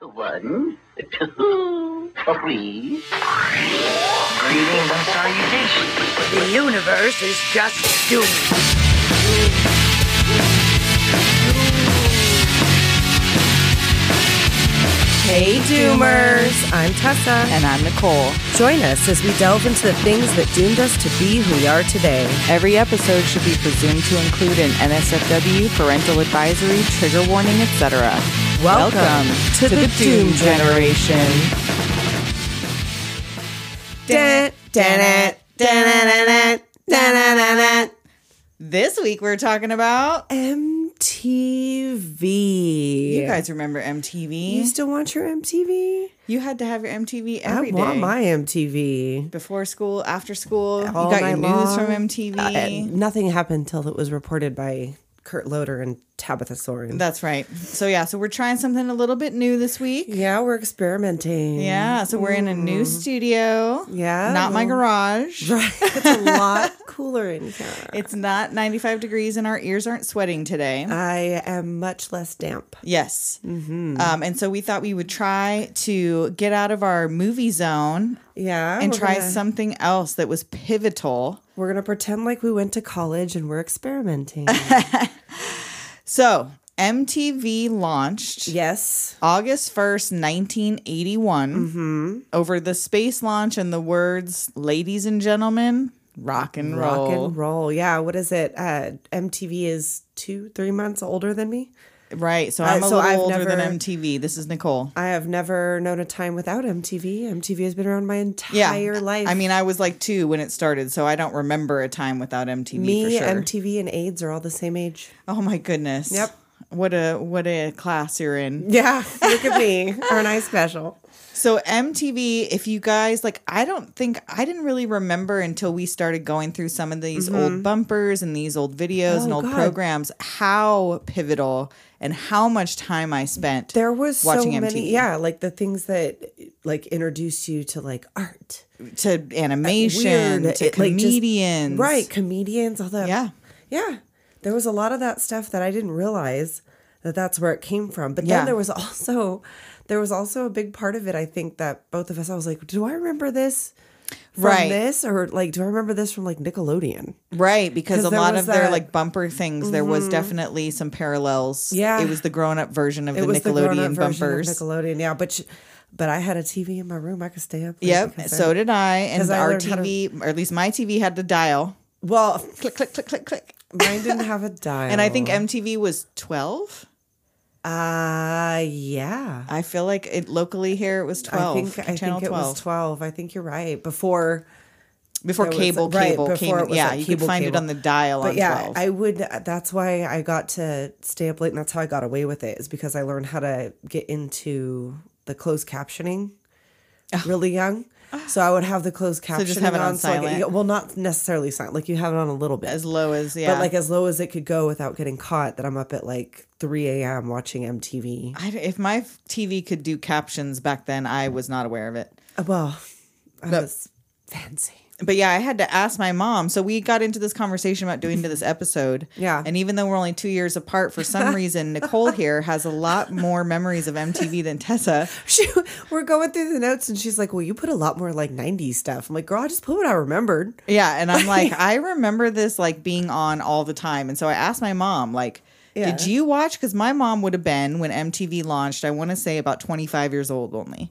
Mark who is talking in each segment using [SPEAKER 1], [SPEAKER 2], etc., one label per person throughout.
[SPEAKER 1] One, two, three. Greetings and salutations.
[SPEAKER 2] The universe is just doomed.
[SPEAKER 3] Hey Doomers! I'm Tessa.
[SPEAKER 4] And I'm Nicole.
[SPEAKER 3] Join us as we delve into the things that doomed us to be who we are today.
[SPEAKER 4] Every episode should be presumed to include an NSFW, parental advisory, trigger warning, etc.
[SPEAKER 3] Welcome to the Doom
[SPEAKER 4] Generation.
[SPEAKER 5] This week we're talking about
[SPEAKER 3] MTV.
[SPEAKER 5] you guys remember
[SPEAKER 3] You
[SPEAKER 5] MTV?
[SPEAKER 3] still want your MTV?
[SPEAKER 5] You had to have your MTV
[SPEAKER 3] I
[SPEAKER 5] every day.
[SPEAKER 3] want my MTV.
[SPEAKER 5] Before school, after school, you
[SPEAKER 3] All
[SPEAKER 5] got your
[SPEAKER 3] night
[SPEAKER 5] news
[SPEAKER 3] long.
[SPEAKER 5] from MTV.
[SPEAKER 3] And nothing happened till it was reported by Kurt Loder and Tabitha Soren.
[SPEAKER 5] That's right. So yeah, so we're trying something a little bit new this week.
[SPEAKER 3] yeah, we're experimenting.
[SPEAKER 5] Yeah, so we're in a new studio.
[SPEAKER 3] Yeah.
[SPEAKER 5] Not my garage.
[SPEAKER 3] Right. It's a lot cooler in here.
[SPEAKER 5] It's not 95 degrees and our ears aren't sweating today.
[SPEAKER 3] I am much less damp.
[SPEAKER 5] Yes.
[SPEAKER 3] Mm-hmm.
[SPEAKER 5] Um, and so we thought we would try to get out of our movie zone
[SPEAKER 3] Oh, Yeah.
[SPEAKER 5] and
[SPEAKER 3] we're
[SPEAKER 5] try
[SPEAKER 3] gonna-
[SPEAKER 5] something else that was pivotal.
[SPEAKER 3] We're going to pretend like we went to college and we're experimenting.
[SPEAKER 5] So MTV launched
[SPEAKER 3] yes.
[SPEAKER 5] August 1st, 1981,
[SPEAKER 3] Mm-hmm.
[SPEAKER 5] over the space launch and the words, ladies and gentlemen, rock and roll.
[SPEAKER 3] Rock and roll. Yeah. What is it? Uh, MTV is two, three months older than me.
[SPEAKER 5] Right. So
[SPEAKER 3] Uh,
[SPEAKER 5] I'm a
[SPEAKER 3] so
[SPEAKER 5] little
[SPEAKER 3] I've
[SPEAKER 5] older
[SPEAKER 3] never-
[SPEAKER 5] than MTV. This is Nicole.
[SPEAKER 3] I have never known a time without MTV. MTV has been around my
[SPEAKER 5] Yeah.
[SPEAKER 3] entire life.
[SPEAKER 5] I mean, I was like two when it started, so I don't remember a time without MTV for
[SPEAKER 3] me,
[SPEAKER 5] sure.
[SPEAKER 3] MTV, and AIDS are all the same age.
[SPEAKER 5] oh my goodness.
[SPEAKER 3] Yep.
[SPEAKER 5] What a what a class you're in.
[SPEAKER 3] Yeah. Look at me. Aren't I special?
[SPEAKER 5] So MTV, if you guys like, I don't think I didn't really remember until we started going through some of these old bumpers and these old videos
[SPEAKER 3] Mm-hmm.
[SPEAKER 5] and
[SPEAKER 3] Oh,
[SPEAKER 5] old
[SPEAKER 3] God.
[SPEAKER 5] programs how pivotal and how much time I spent.
[SPEAKER 3] There was
[SPEAKER 5] Watching
[SPEAKER 3] so many.
[SPEAKER 5] MTV.
[SPEAKER 3] Yeah. Like the things that like introduce you to like art.
[SPEAKER 5] to animation,
[SPEAKER 3] weird,
[SPEAKER 5] to
[SPEAKER 3] it, like, just-
[SPEAKER 5] comedians,
[SPEAKER 3] right comedians all that
[SPEAKER 5] Yeah.
[SPEAKER 3] yeah there was a lot of that stuff that i didn't realize that that's where it came from but
[SPEAKER 5] Yeah.
[SPEAKER 3] then there was also there was also a big part of it i think that both of us i was like do i remember this from
[SPEAKER 5] Right.
[SPEAKER 3] this or like do i remember this from like nickelodeon
[SPEAKER 5] Right, because
[SPEAKER 3] 'Cause
[SPEAKER 5] a
[SPEAKER 3] there
[SPEAKER 5] lot
[SPEAKER 3] was
[SPEAKER 5] of their
[SPEAKER 3] that- Mm-hmm.
[SPEAKER 5] like bumper things, there was definitely some parallels.
[SPEAKER 3] Yeah.
[SPEAKER 5] it was the grown-up version of
[SPEAKER 3] it
[SPEAKER 5] the
[SPEAKER 3] was the grown-up
[SPEAKER 5] Nickelodeon
[SPEAKER 3] version of
[SPEAKER 5] bumpers.
[SPEAKER 3] nickelodeon yeah but sh- but i had a tv in my room i could stay up late
[SPEAKER 5] Yep,
[SPEAKER 3] because I-
[SPEAKER 5] so did I,
[SPEAKER 3] 'Cause
[SPEAKER 5] and
[SPEAKER 3] I
[SPEAKER 5] our
[SPEAKER 3] learned how to-
[SPEAKER 5] TV, or at least my TV, had to dial.
[SPEAKER 3] well
[SPEAKER 5] Click, click, click, click, click.
[SPEAKER 3] mine didn't have a dial
[SPEAKER 5] And I think e- MTV was 12.
[SPEAKER 3] uh yeah
[SPEAKER 5] I feel like it locally here it was 12.
[SPEAKER 3] I think I
[SPEAKER 5] channel
[SPEAKER 3] think it
[SPEAKER 5] 12.
[SPEAKER 3] was twelve. I think you're right. Before
[SPEAKER 5] Before
[SPEAKER 3] there was-
[SPEAKER 5] cable
[SPEAKER 3] right,
[SPEAKER 5] cable
[SPEAKER 3] before
[SPEAKER 5] came.
[SPEAKER 3] it was,
[SPEAKER 5] yeah,
[SPEAKER 3] like,
[SPEAKER 5] you could
[SPEAKER 3] cable,
[SPEAKER 5] find
[SPEAKER 3] cable.
[SPEAKER 5] it on the dial
[SPEAKER 3] but
[SPEAKER 5] on
[SPEAKER 3] yeah,
[SPEAKER 5] 12.
[SPEAKER 3] I would that's why I got to stay up late and that's how I got away with it is because I learned how to get into the closed captioning really young. So I would have the closed captioning
[SPEAKER 5] just have it on
[SPEAKER 3] so I could-
[SPEAKER 5] silent.
[SPEAKER 3] well, not necessarily silent. Like you have it on a little bit.
[SPEAKER 5] as low as yeah.
[SPEAKER 3] But like as low as it could go without getting caught that I'm up at like 3 a.m. watching MTV.
[SPEAKER 5] I, if my TV could do captions back then, I was not aware of it.
[SPEAKER 3] Uh, Well, I was fancy.
[SPEAKER 5] But yeah, I had to ask my mom. So we got into this conversation about doing to this episode.
[SPEAKER 3] Yeah.
[SPEAKER 5] And even though we're only two years apart, for some reason, Nicole here has a lot more memories of MTV than Tessa.
[SPEAKER 3] She, we're going through the notes and she's like, Well, you put a lot more like 90s stuff. I'm like, Girl, I just put what I remembered.
[SPEAKER 5] Yeah, and I'm like, I remember this like being on all the time, and so I asked my mom, like,
[SPEAKER 3] Yeah.
[SPEAKER 5] did you watch? Because my mom would have been when MTV launched. I want to say about 25 years old only,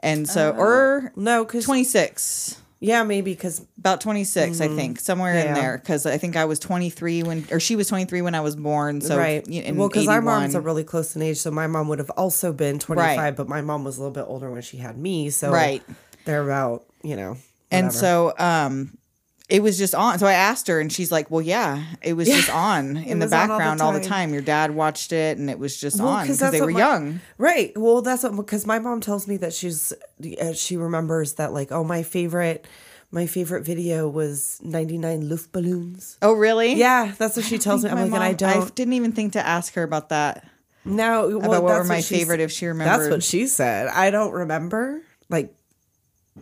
[SPEAKER 5] and so
[SPEAKER 3] Oh.
[SPEAKER 5] or
[SPEAKER 3] No, because
[SPEAKER 5] 26,
[SPEAKER 3] yeah, maybe because
[SPEAKER 5] about 26, I think, somewhere in
[SPEAKER 3] Mm. Yeah.
[SPEAKER 5] there, because I think I was 23 when, or she was 23 when I was born. So
[SPEAKER 3] right.
[SPEAKER 5] you know, in
[SPEAKER 3] well, because our
[SPEAKER 5] 81.
[SPEAKER 3] moms are really close in age, so my mom would have also been twenty five,
[SPEAKER 5] Right.
[SPEAKER 3] but my mom was a little bit older when she had me, so
[SPEAKER 5] Right.
[SPEAKER 3] They're about you know,
[SPEAKER 5] and
[SPEAKER 3] whatever.
[SPEAKER 5] so um it was just on so i asked her and she's like well yeah it was just on in the
[SPEAKER 3] was on all the
[SPEAKER 5] background all the,
[SPEAKER 3] time.
[SPEAKER 5] time your dad watched it and it was just
[SPEAKER 3] Well,
[SPEAKER 5] on because
[SPEAKER 3] that's
[SPEAKER 5] they
[SPEAKER 3] what
[SPEAKER 5] were
[SPEAKER 3] my-
[SPEAKER 5] young
[SPEAKER 3] right? Well, that's what because my mom tells me that she's uh, she remembers that like oh my favorite my favorite video was ninety nine Luft balloons.
[SPEAKER 5] oh really
[SPEAKER 3] Yeah, that's what she tells me. I'm
[SPEAKER 5] My
[SPEAKER 3] like, and I
[SPEAKER 5] mom-
[SPEAKER 3] don't
[SPEAKER 5] didn't even think to ask her about that
[SPEAKER 3] now. Well,
[SPEAKER 5] about what
[SPEAKER 3] that's
[SPEAKER 5] were my
[SPEAKER 3] she's-
[SPEAKER 5] favorite if she remembered
[SPEAKER 3] That's what she said. I don't remember, like,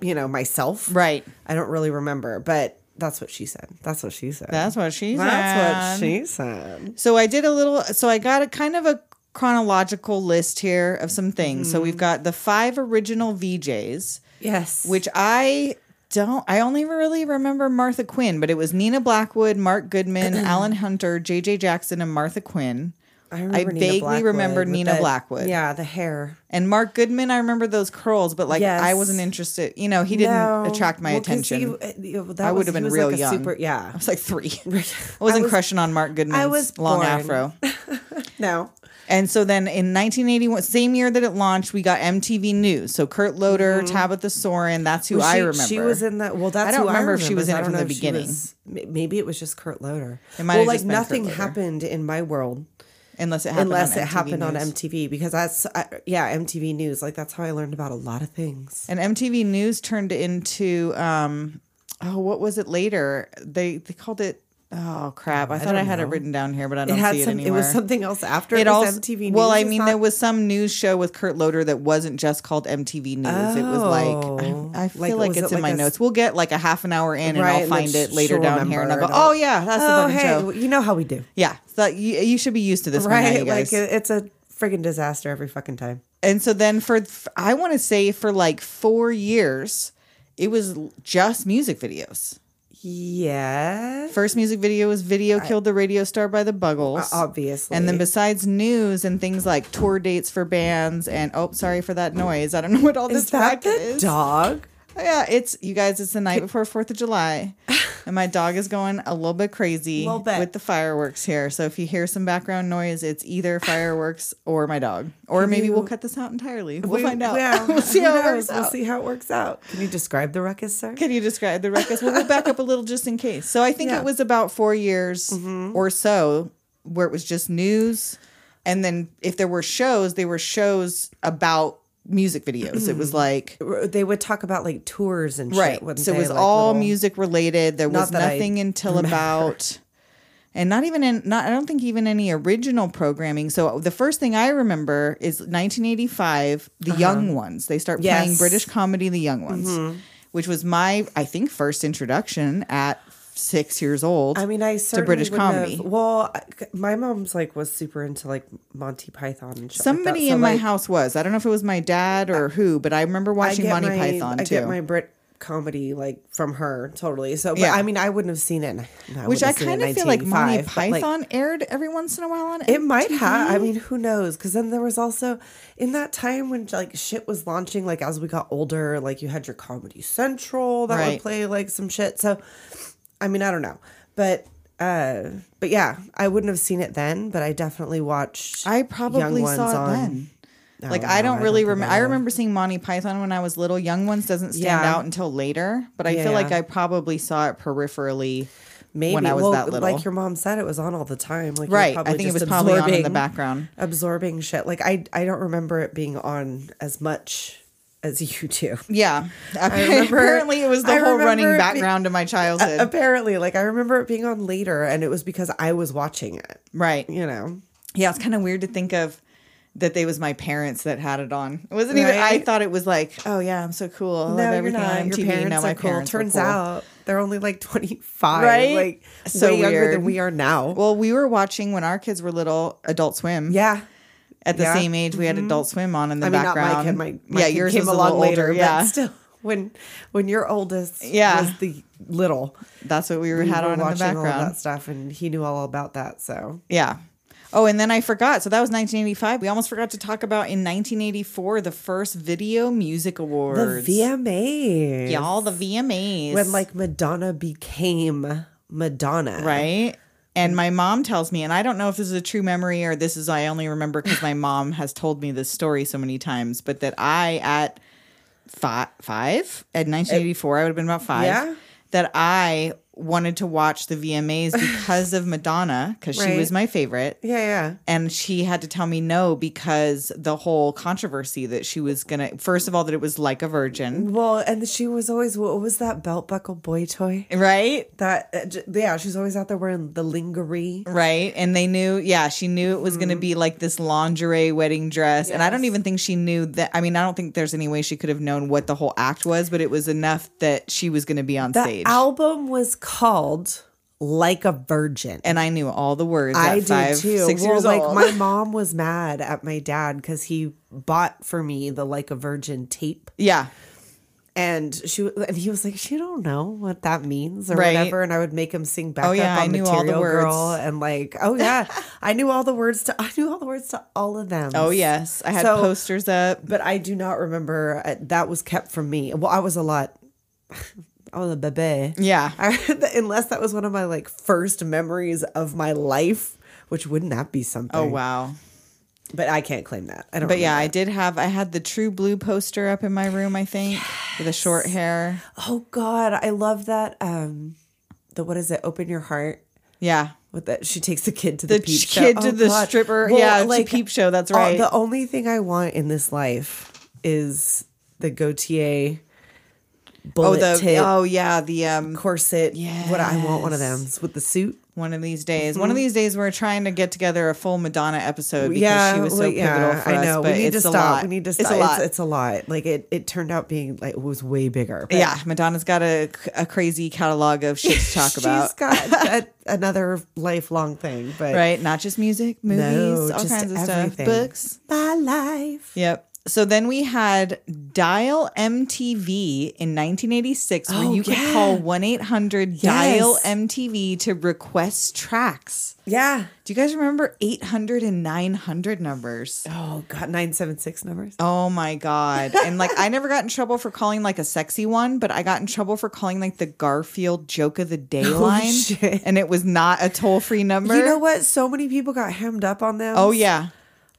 [SPEAKER 3] you know, myself.
[SPEAKER 5] right
[SPEAKER 3] I don't really remember, but that's what she said. That's what she said.
[SPEAKER 5] that's what she
[SPEAKER 3] That's what
[SPEAKER 5] said.
[SPEAKER 3] she said.
[SPEAKER 5] so i did a little so i got a kind of a chronological list here of some things. So
[SPEAKER 3] Mm-hmm.
[SPEAKER 5] we've got the five original VJs,
[SPEAKER 3] Yes.
[SPEAKER 5] which I don't, I only really remember Martha Quinn, but it was Nina Blackwood, Mark Goodman, Alan Hunter, JJ Jackson, and Martha Quinn.
[SPEAKER 3] I, remember Nina
[SPEAKER 5] vaguely
[SPEAKER 3] Blackwood
[SPEAKER 5] remember
[SPEAKER 3] with
[SPEAKER 5] Nina
[SPEAKER 3] the-
[SPEAKER 5] Blackwood.
[SPEAKER 3] Yeah, the hair.
[SPEAKER 5] And Mark Goodman, I remember those curls, but like
[SPEAKER 3] Yes.
[SPEAKER 5] I wasn't interested. You know, he didn't
[SPEAKER 3] No.
[SPEAKER 5] attract my
[SPEAKER 3] Well, 'cause
[SPEAKER 5] attention.
[SPEAKER 3] he- uh, yeah, well, that
[SPEAKER 5] I would
[SPEAKER 3] was-
[SPEAKER 5] have
[SPEAKER 3] he
[SPEAKER 5] been
[SPEAKER 3] was
[SPEAKER 5] real
[SPEAKER 3] like a
[SPEAKER 5] young.
[SPEAKER 3] super- yeah.
[SPEAKER 5] I was like three. I
[SPEAKER 3] I
[SPEAKER 5] wasn't
[SPEAKER 3] was-
[SPEAKER 5] crushing on Mark Goodman's
[SPEAKER 3] I was
[SPEAKER 5] long
[SPEAKER 3] born.
[SPEAKER 5] afro.
[SPEAKER 3] No.
[SPEAKER 5] And so then in 1981, same year that it launched, we got MTV News. So Kurt Loder, Tabitha Soren, that's who
[SPEAKER 3] Mm-hmm. Well,
[SPEAKER 5] I
[SPEAKER 3] she-
[SPEAKER 5] remember.
[SPEAKER 3] She was in that. Well, that's
[SPEAKER 5] don't
[SPEAKER 3] who
[SPEAKER 5] remember
[SPEAKER 3] I
[SPEAKER 5] if she was in
[SPEAKER 3] I
[SPEAKER 5] it
[SPEAKER 3] don't
[SPEAKER 5] from
[SPEAKER 3] know
[SPEAKER 5] the
[SPEAKER 3] if she
[SPEAKER 5] beginning.
[SPEAKER 3] was- m- maybe it was just Kurt Loder.
[SPEAKER 5] It might
[SPEAKER 3] well,
[SPEAKER 5] have
[SPEAKER 3] like
[SPEAKER 5] just been Kurt
[SPEAKER 3] nothing
[SPEAKER 5] Loder.
[SPEAKER 3] happened in my world
[SPEAKER 5] unless it happened
[SPEAKER 3] unless
[SPEAKER 5] on
[SPEAKER 3] it
[SPEAKER 5] MTV
[SPEAKER 3] happened on
[SPEAKER 5] News.
[SPEAKER 3] MTV because that's I, yeah MTV News. Like that's how I learned about a lot of things.
[SPEAKER 5] And MTV News turned into um oh what was it later? They they called it oh crap. I thought I,
[SPEAKER 3] don't
[SPEAKER 5] had it
[SPEAKER 3] know.
[SPEAKER 5] written down here, but I
[SPEAKER 3] It
[SPEAKER 5] don't
[SPEAKER 3] had
[SPEAKER 5] see it
[SPEAKER 3] some. It,
[SPEAKER 5] anywhere.
[SPEAKER 3] was something else after it,
[SPEAKER 5] It
[SPEAKER 3] was
[SPEAKER 5] also-
[SPEAKER 3] MTV News.
[SPEAKER 5] Well, I
[SPEAKER 3] It's
[SPEAKER 5] mean,
[SPEAKER 3] not-
[SPEAKER 5] there was some news show with Kurt Loder that wasn't just called MTV News. it was
[SPEAKER 3] Oh.
[SPEAKER 5] like I, I feel
[SPEAKER 3] Like,
[SPEAKER 5] like,
[SPEAKER 3] was
[SPEAKER 5] it's
[SPEAKER 3] it like
[SPEAKER 5] in my
[SPEAKER 3] a s-
[SPEAKER 5] notes. We'll get like a half an hour in, and
[SPEAKER 3] Right,
[SPEAKER 5] I'll
[SPEAKER 3] and
[SPEAKER 5] find
[SPEAKER 3] then
[SPEAKER 5] it later
[SPEAKER 3] she'll
[SPEAKER 5] down here, and I'll go,
[SPEAKER 3] remember it all.
[SPEAKER 5] "Oh yeah, that's
[SPEAKER 3] Oh
[SPEAKER 5] the fucking
[SPEAKER 3] hey,
[SPEAKER 5] show."
[SPEAKER 3] well, you know how we do,
[SPEAKER 5] Yeah, so you, you should be used to this, right?
[SPEAKER 3] right?
[SPEAKER 5] you
[SPEAKER 3] Like
[SPEAKER 5] guys.
[SPEAKER 3] it, it's a friggin' disaster every fucking time.
[SPEAKER 5] and so then for th- I want to say for like four years, it was l- just music videos.
[SPEAKER 3] Yeah,
[SPEAKER 5] First music video was "Video Killed the Radio Star" by the Buggles,
[SPEAKER 3] Uh, obviously.
[SPEAKER 5] And then besides news and things like tour dates for bands and oh, sorry for that noise. I don't know what all this
[SPEAKER 3] is that
[SPEAKER 5] racket
[SPEAKER 3] the
[SPEAKER 5] is.
[SPEAKER 3] dog?
[SPEAKER 5] Oh, Yeah, it's you guys. It's the night before Fourth of July, and my dog is going a little bit crazy
[SPEAKER 3] Little bit.
[SPEAKER 5] with the fireworks here. So if you hear some background noise, it's either fireworks or my dog, or maybe we'll cut this out entirely. We'll find out.
[SPEAKER 3] Yeah,
[SPEAKER 5] we'll see
[SPEAKER 3] who
[SPEAKER 5] how it
[SPEAKER 3] knows?
[SPEAKER 5] works out.
[SPEAKER 3] We'll see how it works out. Can you describe the ruckus, sir?
[SPEAKER 5] Can you describe the ruckus? We'll go back up a little just in case. So I think
[SPEAKER 3] Yeah. Mm-hmm.
[SPEAKER 5] it was about four years or so where it was just news. And then if there were shows, they were shows about music videos. it was
[SPEAKER 3] Mm-hmm.
[SPEAKER 5] like,
[SPEAKER 3] they would talk about like tours and shit,
[SPEAKER 5] right.
[SPEAKER 3] wouldn't
[SPEAKER 5] So it
[SPEAKER 3] they?
[SPEAKER 5] was
[SPEAKER 3] Like,
[SPEAKER 5] all
[SPEAKER 3] little-
[SPEAKER 5] music related. There
[SPEAKER 3] Not
[SPEAKER 5] was
[SPEAKER 3] that I
[SPEAKER 5] nothing until
[SPEAKER 3] remember.
[SPEAKER 5] about. And not even in not I don't think even any original programming. So the first thing I remember is 1985, The Young Ones. They start
[SPEAKER 3] Uh-huh.
[SPEAKER 5] playing
[SPEAKER 3] Yes. Mm-hmm.
[SPEAKER 5] British comedy The Young Ones, which was my I think first introduction at 6 years old.
[SPEAKER 3] I mean, I
[SPEAKER 5] to
[SPEAKER 3] certainly
[SPEAKER 5] British
[SPEAKER 3] wouldn't
[SPEAKER 5] comedy.
[SPEAKER 3] Have, well, I- my mom's like was super into like Monty Python and shit
[SPEAKER 5] Somebody
[SPEAKER 3] like that. So,
[SPEAKER 5] in my
[SPEAKER 3] like,
[SPEAKER 5] house was. I don't know if it was my dad or who, but I remember
[SPEAKER 3] I
[SPEAKER 5] watching
[SPEAKER 3] get
[SPEAKER 5] Monty
[SPEAKER 3] my-
[SPEAKER 5] Python
[SPEAKER 3] I
[SPEAKER 5] too.
[SPEAKER 3] get my Brit comedy like from her totally. So, but
[SPEAKER 5] Yeah.
[SPEAKER 3] I mean, I wouldn't have seen it. and
[SPEAKER 5] which I
[SPEAKER 3] wouldn't have seen it in
[SPEAKER 5] kind of feel like Monty
[SPEAKER 3] 1985, but, like,
[SPEAKER 5] Python aired every once in a while on
[SPEAKER 3] It might have. I mean, who knows? Because then there was also in that time when like shit was launching. Like as we got older, like you had your Comedy Central that
[SPEAKER 5] Right.
[SPEAKER 3] would play like some shit. So, I mean, I don't know, but uh, but yeah, I wouldn't have seen it then, but I definitely watched.
[SPEAKER 5] I
[SPEAKER 3] Young
[SPEAKER 5] probably
[SPEAKER 3] Ones
[SPEAKER 5] saw it
[SPEAKER 3] on-
[SPEAKER 5] then.
[SPEAKER 3] No,
[SPEAKER 5] like
[SPEAKER 3] no,
[SPEAKER 5] I don't really
[SPEAKER 3] think
[SPEAKER 5] remember. I
[SPEAKER 3] would've.
[SPEAKER 5] remember seeing Monty Python when I was little. Young Ones doesn't stand
[SPEAKER 3] Yeah.
[SPEAKER 5] out until later, but I feel
[SPEAKER 3] Yeah.
[SPEAKER 5] like I probably saw it peripherally.
[SPEAKER 3] Maybe
[SPEAKER 5] when I was
[SPEAKER 3] well,
[SPEAKER 5] that little.
[SPEAKER 3] like your mom said, it was on all the time. Like you were
[SPEAKER 5] Right, I think it
[SPEAKER 3] just
[SPEAKER 5] was probably on in the
[SPEAKER 3] absorbing-
[SPEAKER 5] background.
[SPEAKER 3] absorbing shit. Like I, I don't remember it being on as much as you do.
[SPEAKER 5] Yeah,
[SPEAKER 3] remember-
[SPEAKER 5] apparently it was the
[SPEAKER 3] I
[SPEAKER 5] whole running
[SPEAKER 3] remember it be- uh,
[SPEAKER 5] background of my childhood.
[SPEAKER 3] Apparently, like I remember it being on later, and it was because I was watching it.
[SPEAKER 5] right.
[SPEAKER 3] You know,
[SPEAKER 5] Yeah, it's kind of weird to think of that they was my parents that had it on. It wasn't even. I
[SPEAKER 3] Right?
[SPEAKER 5] thought it was like, oh yeah, I'm so cool. I love everything on
[SPEAKER 3] Your
[SPEAKER 5] TV.
[SPEAKER 3] parents
[SPEAKER 5] no,
[SPEAKER 3] are
[SPEAKER 5] my
[SPEAKER 3] cool.
[SPEAKER 5] parents were
[SPEAKER 3] Turns
[SPEAKER 5] cool.
[SPEAKER 3] out they're only like twenty five,
[SPEAKER 5] Right?
[SPEAKER 3] Like
[SPEAKER 5] So
[SPEAKER 3] so way younger
[SPEAKER 5] weird.
[SPEAKER 3] than we are now.
[SPEAKER 5] Well, we were watching when our kids were little Adult Swim.
[SPEAKER 3] yeah,
[SPEAKER 5] At the
[SPEAKER 3] Yeah. Mm-hmm.
[SPEAKER 5] same age, we had Adult Swim on in the
[SPEAKER 3] I mean,
[SPEAKER 5] background.
[SPEAKER 3] not my kid. My, my
[SPEAKER 5] yeah,
[SPEAKER 3] kid
[SPEAKER 5] yours
[SPEAKER 3] came
[SPEAKER 5] was
[SPEAKER 3] along
[SPEAKER 5] a little
[SPEAKER 3] later.
[SPEAKER 5] older.
[SPEAKER 3] but
[SPEAKER 5] Yeah,
[SPEAKER 3] still, when when your oldest,
[SPEAKER 5] Yeah.
[SPEAKER 3] was the little
[SPEAKER 5] that's what we were
[SPEAKER 3] we
[SPEAKER 5] had
[SPEAKER 3] were
[SPEAKER 5] on in the
[SPEAKER 3] watching all of
[SPEAKER 5] background.
[SPEAKER 3] that stuff, and he knew all about that. So
[SPEAKER 5] Yeah. Oh, and then I forgot. So that was 1985. We almost forgot to talk about in 1984 the first Video Music Awards.
[SPEAKER 3] the VMAs,
[SPEAKER 5] Yeah, all the VMAs.
[SPEAKER 3] when like Madonna became Madonna,
[SPEAKER 5] right? And my mom tells me, and I don't know if this is a true memory or this is I only remember because my mom has told me this story so many times, but that I at five, five at 1984, I would have been about five.
[SPEAKER 3] Yeah.
[SPEAKER 5] That I wanted to watch the VMAs because of Madonna because she
[SPEAKER 3] Right.
[SPEAKER 5] was my favorite.
[SPEAKER 3] Yeah, yeah.
[SPEAKER 5] And she had to tell me no because the whole controversy that she was gonna first of all that it was like a virgin,
[SPEAKER 3] Well, and she was always what was that belt buckle boy toy?
[SPEAKER 5] right?
[SPEAKER 3] That uh, j- yeah, she's always out there wearing the lingerie.
[SPEAKER 5] Right. And they knew, yeah, she knew it was going
[SPEAKER 3] Mm-hmm.
[SPEAKER 5] to be like this lingerie wedding dress. And I don't even think she knew that. I mean, I don't think there's any way she could have known what the whole act was, but it was enough that she was going to be on
[SPEAKER 3] The
[SPEAKER 5] stage.
[SPEAKER 3] album was called like a virgin.
[SPEAKER 5] and I knew all the words.
[SPEAKER 3] I
[SPEAKER 5] at five,
[SPEAKER 3] did too.
[SPEAKER 5] Six
[SPEAKER 3] well,
[SPEAKER 5] years
[SPEAKER 3] like
[SPEAKER 5] old.
[SPEAKER 3] my mom was mad at my dad because he bought for me the like a virgin tape,
[SPEAKER 5] yeah,
[SPEAKER 3] and she and he was like, she don't know what that means or
[SPEAKER 5] Right. Oh,
[SPEAKER 3] whatever. And I would make him sing back
[SPEAKER 5] yeah,
[SPEAKER 3] up
[SPEAKER 5] I
[SPEAKER 3] on
[SPEAKER 5] knew all the
[SPEAKER 3] Material Girl,
[SPEAKER 5] words.
[SPEAKER 3] and like, oh yeah, I knew all the words to I knew all the words to all of them.
[SPEAKER 5] oh yes, I had
[SPEAKER 3] So-
[SPEAKER 5] posters up.
[SPEAKER 3] but I do not remember uh, that was kept from me. Well, I was a lot. I was a bebe.
[SPEAKER 5] Yeah,
[SPEAKER 3] I, unless that was one of my like first memories of my life, which wouldn't that be something?
[SPEAKER 5] oh wow.
[SPEAKER 3] But I can't claim that. I don't.
[SPEAKER 5] But yeah, I
[SPEAKER 3] remember
[SPEAKER 5] did have I had the True Blue poster up in my room. I think with the short hair.
[SPEAKER 3] that. Oh God, I love that. Um, the what is it? Open your heart.
[SPEAKER 5] Yeah,
[SPEAKER 3] With that, she takes the kid to the,
[SPEAKER 5] the
[SPEAKER 3] peep
[SPEAKER 5] ch-
[SPEAKER 3] show.
[SPEAKER 5] kid to
[SPEAKER 3] Oh,
[SPEAKER 5] the
[SPEAKER 3] God.
[SPEAKER 5] stripper.
[SPEAKER 3] Well,
[SPEAKER 5] yeah, like peep show. That's
[SPEAKER 3] all-
[SPEAKER 5] right.
[SPEAKER 3] the only thing I want in this life is the Gautier
[SPEAKER 5] oh
[SPEAKER 3] bullet
[SPEAKER 5] the
[SPEAKER 3] tip
[SPEAKER 5] oh yeah the um
[SPEAKER 3] corset. What I want one of them with the suit.
[SPEAKER 5] one of these days one
[SPEAKER 3] Mm-hmm.
[SPEAKER 5] of these days we're trying to get together a full Madonna episode because she was so
[SPEAKER 3] well,
[SPEAKER 5] pivotal for us. But
[SPEAKER 3] we need
[SPEAKER 5] it's
[SPEAKER 3] to
[SPEAKER 5] a
[SPEAKER 3] stop.
[SPEAKER 5] lot.
[SPEAKER 3] We need to
[SPEAKER 5] It's
[SPEAKER 3] stop.
[SPEAKER 5] a lot.
[SPEAKER 3] It's, a lot. Like it, it turned out being like it was way bigger. But
[SPEAKER 5] yeah, Madonna's got a, a crazy catalog of shit to talk about.
[SPEAKER 3] she's got a, another lifelong thing. But
[SPEAKER 5] right? Not just music, movies,
[SPEAKER 3] No,
[SPEAKER 5] all
[SPEAKER 3] just
[SPEAKER 5] kinds of
[SPEAKER 3] everything.
[SPEAKER 5] stuff, books.
[SPEAKER 3] my life.
[SPEAKER 5] Yep. So then we had Dial MTV in 1986, where
[SPEAKER 3] Oh,
[SPEAKER 5] you could
[SPEAKER 3] yeah.
[SPEAKER 5] call 1 800 Dial
[SPEAKER 3] Yes.
[SPEAKER 5] MTV to request tracks.
[SPEAKER 3] Yeah.
[SPEAKER 5] Do you guys remember 800 and 900 numbers?
[SPEAKER 3] Oh God, nine seven six numbers.
[SPEAKER 5] Oh my God. And like, I never got in trouble for calling like a sexy one, but I got in trouble for calling like the Garfield joke of the day line.
[SPEAKER 3] Oh, shit.
[SPEAKER 5] And it was not a toll free number.
[SPEAKER 3] You know what? So many people got hemmed up on them.
[SPEAKER 5] Oh, yeah.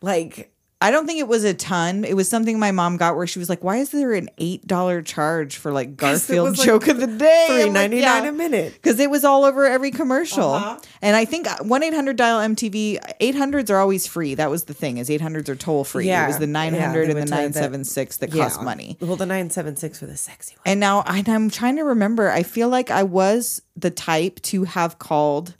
[SPEAKER 3] Like
[SPEAKER 5] I don't think it was a ton. It was something my mom got where she was like, "Why is there an eight dollar charge for like Garfield
[SPEAKER 3] was, like,
[SPEAKER 5] joke of the day?
[SPEAKER 3] three ninety nine a minute. Uh-huh.
[SPEAKER 5] Because it was all over every commercial, and I think uh, one eight hundred dial MTV eight hundreds are always free. That was the thing is eight hundreds are toll free. it
[SPEAKER 3] Yeah.
[SPEAKER 5] was the
[SPEAKER 3] Yeah,
[SPEAKER 5] nine hundred
[SPEAKER 3] they
[SPEAKER 5] and
[SPEAKER 3] would
[SPEAKER 5] the
[SPEAKER 3] tell you
[SPEAKER 5] nine
[SPEAKER 3] that-
[SPEAKER 5] seven six that cost money.
[SPEAKER 3] Well, the nine seven six were the sexy ones.
[SPEAKER 5] And now and I'm trying to remember. I feel like I was the type to have called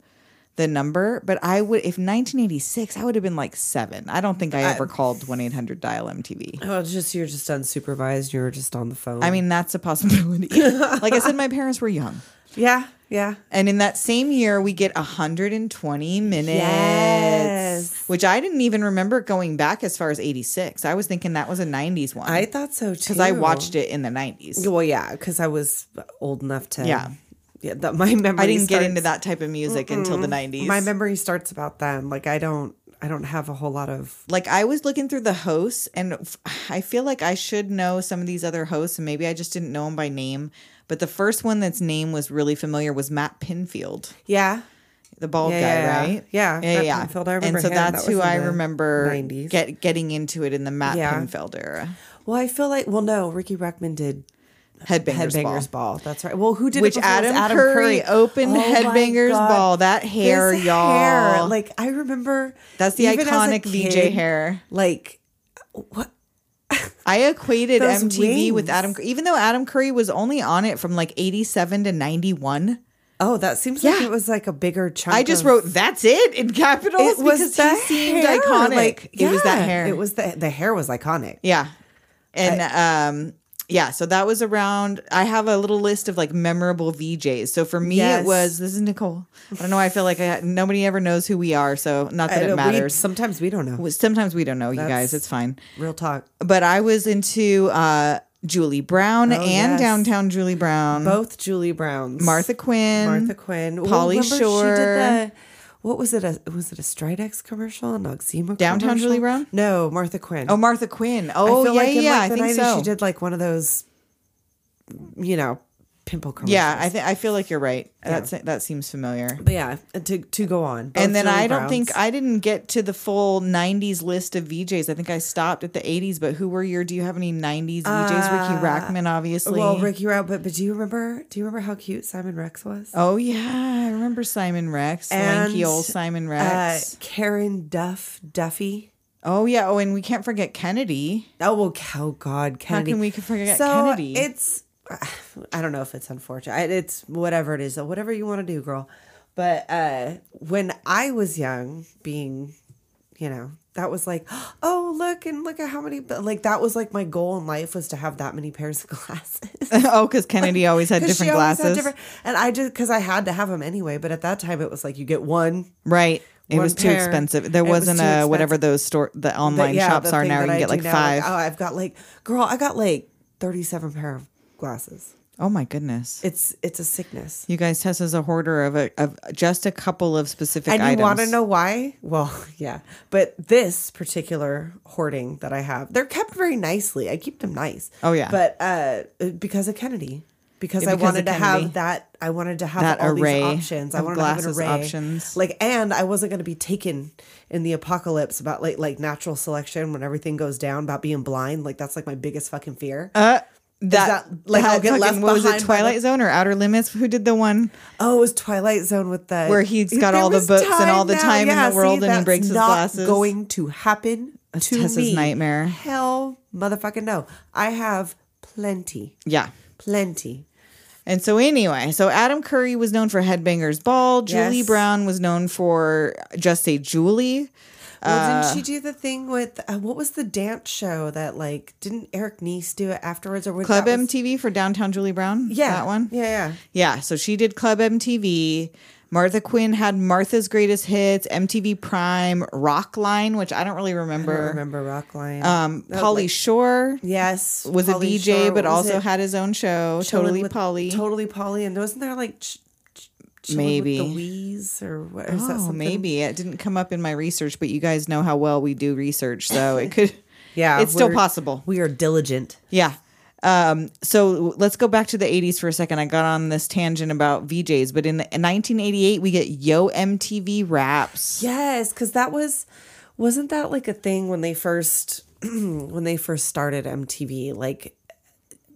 [SPEAKER 5] the number, but I would if 1986, I would have been like seven. I don't think I ever called one eight hundred dial MTV.
[SPEAKER 3] Oh, it's just you're just unsupervised. You were just on the phone.
[SPEAKER 5] I mean, that's a possibility. like I said, my parents were young.
[SPEAKER 3] yeah, yeah.
[SPEAKER 5] And in that same year, we get 120 minutes,
[SPEAKER 3] Yes.
[SPEAKER 5] which I didn't even remember going back as far as 86. I was thinking that was a 90s one.
[SPEAKER 3] I thought so too.
[SPEAKER 5] because I watched it in the 90s.
[SPEAKER 3] Well, yeah, because I was old enough to.
[SPEAKER 5] Yeah.
[SPEAKER 3] yeah. That my memory.
[SPEAKER 5] I didn't get
[SPEAKER 3] starts-
[SPEAKER 5] into that type of music until the 90s.
[SPEAKER 3] My memory starts about then. Like I don't. I don't have a whole lot of.
[SPEAKER 5] like I was looking through the hosts, and f- I feel like I should know some of these other hosts, and maybe I just didn't know them by name. But the first one that's name was really familiar was Matt Pinfield,
[SPEAKER 3] Yeah.
[SPEAKER 5] the bald
[SPEAKER 3] Yeah,
[SPEAKER 5] guy,
[SPEAKER 3] yeah, yeah.
[SPEAKER 5] right?
[SPEAKER 3] Yeah,
[SPEAKER 5] yeah,
[SPEAKER 3] Matt
[SPEAKER 5] yeah.
[SPEAKER 3] Pinfield, I remember
[SPEAKER 5] and so
[SPEAKER 3] him.
[SPEAKER 5] that's
[SPEAKER 3] That was
[SPEAKER 5] who
[SPEAKER 3] in
[SPEAKER 5] I
[SPEAKER 3] the
[SPEAKER 5] remember
[SPEAKER 3] 90s.
[SPEAKER 5] get getting into it in the Matt
[SPEAKER 3] Yeah.
[SPEAKER 5] Pinfield era.
[SPEAKER 3] Well, I feel like. Well, no, Ricky Rackman did
[SPEAKER 5] Headbangers,
[SPEAKER 3] Headbangers
[SPEAKER 5] Ball.
[SPEAKER 3] Ball. That's right. Well, who did
[SPEAKER 5] Which
[SPEAKER 3] it before? It was Oh
[SPEAKER 5] Adam Curry opened
[SPEAKER 3] my
[SPEAKER 5] Headbangers
[SPEAKER 3] God.
[SPEAKER 5] Ball. That hair,
[SPEAKER 3] His
[SPEAKER 5] y'all.
[SPEAKER 3] Like I remember.
[SPEAKER 5] That's the
[SPEAKER 3] even as a
[SPEAKER 5] iconic VJ
[SPEAKER 3] kid,
[SPEAKER 5] hair.
[SPEAKER 3] Like what?
[SPEAKER 5] I equated
[SPEAKER 3] Those
[SPEAKER 5] MTV with
[SPEAKER 3] wings.
[SPEAKER 5] Adam, Cur- even though Adam Curry was only on it from like eighty-seven to ninety-one.
[SPEAKER 3] Oh, that seems like
[SPEAKER 5] Yeah.
[SPEAKER 3] it was like a bigger chunk.
[SPEAKER 5] I just
[SPEAKER 3] of-
[SPEAKER 5] wrote "That's it" in capitals
[SPEAKER 3] It was
[SPEAKER 5] because
[SPEAKER 3] the
[SPEAKER 5] he seemed
[SPEAKER 3] hair.
[SPEAKER 5] iconic.
[SPEAKER 3] Like,
[SPEAKER 5] it was that
[SPEAKER 3] yeah,
[SPEAKER 5] hair.
[SPEAKER 3] It was the the hair was iconic.
[SPEAKER 5] yeah, and um, yeah. So that was around. I have a little list of like memorable VJs. So for me,
[SPEAKER 3] Yes.
[SPEAKER 5] it was this is Nicole. I don't know. why I feel like I, nobody ever knows who we are. So not that
[SPEAKER 3] I know,
[SPEAKER 5] it
[SPEAKER 3] we-
[SPEAKER 5] matters.
[SPEAKER 3] sometimes we don't know.
[SPEAKER 5] Sometimes we don't know, you guys.
[SPEAKER 3] That's-
[SPEAKER 5] It's fine.
[SPEAKER 3] Real talk.
[SPEAKER 5] But I was into uh, Julie Brown and
[SPEAKER 3] Oh, yes.
[SPEAKER 5] Downtown Julie Brown,
[SPEAKER 3] Both Julie Browns,
[SPEAKER 5] Martha Quinn,
[SPEAKER 3] Martha Quinn, Well,
[SPEAKER 5] Polly
[SPEAKER 3] remember
[SPEAKER 5] Shore.
[SPEAKER 3] She did the, what was it? A was it a Stridex commercial? An Oxymo?
[SPEAKER 5] Downtown
[SPEAKER 3] commercial?
[SPEAKER 5] Julie Brown?
[SPEAKER 3] No, Martha Quinn.
[SPEAKER 5] Oh, Martha Quinn. Oh,
[SPEAKER 3] I feel
[SPEAKER 5] yeah,
[SPEAKER 3] like in
[SPEAKER 5] yeah.
[SPEAKER 3] like
[SPEAKER 5] I
[SPEAKER 3] the
[SPEAKER 5] think
[SPEAKER 3] 90s,
[SPEAKER 5] so.
[SPEAKER 3] She did like one of those, you know, pimple commercials.
[SPEAKER 5] yeah, I think I feel like you're right. That's that seems familiar.
[SPEAKER 3] but yeah, uh, to to go on. Both
[SPEAKER 5] and then
[SPEAKER 3] Julie
[SPEAKER 5] I don't
[SPEAKER 3] Browns.
[SPEAKER 5] think I didn't get to the full '90s list of VJs. I think I stopped at the '80s. But who were your? Do you have any '90s VJs? Ricky Rackman, obviously.
[SPEAKER 3] Uh, Well, Ricky Route, but but do you remember? Do you remember how cute Simon Rex was?
[SPEAKER 5] Oh yeah, I remember Simon Rex, lanky old Simon Rex.
[SPEAKER 3] Uh, Karen Duff Duffy.
[SPEAKER 5] oh yeah. Oh, and we can't forget Kennedy.
[SPEAKER 3] Oh well, oh God, Kennedy.
[SPEAKER 5] can we forget
[SPEAKER 3] so
[SPEAKER 5] Kennedy?
[SPEAKER 3] It's I don't know if it's unfortunate. I- It's whatever it is, whatever you want to do, girl. But uh, when I was young, being you know, that was like, oh, look and look at how many, like, that was like my goal in life was to have that many pairs of glasses.
[SPEAKER 5] oh, because Kennedy always had
[SPEAKER 3] 'Cause
[SPEAKER 5] different
[SPEAKER 3] she always had
[SPEAKER 5] glasses.
[SPEAKER 3] different- and I just, because I had to have them anyway. But at that time, it was like, you get one.
[SPEAKER 5] Right. It
[SPEAKER 3] One
[SPEAKER 5] was too
[SPEAKER 3] pair.
[SPEAKER 5] expensive. There
[SPEAKER 3] It was
[SPEAKER 5] wasn't
[SPEAKER 3] too
[SPEAKER 5] a
[SPEAKER 3] expensive.
[SPEAKER 5] whatever those store the
[SPEAKER 3] that-
[SPEAKER 5] online
[SPEAKER 3] yeah,
[SPEAKER 5] shops
[SPEAKER 3] the
[SPEAKER 5] are
[SPEAKER 3] thing that
[SPEAKER 5] now. You can
[SPEAKER 3] I
[SPEAKER 5] get
[SPEAKER 3] do
[SPEAKER 5] like
[SPEAKER 3] now,
[SPEAKER 5] five.
[SPEAKER 3] oh, I've got like, girl, I got like 37 pair of glasses.
[SPEAKER 5] oh my goodness.
[SPEAKER 3] It's, it's a sickness.
[SPEAKER 5] You guys, Tessa's a hoarder of a, of just a couple of specific
[SPEAKER 3] and
[SPEAKER 5] items.
[SPEAKER 3] you want to know why? Well, yeah. But this particular hoarding that I have, they're kept very nicely. I keep them nice.
[SPEAKER 5] Oh, yeah.
[SPEAKER 3] But uh, because of Kennedy, because
[SPEAKER 5] Yeah,
[SPEAKER 3] I
[SPEAKER 5] because of
[SPEAKER 3] wanted to
[SPEAKER 5] Kennedy.
[SPEAKER 3] have that. I wanted to have
[SPEAKER 5] That
[SPEAKER 3] all
[SPEAKER 5] array
[SPEAKER 3] these options. I
[SPEAKER 5] of
[SPEAKER 3] wanted to
[SPEAKER 5] glasses
[SPEAKER 3] have an array
[SPEAKER 5] options.
[SPEAKER 3] Like, and I wasn't going to be taken in the apocalypse about like like natural selection when everything goes down about being blind. Like that's like my biggest fucking fear.
[SPEAKER 5] Uh, that,
[SPEAKER 3] that- like, I'll get left
[SPEAKER 5] what
[SPEAKER 3] behind
[SPEAKER 5] was it,
[SPEAKER 3] by the-
[SPEAKER 5] Twilight Zone or Outer Limits? Who did the one?
[SPEAKER 3] Oh, it was Twilight Zone with the
[SPEAKER 5] Where he's got all the
[SPEAKER 3] was
[SPEAKER 5] books and all the time in the world and he
[SPEAKER 3] that's
[SPEAKER 5] breaks his
[SPEAKER 3] not
[SPEAKER 5] glasses.
[SPEAKER 3] Going to happen to
[SPEAKER 5] Tessa's
[SPEAKER 3] me.
[SPEAKER 5] nightmare.
[SPEAKER 3] Hell, motherfucking no! I have plenty,
[SPEAKER 5] Yeah.
[SPEAKER 3] plenty.
[SPEAKER 5] And so anyway, so Adam Curry was known for Headbangers Ball. Julie
[SPEAKER 3] Yes.
[SPEAKER 5] Brown was known for Just Say Julie.
[SPEAKER 3] Well,
[SPEAKER 5] Uh.
[SPEAKER 3] didn't she do the thing with uh, what was the dance show that like didn't Eric Nice do it afterwards or was
[SPEAKER 5] Club
[SPEAKER 3] that was-
[SPEAKER 5] MTV for Downtown Julie Brown.
[SPEAKER 3] Yeah,
[SPEAKER 5] That one.
[SPEAKER 3] Yeah, yeah.
[SPEAKER 5] Yeah, so she did Club MTV. Martha Quinn had Martha's Greatest Hits, MTV Prime, Rock Line, which I don't really remember.
[SPEAKER 3] I remember Rock Line.
[SPEAKER 5] Um, Polly Shore
[SPEAKER 3] yes,
[SPEAKER 5] was
[SPEAKER 3] Pauly
[SPEAKER 5] a DJ,
[SPEAKER 3] Shore, what
[SPEAKER 5] but
[SPEAKER 3] was
[SPEAKER 5] also
[SPEAKER 3] it?
[SPEAKER 5] had his own show,
[SPEAKER 3] Chillin'
[SPEAKER 5] Totally
[SPEAKER 3] with-
[SPEAKER 5] Polly.
[SPEAKER 3] Totally Polly. And wasn't there like ch- ch- Chillin'
[SPEAKER 5] Maybe.
[SPEAKER 3] with the Wheeze or what? Or is that
[SPEAKER 5] oh,
[SPEAKER 3] something?
[SPEAKER 5] maybe it didn't come up in my research, but you guys know how well we do research, so it could.
[SPEAKER 3] Yeah,
[SPEAKER 5] it's still
[SPEAKER 3] we're-
[SPEAKER 5] possible.
[SPEAKER 3] We are diligent.
[SPEAKER 5] Yeah. Um, so let's go back to the 80s for a second. I got on this tangent about VJs, but in 1988, we get Yo MTV Raps.
[SPEAKER 3] Yes, because that was wasn't that like a thing when they first when they first started MTV, like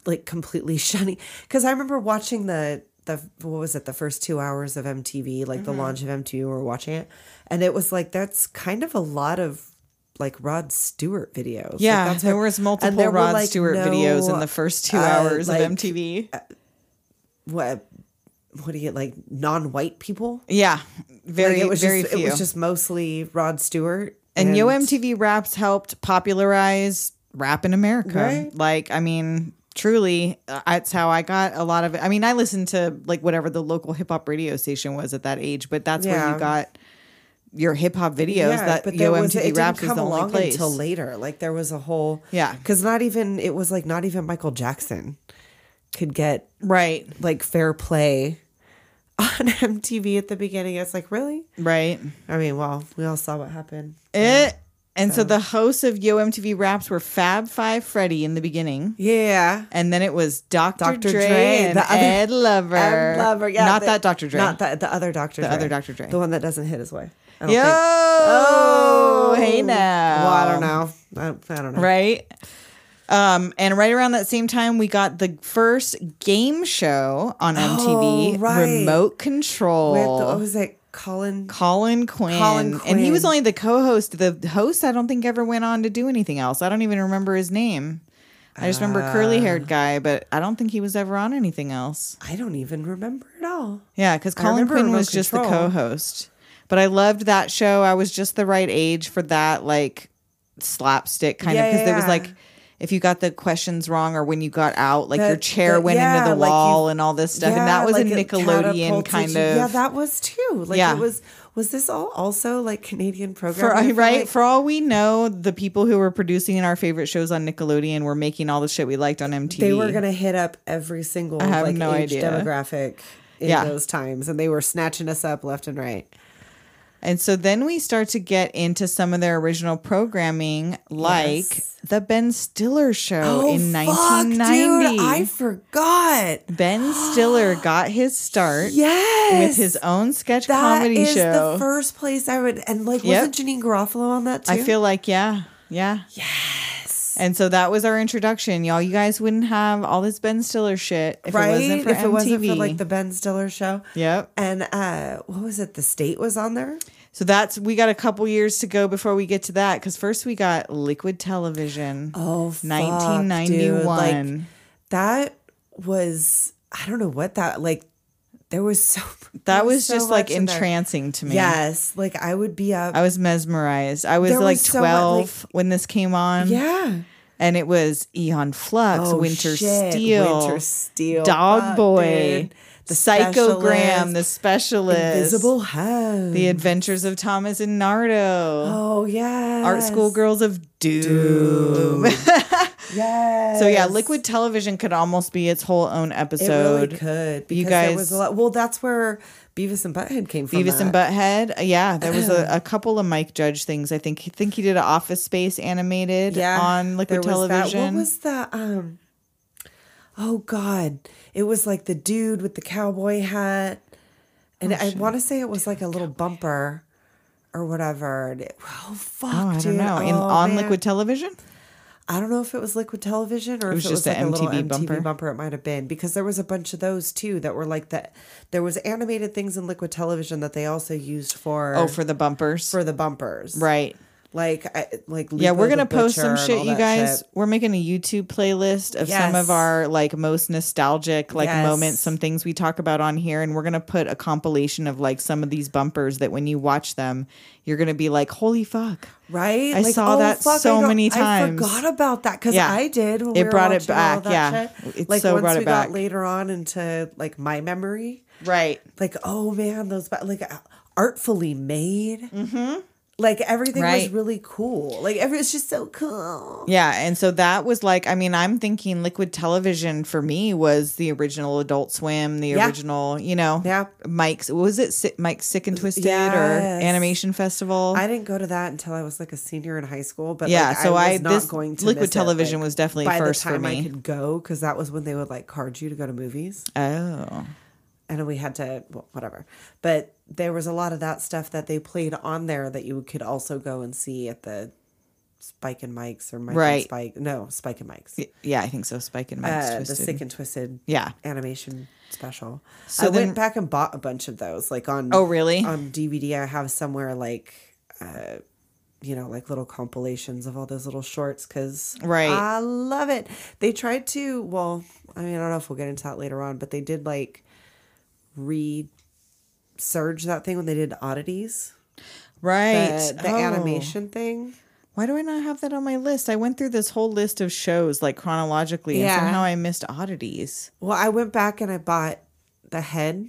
[SPEAKER 3] like completely shunning. Because I remember watching the the what was it the first two hours of MTV, like
[SPEAKER 5] Mm-hmm.
[SPEAKER 3] the launch of MTV, we were watching it, and it was like that's kind of a lot of like Rod Stewart videos. Like,
[SPEAKER 5] Yeah,
[SPEAKER 3] that's
[SPEAKER 5] there
[SPEAKER 3] what-
[SPEAKER 5] was
[SPEAKER 3] and
[SPEAKER 5] multiple
[SPEAKER 3] there were,
[SPEAKER 5] Rod
[SPEAKER 3] like,
[SPEAKER 5] Stewart videos
[SPEAKER 3] no,
[SPEAKER 5] in the first two
[SPEAKER 3] uh,
[SPEAKER 5] hours
[SPEAKER 3] like, uh,
[SPEAKER 5] of MTV.
[SPEAKER 3] What what do you like non-white people?
[SPEAKER 5] yeah, very
[SPEAKER 3] Like, it was
[SPEAKER 5] very
[SPEAKER 3] just,
[SPEAKER 5] few.
[SPEAKER 3] It was just mostly Rod Stewart
[SPEAKER 5] and Yo MTV Raps helped popularize rap in America.
[SPEAKER 3] Right.
[SPEAKER 5] Like, I mean, truly, uh, that's how I got a lot of it. I mean, I listened to like whatever the local hip hop radio station was at that age, but that's where you
[SPEAKER 3] Yeah.
[SPEAKER 5] got your hip hop videos. that
[SPEAKER 3] but
[SPEAKER 5] Yo
[SPEAKER 3] there was- it
[SPEAKER 5] MTV
[SPEAKER 3] didn't
[SPEAKER 5] Raps was
[SPEAKER 3] come
[SPEAKER 5] the only
[SPEAKER 3] along
[SPEAKER 5] place.
[SPEAKER 3] until later. Like there was a whole
[SPEAKER 5] Yeah.
[SPEAKER 3] because not even it was like not even Michael Jackson could get
[SPEAKER 5] Right,
[SPEAKER 3] like fair play on MTV at the beginning. It's like really,
[SPEAKER 5] right.
[SPEAKER 3] I mean, well, we all saw what happened.
[SPEAKER 5] It. And so the hosts of Yo MTV Raps were Fab Five Freddy in the beginning.
[SPEAKER 3] Yeah,
[SPEAKER 5] And then it was Dr.
[SPEAKER 3] Dr.
[SPEAKER 5] Dre,
[SPEAKER 3] Dre,
[SPEAKER 5] and
[SPEAKER 3] the other-
[SPEAKER 5] Ed Lover.
[SPEAKER 3] Ed Lover, yeah,
[SPEAKER 5] not
[SPEAKER 3] the-
[SPEAKER 5] that Dr. Dre.
[SPEAKER 3] not that the other Dr. The
[SPEAKER 5] other Dr. Dre.
[SPEAKER 3] the one that doesn't hit his wife. I don't
[SPEAKER 5] Yo,
[SPEAKER 3] think-
[SPEAKER 5] oh, hey now.
[SPEAKER 3] Well, I don't know. I don't, I don't know.
[SPEAKER 5] Right. Um, and right around that same time, we got the first game show on MTV,
[SPEAKER 3] Oh, right.
[SPEAKER 5] Remote Control.
[SPEAKER 3] With the, what was it? Colin.
[SPEAKER 5] Colin Quinn.
[SPEAKER 3] Colin
[SPEAKER 5] And he was
[SPEAKER 3] Quinn.
[SPEAKER 5] only the co-host. The host, I don't think, ever went on to do anything else. I don't even remember his name. I just remember
[SPEAKER 3] Ah.
[SPEAKER 5] curly-haired guy, but I don't think he was ever on anything else.
[SPEAKER 3] I don't even remember at all.
[SPEAKER 5] Yeah, because Colin
[SPEAKER 3] remember
[SPEAKER 5] Quinn
[SPEAKER 3] Remote
[SPEAKER 5] was just the
[SPEAKER 3] Control.
[SPEAKER 5] co-host. But I loved that show. I was just the right age for that, like slapstick kind of,
[SPEAKER 3] Yeah,
[SPEAKER 5] because there was
[SPEAKER 3] yeah.
[SPEAKER 5] like, if you got the questions wrong or when you got out, like your
[SPEAKER 3] That-
[SPEAKER 5] chair
[SPEAKER 3] that-
[SPEAKER 5] went
[SPEAKER 3] yeah,
[SPEAKER 5] into the
[SPEAKER 3] like you-
[SPEAKER 5] wall and all this stuff, and that
[SPEAKER 3] Yeah,
[SPEAKER 5] was a
[SPEAKER 3] like it
[SPEAKER 5] Nickelodeon
[SPEAKER 3] catapulted
[SPEAKER 5] kind of.
[SPEAKER 3] you- Yeah, that was too. Like
[SPEAKER 5] Yeah.
[SPEAKER 3] it was was this all also like Canadian
[SPEAKER 5] for
[SPEAKER 3] programming? I feel
[SPEAKER 5] right
[SPEAKER 3] like-
[SPEAKER 5] for all we know, the people who were producing our favorite shows on Nickelodeon were making all the shit we liked on MTV.
[SPEAKER 3] they were gonna hit up every single
[SPEAKER 5] have
[SPEAKER 3] like
[SPEAKER 5] no
[SPEAKER 3] age
[SPEAKER 5] idea.
[SPEAKER 3] demographic in
[SPEAKER 5] Yeah.
[SPEAKER 3] those times and they were snatching us up left and right.
[SPEAKER 5] And so then we start to get into some of their original programming, like
[SPEAKER 3] Yes.
[SPEAKER 5] the Ben Stiller show Oh, in
[SPEAKER 3] Oh, fuck,
[SPEAKER 5] 1990.
[SPEAKER 3] dude, I forgot.
[SPEAKER 5] ben Stiller got his start
[SPEAKER 3] Yes.
[SPEAKER 5] with his own sketch
[SPEAKER 3] That
[SPEAKER 5] comedy
[SPEAKER 3] is
[SPEAKER 5] show.
[SPEAKER 3] the first place I would and like
[SPEAKER 5] Yep.
[SPEAKER 3] wasn't Janine Garofalo on that too?
[SPEAKER 5] I feel like, yeah, yeah. Yes. And so that was our introduction, y'all. You guys wouldn't have all this Ben Stiller shit if
[SPEAKER 3] right
[SPEAKER 5] it wasn't for
[SPEAKER 3] if
[SPEAKER 5] MTV.
[SPEAKER 3] it wasn't for like the Ben Stiller show.
[SPEAKER 5] Yep.
[SPEAKER 3] And uh what was it? The state was on there?
[SPEAKER 5] So that's we got a couple years to go before we get to that because first we got Liquid Television.
[SPEAKER 3] Oh, fuck, dude.
[SPEAKER 5] 1991.
[SPEAKER 3] Like, that was I don't know what that like There was so
[SPEAKER 5] That
[SPEAKER 3] there
[SPEAKER 5] was
[SPEAKER 3] so
[SPEAKER 5] just like
[SPEAKER 3] much in there.
[SPEAKER 5] entrancing to me.
[SPEAKER 3] Yes, like I would be up.
[SPEAKER 5] I was mesmerized. I was
[SPEAKER 3] There
[SPEAKER 5] like
[SPEAKER 3] was so much,
[SPEAKER 5] 12
[SPEAKER 3] like-
[SPEAKER 5] when this came on.
[SPEAKER 3] yeah.
[SPEAKER 5] And it was Eon Flux,
[SPEAKER 3] Oh,
[SPEAKER 5] Winter
[SPEAKER 3] shit.
[SPEAKER 5] Steel,
[SPEAKER 3] Winter Steel.
[SPEAKER 5] Dog
[SPEAKER 3] Fuck,
[SPEAKER 5] Boy,
[SPEAKER 3] dude.
[SPEAKER 5] the
[SPEAKER 3] The
[SPEAKER 5] Psychogram,
[SPEAKER 3] Specialist.
[SPEAKER 5] the Specialist,
[SPEAKER 3] Invisible Hand.
[SPEAKER 5] The Adventures of Thomas and Nardo,
[SPEAKER 3] oh yeah.
[SPEAKER 5] Art School Girls of Doom.
[SPEAKER 3] Yes.
[SPEAKER 5] so yeah, Liquid Television could almost be its whole own
[SPEAKER 3] It
[SPEAKER 5] episode.
[SPEAKER 3] really could. Because
[SPEAKER 5] You
[SPEAKER 3] there
[SPEAKER 5] guys-
[SPEAKER 3] was a lot. Well, that's where Beavis and Butthead came from. uh,
[SPEAKER 5] Beavis and
[SPEAKER 3] that.
[SPEAKER 5] Butthead. uh, Yeah, there was a, a couple of Mike Judge things. I think I think he did an Office Space animated on liquid
[SPEAKER 3] there was that-
[SPEAKER 5] television.
[SPEAKER 3] What was the um? Oh God! It was like the dude with the cowboy hat,
[SPEAKER 5] Oh,
[SPEAKER 3] and I want to say it was like a little bumper or whatever. And it- oh fuck,
[SPEAKER 5] oh, I
[SPEAKER 3] dude!
[SPEAKER 5] don't know. In,
[SPEAKER 3] Oh,
[SPEAKER 5] on
[SPEAKER 3] man.
[SPEAKER 5] liquid television,
[SPEAKER 3] I don't know if it was liquid television or
[SPEAKER 5] was
[SPEAKER 3] if it was
[SPEAKER 5] just a
[SPEAKER 3] like a, little
[SPEAKER 5] MTV
[SPEAKER 3] MTV
[SPEAKER 5] bumper.
[SPEAKER 3] bumper. It might have been because there was a bunch of those too that were like that. There was animated things in liquid television that they also used for
[SPEAKER 5] oh, for the bumpers,
[SPEAKER 3] for the bumpers,
[SPEAKER 5] right?
[SPEAKER 3] Like I, like
[SPEAKER 5] Yeah,
[SPEAKER 3] Lupo
[SPEAKER 5] we're
[SPEAKER 3] the
[SPEAKER 5] gonna post
[SPEAKER 3] Butcher
[SPEAKER 5] some
[SPEAKER 3] and
[SPEAKER 5] shit,
[SPEAKER 3] all
[SPEAKER 5] you
[SPEAKER 3] that
[SPEAKER 5] guys.
[SPEAKER 3] shit.
[SPEAKER 5] We're making a YouTube playlist of some of
[SPEAKER 3] Yes.
[SPEAKER 5] our like most nostalgic like
[SPEAKER 3] Yes.
[SPEAKER 5] moments, some things we talk about on here, and we're gonna put a compilation of like some of these bumpers that when you watch them, you're gonna be like, "Holy fuck!"
[SPEAKER 3] Right? oh,
[SPEAKER 5] I saw that so
[SPEAKER 3] don't-
[SPEAKER 5] many times.
[SPEAKER 3] I forgot about that because
[SPEAKER 5] Yeah.
[SPEAKER 3] I did. When
[SPEAKER 5] It
[SPEAKER 3] we were
[SPEAKER 5] brought it
[SPEAKER 3] watching all
[SPEAKER 5] back,
[SPEAKER 3] of that
[SPEAKER 5] yeah.
[SPEAKER 3] shit.
[SPEAKER 5] It
[SPEAKER 3] like
[SPEAKER 5] so
[SPEAKER 3] once
[SPEAKER 5] brought
[SPEAKER 3] we
[SPEAKER 5] it back.
[SPEAKER 3] got later on into like my memory,
[SPEAKER 5] Right.
[SPEAKER 3] like oh man, those ba- like artfully made. Mm-hmm. Like everything
[SPEAKER 5] Right.
[SPEAKER 3] was really cool. Like every it's just so cool.
[SPEAKER 5] Yeah, and so that was like, I mean, I'm thinking liquid television for me was the original Adult Swim, the
[SPEAKER 3] Yeah.
[SPEAKER 5] original, you know,
[SPEAKER 3] Yeah.
[SPEAKER 5] Mike's was it Si- Mike's Sick and Twisted
[SPEAKER 3] Yes.
[SPEAKER 5] or Animation Festival?
[SPEAKER 3] I didn't go to that until I was like a senior in high school, but
[SPEAKER 5] yeah,
[SPEAKER 3] like,
[SPEAKER 5] so
[SPEAKER 3] I
[SPEAKER 5] I,
[SPEAKER 3] was not
[SPEAKER 5] this
[SPEAKER 3] going to
[SPEAKER 5] liquid
[SPEAKER 3] miss it,
[SPEAKER 5] television
[SPEAKER 3] like,
[SPEAKER 5] was definitely
[SPEAKER 3] by
[SPEAKER 5] first
[SPEAKER 3] the time
[SPEAKER 5] for
[SPEAKER 3] I
[SPEAKER 5] me.
[SPEAKER 3] could go because that was when they would like card you to go to movies.
[SPEAKER 5] oh,
[SPEAKER 3] and we had to well, whatever but there was a lot of that stuff that they played on there that you could also go and see at the spike and mikes or mike
[SPEAKER 5] Right.
[SPEAKER 3] and spike no spike and mikes
[SPEAKER 5] yeah, I think so. Spike and Mike's
[SPEAKER 3] uh, the
[SPEAKER 5] Twisted.
[SPEAKER 3] sick and twisted
[SPEAKER 5] yeah,
[SPEAKER 3] animation special
[SPEAKER 5] So
[SPEAKER 3] i
[SPEAKER 5] then-
[SPEAKER 3] went back and bought a bunch of those like on
[SPEAKER 5] Oh, really?
[SPEAKER 3] on dvd i have somewhere like uh you know, like little compilations of all those little shorts because
[SPEAKER 5] Right.
[SPEAKER 3] I love it. They tried to, well, I mean, I don't know if we'll get into that later on, but they did like resurge that thing when they did oddities,
[SPEAKER 5] right.
[SPEAKER 3] the, the
[SPEAKER 5] Oh.
[SPEAKER 3] animation thing.
[SPEAKER 5] Why do I not have that on my list? I went through this whole list of shows like chronologically,
[SPEAKER 3] Yeah.
[SPEAKER 5] and somehow I missed oddities.
[SPEAKER 3] Well, I went back and I bought the head.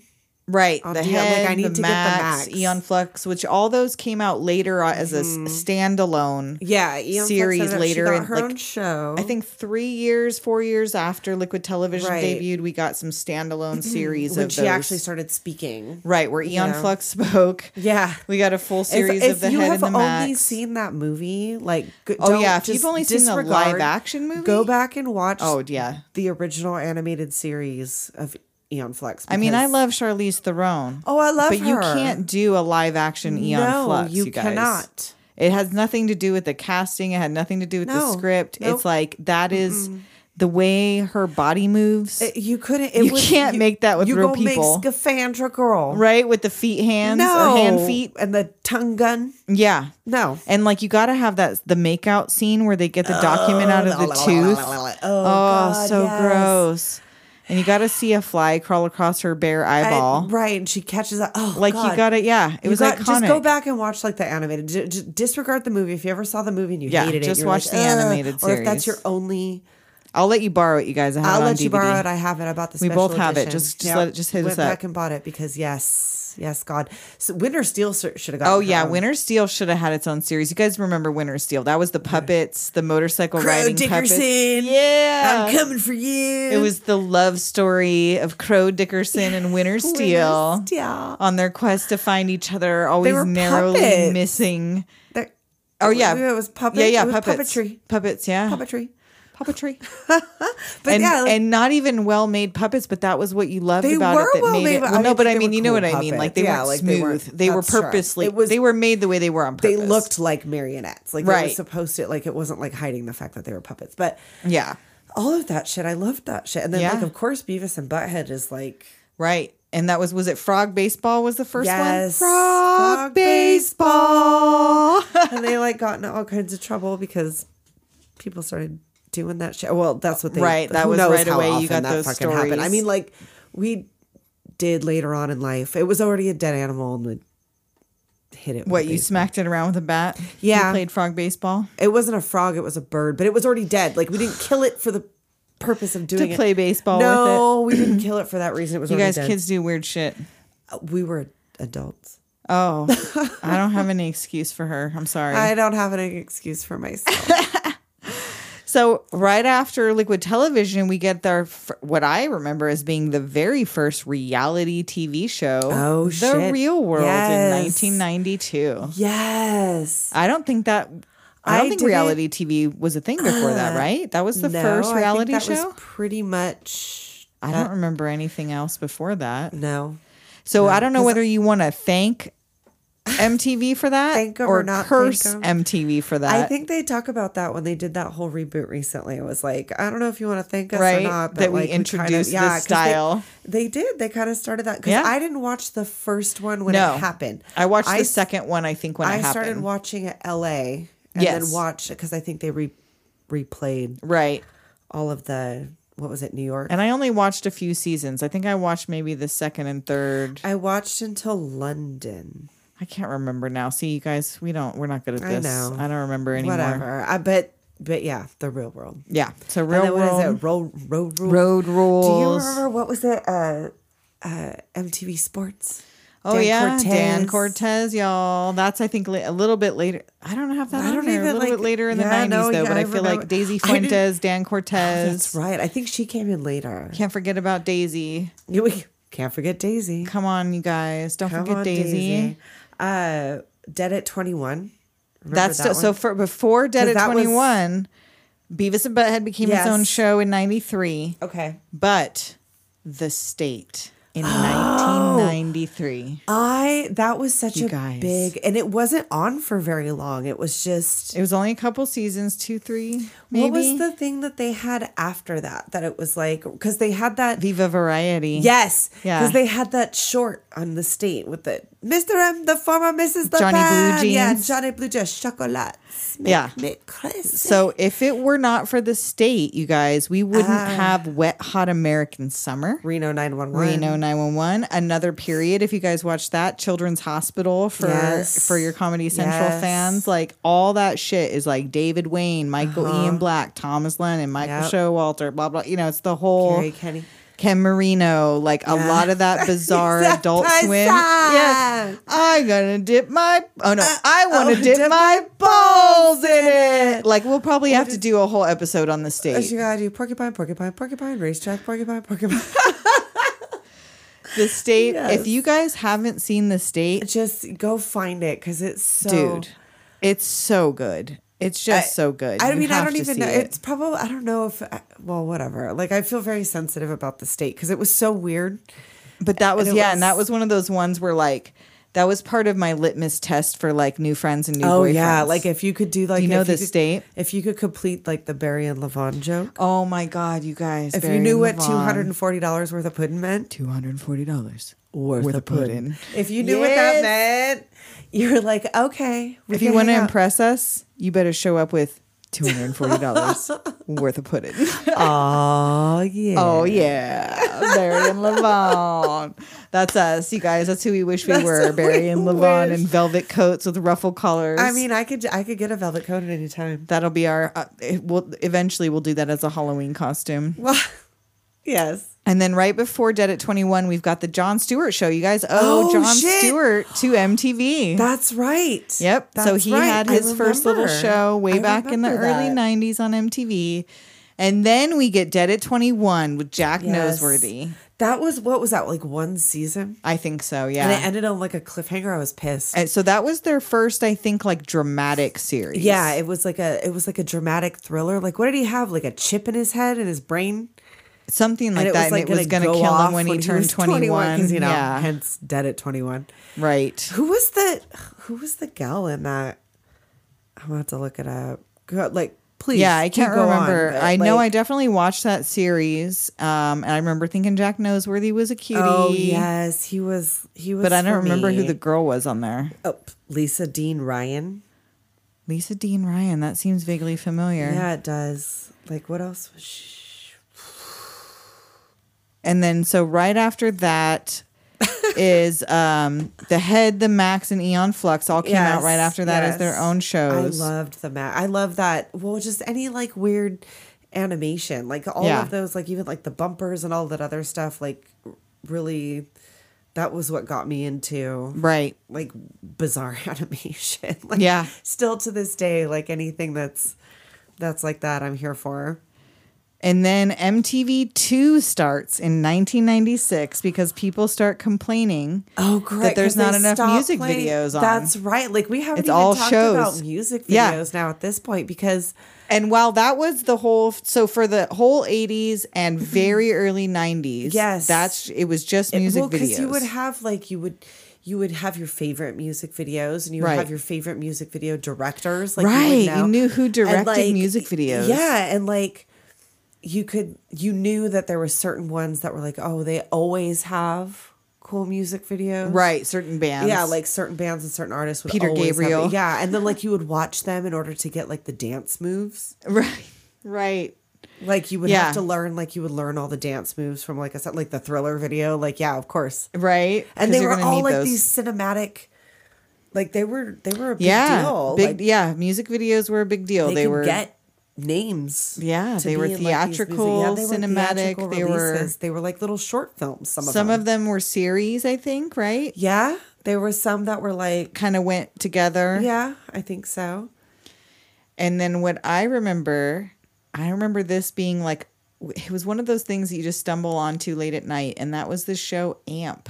[SPEAKER 5] Right.
[SPEAKER 3] Oh,
[SPEAKER 5] the
[SPEAKER 3] damn, like,
[SPEAKER 5] head,
[SPEAKER 3] I need
[SPEAKER 5] the
[SPEAKER 3] to get the
[SPEAKER 5] Max,
[SPEAKER 3] Max. Mm-hmm.
[SPEAKER 5] Eon Flux, which all those came out later on as a s- standalone.
[SPEAKER 3] Yeah, Eon Flux
[SPEAKER 5] Series
[SPEAKER 3] ended up- she
[SPEAKER 5] later
[SPEAKER 3] got
[SPEAKER 5] and,
[SPEAKER 3] her
[SPEAKER 5] like,
[SPEAKER 3] own show.
[SPEAKER 5] I think three years, four years after Liquid Television
[SPEAKER 3] Right. Mm-hmm.
[SPEAKER 5] debuted, we got some standalone series
[SPEAKER 3] when
[SPEAKER 5] of
[SPEAKER 3] she
[SPEAKER 5] those.
[SPEAKER 3] actually started speaking.
[SPEAKER 5] right where Eon
[SPEAKER 3] know.
[SPEAKER 5] Flux spoke.
[SPEAKER 3] Yeah.
[SPEAKER 5] we got a full series of the
[SPEAKER 3] you
[SPEAKER 5] head
[SPEAKER 3] have
[SPEAKER 5] and the Max.
[SPEAKER 3] only seen that movie, like go,
[SPEAKER 5] Oh,
[SPEAKER 3] don't-
[SPEAKER 5] yeah, if you've
[SPEAKER 3] just
[SPEAKER 5] only seen the
[SPEAKER 3] disregard.
[SPEAKER 5] live-action movie?
[SPEAKER 3] go back and watch.
[SPEAKER 5] oh yeah,
[SPEAKER 3] the original animated series of Eon Flux.
[SPEAKER 5] I mean I
[SPEAKER 3] because-
[SPEAKER 5] love Charlize Theron.
[SPEAKER 3] Oh, I love
[SPEAKER 5] but you
[SPEAKER 3] her.
[SPEAKER 5] can't do a live action Eon
[SPEAKER 3] no,
[SPEAKER 5] Flux.
[SPEAKER 3] you,
[SPEAKER 5] guys.
[SPEAKER 3] cannot.
[SPEAKER 5] It has nothing to do with the casting. It had nothing to do with the
[SPEAKER 3] No.
[SPEAKER 5] script. It's
[SPEAKER 3] Nope.
[SPEAKER 5] like that is the way her body moves,
[SPEAKER 3] It- you couldn't. It
[SPEAKER 5] You
[SPEAKER 3] was-
[SPEAKER 5] can't make that with
[SPEAKER 3] you
[SPEAKER 5] real
[SPEAKER 3] gonna make
[SPEAKER 5] people.
[SPEAKER 3] Scaphandra girl,
[SPEAKER 5] right? With the feet hands
[SPEAKER 3] No,
[SPEAKER 5] or hand feet.
[SPEAKER 3] and the tongue gun.
[SPEAKER 5] Yeah.
[SPEAKER 3] No,
[SPEAKER 5] And like you got to have that the makeout scene where they get the document out of the tooth.
[SPEAKER 3] Oh,
[SPEAKER 5] Oh,
[SPEAKER 3] God,
[SPEAKER 5] so
[SPEAKER 3] yes.
[SPEAKER 5] gross. And you got to see a fly crawl across her bare
[SPEAKER 3] I-
[SPEAKER 5] eyeball.
[SPEAKER 3] right, and she catches that. Oh,
[SPEAKER 5] like
[SPEAKER 3] God.
[SPEAKER 5] you got to yeah, it
[SPEAKER 3] You
[SPEAKER 5] was
[SPEAKER 3] got-
[SPEAKER 5] iconic.
[SPEAKER 3] Just go back and watch like the animated. J- j- disregard the movie if you ever saw the movie and you
[SPEAKER 5] Yeah,
[SPEAKER 3] hated it.
[SPEAKER 5] just
[SPEAKER 3] you're
[SPEAKER 5] watch
[SPEAKER 3] like,
[SPEAKER 5] the
[SPEAKER 3] "Ugh,"
[SPEAKER 5] animated
[SPEAKER 3] Or if that's your
[SPEAKER 5] series.
[SPEAKER 3] only,
[SPEAKER 5] I'll let you borrow it, you guys. I have
[SPEAKER 3] I'll
[SPEAKER 5] it on
[SPEAKER 3] let you
[SPEAKER 5] DVD.
[SPEAKER 3] borrow it. I have it. I bought the.
[SPEAKER 5] We
[SPEAKER 3] special
[SPEAKER 5] both have it.
[SPEAKER 3] edition.
[SPEAKER 5] Just- just let it- just hit
[SPEAKER 3] Went
[SPEAKER 5] us up.
[SPEAKER 3] back and bought it because yes, yes, God, so Winter Steel should have got.
[SPEAKER 5] Oh yeah, Winter Steel should have had its own series. You guys remember Winter Steel? That was the puppets, the motorcycle
[SPEAKER 3] Crow
[SPEAKER 5] riding
[SPEAKER 3] Dickerson.
[SPEAKER 5] puppets. Yeah,
[SPEAKER 3] I'm coming for you.
[SPEAKER 5] it was the love story of Crow Dickerson and Winter Steel
[SPEAKER 3] Steel.
[SPEAKER 5] on their quest to find each other, always
[SPEAKER 3] were
[SPEAKER 5] narrowly
[SPEAKER 3] puppets.
[SPEAKER 5] missing.
[SPEAKER 3] There-
[SPEAKER 5] Oh yeah,
[SPEAKER 3] it was puppet.
[SPEAKER 5] Yeah, yeah,
[SPEAKER 3] it was
[SPEAKER 5] puppets.
[SPEAKER 3] puppetry,
[SPEAKER 5] Puppets, yeah,
[SPEAKER 3] puppetry.
[SPEAKER 5] puppetry,
[SPEAKER 3] But
[SPEAKER 5] and
[SPEAKER 3] yeah, like,
[SPEAKER 5] and not even well made puppets, but that was what you loved
[SPEAKER 3] They
[SPEAKER 5] about it.
[SPEAKER 3] were
[SPEAKER 5] That
[SPEAKER 3] well
[SPEAKER 5] made
[SPEAKER 3] made,
[SPEAKER 5] it.
[SPEAKER 3] but I
[SPEAKER 5] Well, no,
[SPEAKER 3] mean,
[SPEAKER 5] but I
[SPEAKER 3] they
[SPEAKER 5] mean,
[SPEAKER 3] were
[SPEAKER 5] you know
[SPEAKER 3] cool
[SPEAKER 5] what I mean. Like they
[SPEAKER 3] puppets.
[SPEAKER 5] weren't
[SPEAKER 3] Yeah, like,
[SPEAKER 5] smooth.
[SPEAKER 3] they
[SPEAKER 5] They,
[SPEAKER 3] weren't-
[SPEAKER 5] were
[SPEAKER 3] that's right.
[SPEAKER 5] purposely.
[SPEAKER 3] It was-
[SPEAKER 5] they were made the way they were on purpose.
[SPEAKER 3] they looked like marionettes. Like it
[SPEAKER 5] Right.
[SPEAKER 3] was supposed to. Like it wasn't like hiding the fact that they were puppets, but.
[SPEAKER 5] Yeah.
[SPEAKER 3] all of that shit. I loved that shit. And then,
[SPEAKER 5] Yeah.
[SPEAKER 3] like, of course, Beavis and Butthead is like,
[SPEAKER 5] Right. And that was was it Frog Baseball was the first
[SPEAKER 3] yes,
[SPEAKER 5] one? Frog,
[SPEAKER 3] frog
[SPEAKER 5] Baseball.
[SPEAKER 3] and they like got in all kinds of trouble because people started doing that shit. Well, that's what they
[SPEAKER 5] Right, that
[SPEAKER 3] who
[SPEAKER 5] was
[SPEAKER 3] knows
[SPEAKER 5] right
[SPEAKER 3] how
[SPEAKER 5] away you
[SPEAKER 3] often
[SPEAKER 5] got
[SPEAKER 3] that
[SPEAKER 5] those
[SPEAKER 3] fucking happened. I
[SPEAKER 5] stories.
[SPEAKER 3] mean, like we did later on in life. It was already a dead animal and would hit it. with
[SPEAKER 5] What
[SPEAKER 3] a
[SPEAKER 5] you
[SPEAKER 3] baseball.
[SPEAKER 5] smacked it around with a bat? You
[SPEAKER 3] Yeah.
[SPEAKER 5] played frog baseball
[SPEAKER 3] It wasn't a frog. It was a bird, but it was already dead. Like we didn't kill it for the purpose of doing
[SPEAKER 5] to
[SPEAKER 3] it.
[SPEAKER 5] play baseball with
[SPEAKER 3] no, we didn't kill it for that reason. It was
[SPEAKER 5] it. You
[SPEAKER 3] already
[SPEAKER 5] guys,
[SPEAKER 3] dead.
[SPEAKER 5] kids do weird shit.
[SPEAKER 3] We were adults.
[SPEAKER 5] Oh, I don't have any excuse for her. I'm sorry.
[SPEAKER 3] I don't have any excuse for myself.
[SPEAKER 5] So right after Liquid Television, we get their f- what I remember as being the very first reality TV show,
[SPEAKER 3] Oh,
[SPEAKER 5] The
[SPEAKER 3] shit.
[SPEAKER 5] Real World,
[SPEAKER 3] Yes.
[SPEAKER 5] in 1992.
[SPEAKER 3] yes.
[SPEAKER 5] I don't think that. I don't
[SPEAKER 3] I
[SPEAKER 5] think
[SPEAKER 3] didn't- Uh,
[SPEAKER 5] reality TV was a thing before that, right? That was the
[SPEAKER 3] No,
[SPEAKER 5] first
[SPEAKER 3] I think
[SPEAKER 5] reality
[SPEAKER 3] that
[SPEAKER 5] show.
[SPEAKER 3] Was pretty much
[SPEAKER 5] I don't remember anything else before that.
[SPEAKER 3] no.
[SPEAKER 5] So I don't know whether you want to thank MTV for that
[SPEAKER 3] Thank 'em
[SPEAKER 5] or
[SPEAKER 3] or not thank
[SPEAKER 5] curse
[SPEAKER 3] 'em.
[SPEAKER 5] MTV for that.
[SPEAKER 3] I think they talk about that when they did that whole reboot recently. It was like, I don't know if you want to thank us
[SPEAKER 5] Right,
[SPEAKER 3] or not,
[SPEAKER 5] that we
[SPEAKER 3] like, kinda-
[SPEAKER 5] introduced this
[SPEAKER 3] 'cause they-
[SPEAKER 5] style.
[SPEAKER 3] They, did. They kind of started that because
[SPEAKER 5] Yeah.
[SPEAKER 3] I didn't watch the first one when
[SPEAKER 5] No.
[SPEAKER 3] it happened.
[SPEAKER 5] I watched the
[SPEAKER 3] I-
[SPEAKER 5] second one. I think when it
[SPEAKER 3] I
[SPEAKER 5] happened.
[SPEAKER 3] started watching at L.A. and
[SPEAKER 5] Yes.
[SPEAKER 3] then watched because I think they re- replayed
[SPEAKER 5] right.
[SPEAKER 3] all of the what was it New York.
[SPEAKER 5] And I only watched a few seasons. I think I watched maybe the second and third.
[SPEAKER 3] I watched until London.
[SPEAKER 5] I can't remember now. See, you guys, we don't. We're not good at
[SPEAKER 3] I
[SPEAKER 5] this.
[SPEAKER 3] know.
[SPEAKER 5] I don't remember anymore.
[SPEAKER 3] Whatever. I but but yeah, the real world.
[SPEAKER 5] Yeah. So
[SPEAKER 3] And
[SPEAKER 5] real
[SPEAKER 3] then what is
[SPEAKER 5] world.
[SPEAKER 3] it? Road road rules.
[SPEAKER 5] Road
[SPEAKER 3] Do you
[SPEAKER 5] rules.
[SPEAKER 3] remember what was it? Uh, uh, MTV Sports.
[SPEAKER 5] oh
[SPEAKER 3] Dan
[SPEAKER 5] yeah, Dan
[SPEAKER 3] Cortez.
[SPEAKER 5] Cortez, y'all. That's I think li- a little bit later. I don't have that.
[SPEAKER 3] I
[SPEAKER 5] on
[SPEAKER 3] don't
[SPEAKER 5] there.
[SPEAKER 3] even,
[SPEAKER 5] a little
[SPEAKER 3] like-
[SPEAKER 5] bit later in the
[SPEAKER 3] yeah, I
[SPEAKER 5] nineties
[SPEAKER 3] know,
[SPEAKER 5] though.
[SPEAKER 3] yeah,
[SPEAKER 5] but I,
[SPEAKER 3] I
[SPEAKER 5] feel
[SPEAKER 3] remember-
[SPEAKER 5] like Daisy
[SPEAKER 3] I didn't- Oh,
[SPEAKER 5] Fuentes, Dan Cortez.
[SPEAKER 3] That's right. I think she came in later.
[SPEAKER 5] Can't forget about Daisy.
[SPEAKER 3] You- we can't forget Daisy.
[SPEAKER 5] Come on, you guys. Don't
[SPEAKER 3] Come
[SPEAKER 5] forget
[SPEAKER 3] on,
[SPEAKER 5] Daisy.
[SPEAKER 3] Uh, Dead at twenty one.
[SPEAKER 5] That's so- so for before Dead
[SPEAKER 3] 'Cause
[SPEAKER 5] at
[SPEAKER 3] that was-
[SPEAKER 5] Twenty One, Beavis and Butthead became its own
[SPEAKER 3] Yes.
[SPEAKER 5] show in '93.
[SPEAKER 3] okay.
[SPEAKER 5] but the state
[SPEAKER 3] Oh.
[SPEAKER 5] in 1993
[SPEAKER 3] I that was such
[SPEAKER 5] You
[SPEAKER 3] a
[SPEAKER 5] guys.
[SPEAKER 3] big, and it wasn't on for very long. It was just
[SPEAKER 5] it was only a couple seasons two three maybe
[SPEAKER 3] what was the thing that they had after that? That it was like because they had that
[SPEAKER 5] viva variety
[SPEAKER 3] Yes.
[SPEAKER 5] Mm-hmm. Yeah.
[SPEAKER 3] Because they had that short on the state with the Mr. M, the former Mrs. The
[SPEAKER 5] Johnny Blue
[SPEAKER 3] Yeah,
[SPEAKER 5] Jeans.
[SPEAKER 3] Johnny Blue Jeans, chocolates. Make
[SPEAKER 5] Yeah.
[SPEAKER 3] Me crazy.
[SPEAKER 5] so if it were not for the state you guys we wouldn't
[SPEAKER 3] Ah.
[SPEAKER 5] have wet hot american summer
[SPEAKER 3] Reno 911.
[SPEAKER 5] Reno 911, another period. If you guys watch that, Children's Hospital for
[SPEAKER 3] Yes.
[SPEAKER 5] for your Comedy Central
[SPEAKER 3] Yes.
[SPEAKER 5] fans, like all that shit is like David Wayne, Michael Ian Black, Thomas Lennon, Michael
[SPEAKER 3] Uh-huh. Yep.
[SPEAKER 5] Showalter, blah blah. You know, it's the whole
[SPEAKER 3] Carrie Kenny.
[SPEAKER 5] Ken Marino, like a lot of that bizarre
[SPEAKER 3] Yes,
[SPEAKER 5] adult
[SPEAKER 3] that's
[SPEAKER 5] swim.
[SPEAKER 3] right.
[SPEAKER 5] Yes, I'm gonna dip my. Oh no, I want to
[SPEAKER 3] oh,
[SPEAKER 5] dip,
[SPEAKER 3] dip
[SPEAKER 5] my balls in it. Like we'll probably have to do a whole episode on the
[SPEAKER 3] Oh,
[SPEAKER 5] stage.
[SPEAKER 3] you gotta do porcupine, porcupine, porcupine, racetrack, porcupine, porcupine.
[SPEAKER 5] The state. If
[SPEAKER 3] Yes.
[SPEAKER 5] you guys haven't seen the state,
[SPEAKER 3] Just go find it because it's so.
[SPEAKER 5] dude it's so good it's just so good
[SPEAKER 3] I
[SPEAKER 5] You
[SPEAKER 3] mean, I
[SPEAKER 5] have
[SPEAKER 3] don't
[SPEAKER 5] to
[SPEAKER 3] even
[SPEAKER 5] see
[SPEAKER 3] know.
[SPEAKER 5] it.
[SPEAKER 3] It's probably, I don't know if, well, whatever. Like, I feel very sensitive about the state because it was so weird.
[SPEAKER 5] but that was
[SPEAKER 3] and it
[SPEAKER 5] yeah and that
[SPEAKER 3] was-
[SPEAKER 5] was one of those ones where like that was part of my litmus test for like new friends and new
[SPEAKER 3] Oh
[SPEAKER 5] boyfriends.
[SPEAKER 3] yeah, like if you could do like
[SPEAKER 5] you know
[SPEAKER 3] if
[SPEAKER 5] the
[SPEAKER 3] could-
[SPEAKER 5] state?
[SPEAKER 3] If you could complete like the Barry and Levon joke,
[SPEAKER 5] oh my god you guys
[SPEAKER 3] if
[SPEAKER 5] Barry
[SPEAKER 3] you knew
[SPEAKER 5] and
[SPEAKER 3] what
[SPEAKER 5] Levon.
[SPEAKER 3] two hundred and forty dollars worth of pudding meant,
[SPEAKER 5] $240
[SPEAKER 3] worth,
[SPEAKER 5] of pudding.
[SPEAKER 3] If you knew what that
[SPEAKER 5] Yes.
[SPEAKER 3] meant, you were like, okay. we
[SPEAKER 5] if you
[SPEAKER 3] can
[SPEAKER 5] want to
[SPEAKER 3] hang out.
[SPEAKER 5] impress us you better show up with $240 worth of pudding
[SPEAKER 3] oh yeah,
[SPEAKER 5] oh yeah barry and levon that's us you guys that's who we wish we were barry and levon in velvet coats with ruffle collars
[SPEAKER 3] I mean, I could I could get a velvet coat at any time.
[SPEAKER 5] That'll be our. Uh, it, we'll eventually we'll do that as a Halloween costume.
[SPEAKER 3] Well, yes.
[SPEAKER 5] And then right before Dead at Twenty One, we've got the John Stewart show. You guys, oh,
[SPEAKER 3] Oh,
[SPEAKER 5] John
[SPEAKER 3] shit.
[SPEAKER 5] Stewart to MTV.
[SPEAKER 3] That's right.
[SPEAKER 5] yep. so
[SPEAKER 3] That's
[SPEAKER 5] he
[SPEAKER 3] right.
[SPEAKER 5] had
[SPEAKER 3] I
[SPEAKER 5] his first little
[SPEAKER 3] remember.
[SPEAKER 5] show way
[SPEAKER 3] I
[SPEAKER 5] back in the
[SPEAKER 3] remember
[SPEAKER 5] early
[SPEAKER 3] that.
[SPEAKER 5] '90s on MTV. And then we get Dead at Twenty One with Jack
[SPEAKER 3] Yes.
[SPEAKER 5] Noseworthy.
[SPEAKER 3] That was what was that like one season,
[SPEAKER 5] I think so. Yeah.
[SPEAKER 3] and it ended on like a cliffhanger. I was pissed.
[SPEAKER 5] And so that was their first, I think, like dramatic series.
[SPEAKER 3] Yeah, it was like a it was like a dramatic thriller. Like what did he have? Like a chip in his head and his brain?
[SPEAKER 5] something like
[SPEAKER 3] and
[SPEAKER 5] that. and it was going to kill him when he turned twenty one.
[SPEAKER 3] because you know,
[SPEAKER 5] yeah,
[SPEAKER 3] hence dead at 21.
[SPEAKER 5] right.
[SPEAKER 3] Who was the who was the gal in that? I'm going to have to look it up. Go, like please.
[SPEAKER 5] Yeah, I
[SPEAKER 3] do
[SPEAKER 5] can't
[SPEAKER 3] go on,
[SPEAKER 5] remember.
[SPEAKER 3] but,
[SPEAKER 5] I know I
[SPEAKER 3] like-
[SPEAKER 5] definitely watched that series, um, and I remember thinking Jack Noseworthy was a cutie.
[SPEAKER 3] Oh yes, he was he was
[SPEAKER 5] but I don't
[SPEAKER 3] for
[SPEAKER 5] remember who
[SPEAKER 3] me.
[SPEAKER 5] the girl was on there.
[SPEAKER 3] oh, Lisa Dean Ryan.
[SPEAKER 5] Lisa Dean Ryan. That seems vaguely familiar.
[SPEAKER 3] Yeah, it does. Like what else was she?
[SPEAKER 5] And then so right after that, is um, the head, the Max, and Eon Flux all came out
[SPEAKER 3] Yes,
[SPEAKER 5] right after that as their
[SPEAKER 3] yes.
[SPEAKER 5] own
[SPEAKER 3] I
[SPEAKER 5] shows.
[SPEAKER 3] loved the mat. I love that. Well, just any like weird animation, like all
[SPEAKER 5] Yeah.
[SPEAKER 3] of those, like even like the bumpers and all that other stuff. Like really, that was what got me into
[SPEAKER 5] right.
[SPEAKER 3] like bizarre animation. like,
[SPEAKER 5] Yeah.
[SPEAKER 3] still to this day, like anything that's that's like that, I'm here for.
[SPEAKER 5] And then MTV2 starts in 1996 because people start complaining.
[SPEAKER 3] Oh, great!
[SPEAKER 5] That there's
[SPEAKER 3] 'cause
[SPEAKER 5] not
[SPEAKER 3] they
[SPEAKER 5] enough
[SPEAKER 3] stopped
[SPEAKER 5] music videos on.
[SPEAKER 3] That's right. Like we haven't
[SPEAKER 5] It's
[SPEAKER 3] even
[SPEAKER 5] all
[SPEAKER 3] talked
[SPEAKER 5] shows.
[SPEAKER 3] about music videos
[SPEAKER 5] Yeah.
[SPEAKER 3] now at this point because
[SPEAKER 5] And while that was the whole, so for the whole 80s and very early 90s,
[SPEAKER 3] Mm-hmm. Yes.
[SPEAKER 5] that's it was just
[SPEAKER 3] It-
[SPEAKER 5] music
[SPEAKER 3] well,
[SPEAKER 5] videos.
[SPEAKER 3] you would have like you would you would have your favorite music videos and you would
[SPEAKER 5] Right.
[SPEAKER 3] have your favorite music video directors. Like
[SPEAKER 5] Right,
[SPEAKER 3] you,
[SPEAKER 5] you
[SPEAKER 3] would know.
[SPEAKER 5] knew who
[SPEAKER 3] And,
[SPEAKER 5] directed music videos.
[SPEAKER 3] Yeah, and like you could you knew that there were certain ones that were like, oh, they always have cool music videos.
[SPEAKER 5] right certain bands.
[SPEAKER 3] Yeah, like certain bands and certain artists would
[SPEAKER 5] Peter
[SPEAKER 3] always have it.
[SPEAKER 5] Gabriel.
[SPEAKER 3] Yeah, and then like you would watch them in order to get like the dance moves.
[SPEAKER 5] right, right.
[SPEAKER 3] Like you would
[SPEAKER 5] Yeah.
[SPEAKER 3] have to learn, like you would learn all the dance moves from like a set, like the Thriller video. Like yeah, of course
[SPEAKER 5] Right.
[SPEAKER 3] and
[SPEAKER 5] 'Cause
[SPEAKER 3] they
[SPEAKER 5] you're
[SPEAKER 3] were
[SPEAKER 5] gonna
[SPEAKER 3] all
[SPEAKER 5] need
[SPEAKER 3] like
[SPEAKER 5] those.
[SPEAKER 3] these cinematic like they were they were a big
[SPEAKER 5] yeah,
[SPEAKER 3] deal
[SPEAKER 5] big
[SPEAKER 3] Like,
[SPEAKER 5] yeah. Music videos were a big deal.
[SPEAKER 3] they,
[SPEAKER 5] They,
[SPEAKER 3] could
[SPEAKER 5] were
[SPEAKER 3] get names
[SPEAKER 5] Yeah,
[SPEAKER 3] to
[SPEAKER 5] they were
[SPEAKER 3] be in, like, these music-
[SPEAKER 5] theatrical, cinematic,
[SPEAKER 3] theatrical
[SPEAKER 5] they were-
[SPEAKER 3] releases. they were like little short films some of
[SPEAKER 5] some
[SPEAKER 3] them
[SPEAKER 5] of them were series, I think. Right,
[SPEAKER 3] yeah there were some that were like
[SPEAKER 5] kind of went together.
[SPEAKER 3] yeah i think so
[SPEAKER 5] And then what I remember, I remember this being like, it was one of those things that you just stumble onto late at night, and that was the show Amp.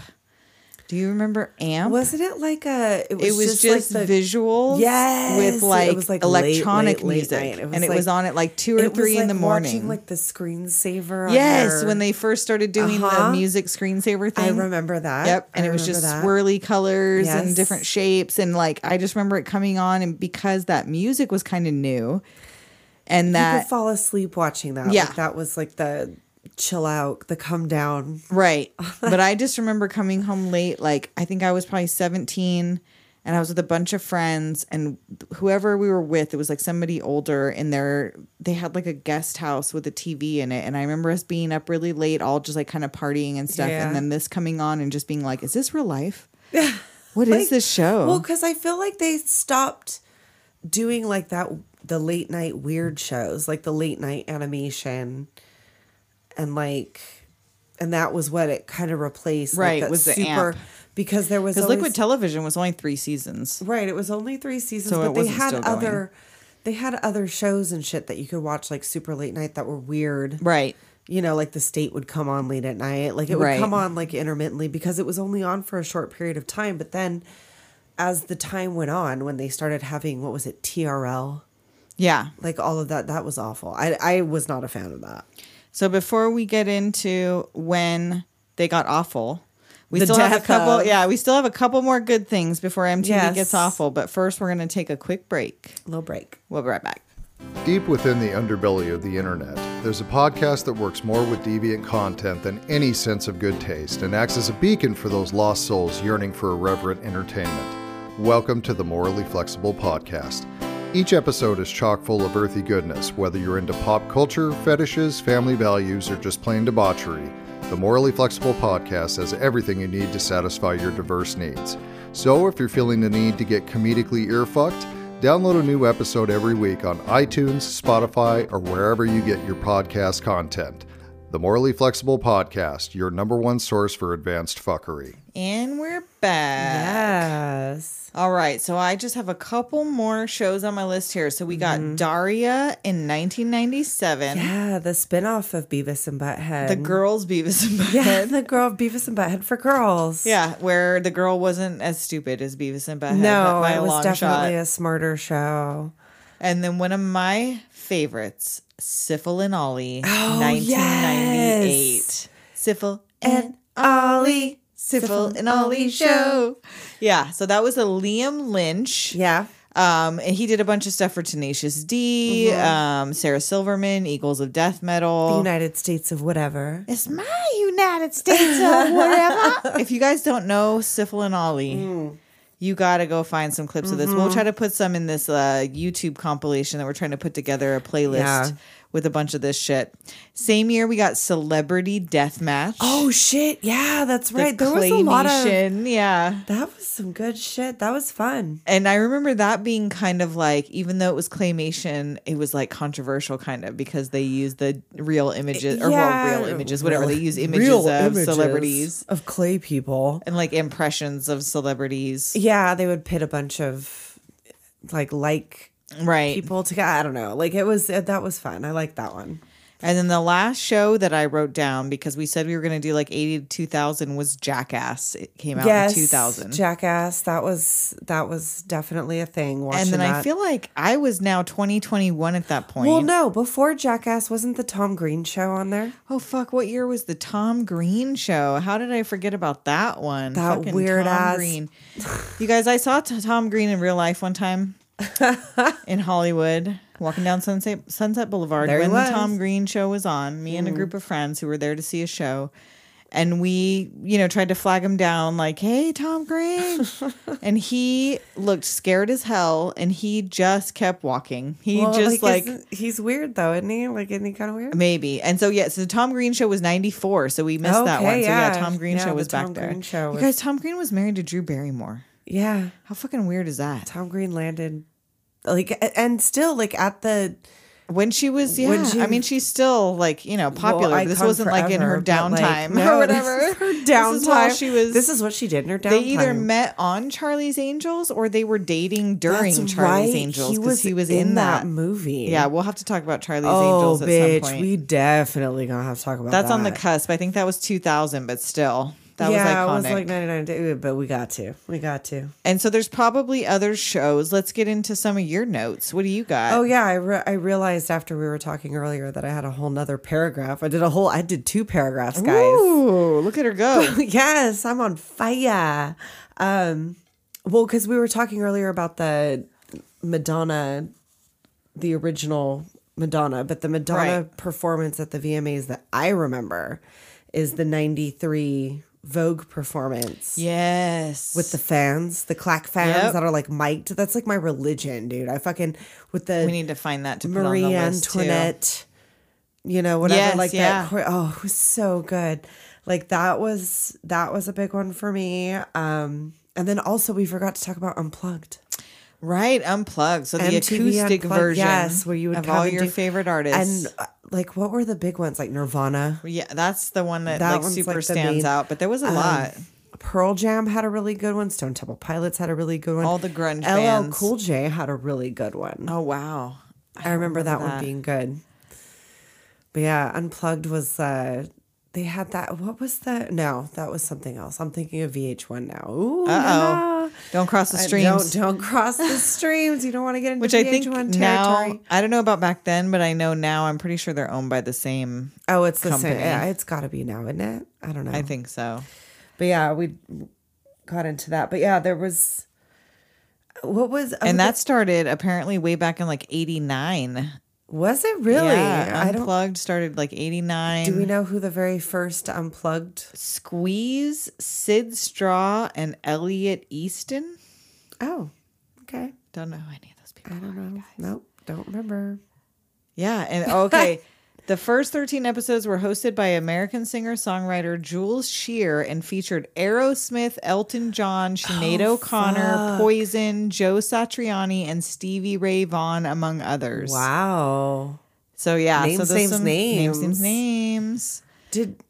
[SPEAKER 5] Do you remember Amp?
[SPEAKER 3] wasn't it like a it was,
[SPEAKER 5] it was just,
[SPEAKER 3] like the,
[SPEAKER 5] visuals
[SPEAKER 3] Yes,
[SPEAKER 5] with
[SPEAKER 3] it
[SPEAKER 5] like,
[SPEAKER 3] was, like, late,
[SPEAKER 5] electronic
[SPEAKER 3] late, late
[SPEAKER 5] music.
[SPEAKER 3] night. It was,
[SPEAKER 5] and it
[SPEAKER 3] like-
[SPEAKER 5] was on at like two or
[SPEAKER 3] it was,
[SPEAKER 5] three in
[SPEAKER 3] like,
[SPEAKER 5] the
[SPEAKER 3] watching
[SPEAKER 5] morning.
[SPEAKER 3] like the screensaver on
[SPEAKER 5] yes,
[SPEAKER 3] your-
[SPEAKER 5] when they first started doing the
[SPEAKER 3] Uh-huh.
[SPEAKER 5] music screensaver thing.
[SPEAKER 3] i remember that
[SPEAKER 5] Yep.
[SPEAKER 3] I
[SPEAKER 5] And it was just
[SPEAKER 3] remember that.
[SPEAKER 5] swirly colors and
[SPEAKER 3] Yes.
[SPEAKER 5] different shapes. And like, I just remember it coming on. And because that music was kind of new and
[SPEAKER 3] you
[SPEAKER 5] that,
[SPEAKER 3] could fall asleep watching that
[SPEAKER 5] Yeah.
[SPEAKER 3] like, that was like the chill out the come down
[SPEAKER 5] right. but I just remember coming home late. Like, I think I was probably 17 and I was with a bunch of friends. And whoever we were with, it was like somebody older and they're, they had like a guest house with a TV in it. And I remember us being up really late, all just like kind of partying and stuff.
[SPEAKER 3] Yeah.
[SPEAKER 5] And then this coming on and just being like, is this real life? What is
[SPEAKER 3] Like,
[SPEAKER 5] this show?
[SPEAKER 3] Well, because I feel like they stopped doing like that the late night weird shows, like the late night animation, and like, and that was what it kind of replaced. like,
[SPEAKER 5] Right,
[SPEAKER 3] that
[SPEAKER 5] was the amp.
[SPEAKER 3] because there was
[SPEAKER 5] Because
[SPEAKER 3] always,
[SPEAKER 5] Liquid Television was only three seasons.
[SPEAKER 3] right. It was only three seasons,
[SPEAKER 5] So it
[SPEAKER 3] but they
[SPEAKER 5] wasn't
[SPEAKER 3] had
[SPEAKER 5] still going.
[SPEAKER 3] other. They had other shows and shit that you could watch like super late night that were weird.
[SPEAKER 5] Right.
[SPEAKER 3] You know, like the state would come on late at night. Like it would
[SPEAKER 5] Right.
[SPEAKER 3] come on like intermittently because it was only on for a short period of time. But then as the time went on, when they started having what was it, TRL,
[SPEAKER 5] Yeah.
[SPEAKER 3] like all of that, that was awful. I I was not a fan of that.
[SPEAKER 5] So before we get into when they got awful, we
[SPEAKER 3] The
[SPEAKER 5] still have a
[SPEAKER 3] death
[SPEAKER 5] couple.
[SPEAKER 3] of-
[SPEAKER 5] Yeah, we still have a couple more good things before MTV
[SPEAKER 3] Yes.
[SPEAKER 5] gets awful. But first, we're going to take a quick break.
[SPEAKER 3] Little break.
[SPEAKER 5] We'll be right back.
[SPEAKER 6] Deep within the underbelly of the internet, there's a podcast that works more with deviant content than any sense of good taste and acts as a beacon for those lost souls yearning for irreverent entertainment. Welcome to the Morally Flexible Podcast. Each episode is chock full of earthy goodness, whether you're into pop culture, fetishes, family values, or just plain debauchery. The Morally Flexible Podcast has everything you need to satisfy your diverse needs. So if you're feeling the need to get comedically earfucked, Download a new episode every week on iTunes, Spotify, or wherever you get your podcast content. The Morally Flexible Podcast, your number one source for advanced fuckery.
[SPEAKER 5] And we're back.
[SPEAKER 3] Yes.
[SPEAKER 5] All right. So I just have a couple more shows on my list here. So we got
[SPEAKER 3] Mm-hmm.
[SPEAKER 5] Daria in 1997,
[SPEAKER 3] Yeah, the spinoff of Beavis and Butthead.
[SPEAKER 5] The Girls Beavis and Butthead.
[SPEAKER 3] Yeah, the girl of Beavis and Butthead for girls.
[SPEAKER 5] Yeah, where the girl wasn't as stupid as Beavis and Butthead.
[SPEAKER 3] No,
[SPEAKER 5] but by
[SPEAKER 3] it
[SPEAKER 5] a
[SPEAKER 3] was
[SPEAKER 5] long
[SPEAKER 3] definitely
[SPEAKER 5] shot.
[SPEAKER 3] a smarter show.
[SPEAKER 5] And then one of my favorites, Syphil and Ollie, 1998.
[SPEAKER 3] yes.
[SPEAKER 5] Syphil
[SPEAKER 3] And
[SPEAKER 5] and Ollie, Syphil and Ollie show. Yeah, so that was a Liam Lynch.
[SPEAKER 3] Yeah.
[SPEAKER 5] Um, and he did a bunch of stuff for Tenacious D, um, Sarah Silverman, Eagles of Death
[SPEAKER 3] The
[SPEAKER 5] Metal.
[SPEAKER 3] United States of whatever.
[SPEAKER 5] it's my United States of whatever. if you guys don't know Syphil and Ollie,
[SPEAKER 3] Mm.
[SPEAKER 5] you got to go find some clips of this. We'll try to put some in this uh, YouTube compilation that we're trying to put together a playlist
[SPEAKER 3] Yeah.
[SPEAKER 5] with a bunch of this shit. Same year we got Celebrity Deathmatch.
[SPEAKER 3] Oh shit! Yeah, that's
[SPEAKER 5] the
[SPEAKER 3] right. There was a lot of
[SPEAKER 5] claymation, yeah.
[SPEAKER 3] that was some good shit. That was fun.
[SPEAKER 5] And I remember that being kind of like, even though it was claymation, it was like controversial, kind of because they use the real images or
[SPEAKER 3] Yeah,
[SPEAKER 5] well, real images, whatever
[SPEAKER 3] real-
[SPEAKER 5] they use images
[SPEAKER 3] real
[SPEAKER 5] of
[SPEAKER 3] images
[SPEAKER 5] celebrities
[SPEAKER 3] of clay people.
[SPEAKER 5] and like impressions of celebrities,
[SPEAKER 3] Yeah, they would pit a bunch of like like
[SPEAKER 5] right?
[SPEAKER 3] people together. I don't know. Like it was uh, that was fun. I like that one.
[SPEAKER 5] And then the last show that I wrote down because we said we were going to do like eighty to two thousand was Jackass. It came out
[SPEAKER 3] yes,
[SPEAKER 5] in two thousand.
[SPEAKER 3] Jackass. That was that was definitely a thing. Watching
[SPEAKER 5] and then I
[SPEAKER 3] that.
[SPEAKER 5] feel like I was now twenty twenty one at that point.
[SPEAKER 3] Well, no, before Jackass, wasn't the Tom Green show on there?
[SPEAKER 5] Oh fuck! What year was the Tom Green show? How did I forget about that one?
[SPEAKER 3] That weird
[SPEAKER 5] Tom
[SPEAKER 3] ass-
[SPEAKER 5] Green. You guys, I saw T- Tom Green in real life one time in Hollywood, walking down Sunset Sunset Boulevard
[SPEAKER 3] There he
[SPEAKER 5] when the
[SPEAKER 3] was. Mm.
[SPEAKER 5] Tom Green show was on. Me and a group of friends who were there to see a show. And we, you know, tried to flag him down, like, hey, Tom Green. and he looked scared as hell and he just kept walking. He
[SPEAKER 3] Well,
[SPEAKER 5] just, like,
[SPEAKER 3] isn't- he's weird though, isn't he? Like, isn't he kind of weird?
[SPEAKER 5] Maybe. And so yeah, so the Tom Green show was 94, so we missed that
[SPEAKER 3] Okay,
[SPEAKER 5] one. So
[SPEAKER 3] yeah.
[SPEAKER 5] yeah, Tom Green
[SPEAKER 3] Yeah,
[SPEAKER 5] show
[SPEAKER 3] the
[SPEAKER 5] was
[SPEAKER 3] Tom
[SPEAKER 5] back there.
[SPEAKER 3] Green show
[SPEAKER 5] you
[SPEAKER 3] was-
[SPEAKER 5] guys, Tom Green was married to Drew Barrymore.
[SPEAKER 3] Yeah,
[SPEAKER 5] How fucking weird is that?
[SPEAKER 3] Tom Green landed, like, a- and still like at the
[SPEAKER 5] When she was yeah,
[SPEAKER 3] When she-
[SPEAKER 5] I mean she's still like, you know, popular.
[SPEAKER 3] Well,
[SPEAKER 5] this
[SPEAKER 3] icon
[SPEAKER 5] wasn't like in her
[SPEAKER 3] forever, but, like,
[SPEAKER 5] downtime
[SPEAKER 3] no,
[SPEAKER 5] or whatever.
[SPEAKER 3] This is her downtime.
[SPEAKER 5] This is while she was
[SPEAKER 3] This is what she did in her downtime.
[SPEAKER 5] they either met on Charlie's Angels or they were dating during
[SPEAKER 3] That's
[SPEAKER 5] Charlie's
[SPEAKER 3] right.
[SPEAKER 5] Angels
[SPEAKER 3] He
[SPEAKER 5] because
[SPEAKER 3] was,
[SPEAKER 5] he, was
[SPEAKER 3] in, that,
[SPEAKER 5] that.
[SPEAKER 3] movie.
[SPEAKER 5] Yeah, we'll have to talk about Charlie's
[SPEAKER 3] Oh,
[SPEAKER 5] Angels at
[SPEAKER 3] bitch,
[SPEAKER 5] some point.
[SPEAKER 3] we definitely gonna have to talk about
[SPEAKER 5] That's
[SPEAKER 3] that.
[SPEAKER 5] on the cusp. I think that was 2000, but still. That
[SPEAKER 3] yeah,
[SPEAKER 5] was iconic.
[SPEAKER 3] it was like ninety nine, day- but we got to, we got to.
[SPEAKER 5] And so there's probably other shows. Let's get into some of your notes. What do you got?
[SPEAKER 3] Oh yeah, I, re- I realized after we were talking earlier that I had a whole nother paragraph. I did a whole, I did two paragraphs, guys.
[SPEAKER 5] Ooh, look at her go.
[SPEAKER 3] yes, I'm on fire. Um, well, because we were talking earlier about the Madonna, the original Madonna, but the Madonna
[SPEAKER 5] Right.
[SPEAKER 3] performance at the VMAs that I remember is the '93 Vogue performance
[SPEAKER 5] yes.
[SPEAKER 3] with the fans, the clack fans
[SPEAKER 5] Yep.
[SPEAKER 3] that are like mic'd. That's like my religion, dude. I fucking with the
[SPEAKER 5] we need to find that to put
[SPEAKER 3] Marie
[SPEAKER 5] on the list too.
[SPEAKER 3] Antoinette, you know, whatever
[SPEAKER 5] Yes,
[SPEAKER 3] like
[SPEAKER 5] yeah.
[SPEAKER 3] that. chor- Oh, it was so good. Like that was that was a big one for me. Um and then also we forgot to talk about Unplugged.
[SPEAKER 5] Right, unplugged. So the
[SPEAKER 3] MTV
[SPEAKER 5] acoustic
[SPEAKER 3] Unplugged,
[SPEAKER 5] version.
[SPEAKER 3] yes, where you would
[SPEAKER 5] of
[SPEAKER 3] come
[SPEAKER 5] all
[SPEAKER 3] and
[SPEAKER 5] your
[SPEAKER 3] do-
[SPEAKER 5] favorite artists.
[SPEAKER 3] And uh, like what were the big ones? Like Nirvana.
[SPEAKER 5] yeah, that's the one that,
[SPEAKER 3] That
[SPEAKER 5] like
[SPEAKER 3] one's,
[SPEAKER 5] super
[SPEAKER 3] like, the
[SPEAKER 5] stands
[SPEAKER 3] main- um,
[SPEAKER 5] out. But there was a lot.
[SPEAKER 3] Pearl Jam had a really good one. Stone Temple Pilots had a really good one.
[SPEAKER 5] All the grunge
[SPEAKER 3] LL
[SPEAKER 5] bands.
[SPEAKER 3] Cool J had a really good one.
[SPEAKER 5] Oh wow.
[SPEAKER 3] I, remember, that,
[SPEAKER 5] that.
[SPEAKER 3] one being good. But yeah, Unplugged was uh they had that what was that? No, that was something else. I'm thinking of VH1 now. Ooh.
[SPEAKER 5] Uh
[SPEAKER 3] no.
[SPEAKER 5] oh. Don't cross the
[SPEAKER 3] I-
[SPEAKER 5] streams.
[SPEAKER 3] Don't don't cross the streams. You don't want to get into
[SPEAKER 5] Which
[SPEAKER 3] VH1
[SPEAKER 5] I think
[SPEAKER 3] territory.
[SPEAKER 5] now I don't know about back then, but I know now I'm pretty sure they're owned by the same.
[SPEAKER 3] oh, it's the
[SPEAKER 5] company.
[SPEAKER 3] same. Yeah, it's got to be now, isn't it? I don't know.
[SPEAKER 5] I think so.
[SPEAKER 3] But yeah, we got into that. But yeah, there was what was
[SPEAKER 5] and that started apparently way back in like 89
[SPEAKER 3] was it really?
[SPEAKER 5] yeah,
[SPEAKER 3] I don't.
[SPEAKER 5] unplugged started like 89
[SPEAKER 3] Do we know who the very first unplugged?
[SPEAKER 5] squeeze sid straw and elliot easton
[SPEAKER 3] Oh, okay.
[SPEAKER 5] don't know any of those people
[SPEAKER 3] I don't know. Nope, don't remember.
[SPEAKER 5] yeah and okay the first 13 episodes were hosted by american singer-songwriter jules shear and featured aerosmith elton john sinead
[SPEAKER 3] Oh,
[SPEAKER 5] o'connor poison joe satriani and stevie ray vaughan among others
[SPEAKER 3] Wow.
[SPEAKER 5] so yeah so
[SPEAKER 3] Names,
[SPEAKER 5] there's
[SPEAKER 3] names,
[SPEAKER 5] some names names
[SPEAKER 3] names.
[SPEAKER 5] names
[SPEAKER 3] Did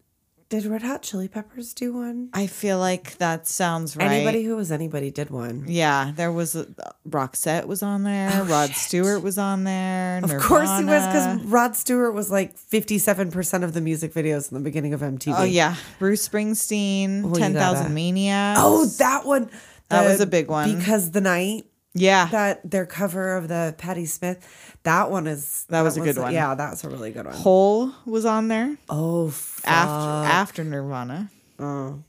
[SPEAKER 3] did Red Hot Chili Peppers do one?
[SPEAKER 5] I feel like that sounds right.
[SPEAKER 3] Anybody who was anybody did one.
[SPEAKER 5] Yeah, there was a, Roxette was on there. Rod Stewart was on there.
[SPEAKER 3] Oh, Of course he was because Rod Stewart was like fifty seven percent of the music videos in the beginning of MTV.
[SPEAKER 5] Oh yeah, Bruce Springsteen,
[SPEAKER 3] Oh, you
[SPEAKER 5] Ten Thousand
[SPEAKER 3] gotta-
[SPEAKER 5] Maniacs.
[SPEAKER 3] Oh, that one.
[SPEAKER 5] That
[SPEAKER 3] The-
[SPEAKER 5] was a big one.
[SPEAKER 3] Because the night
[SPEAKER 5] yeah,
[SPEAKER 3] that their cover of the Patti Smith, that one is
[SPEAKER 5] That was a good one.
[SPEAKER 3] Yeah, that's a really good one.
[SPEAKER 5] Hole was on there
[SPEAKER 3] Oh, fuck. Oh,
[SPEAKER 5] after after Nirvana.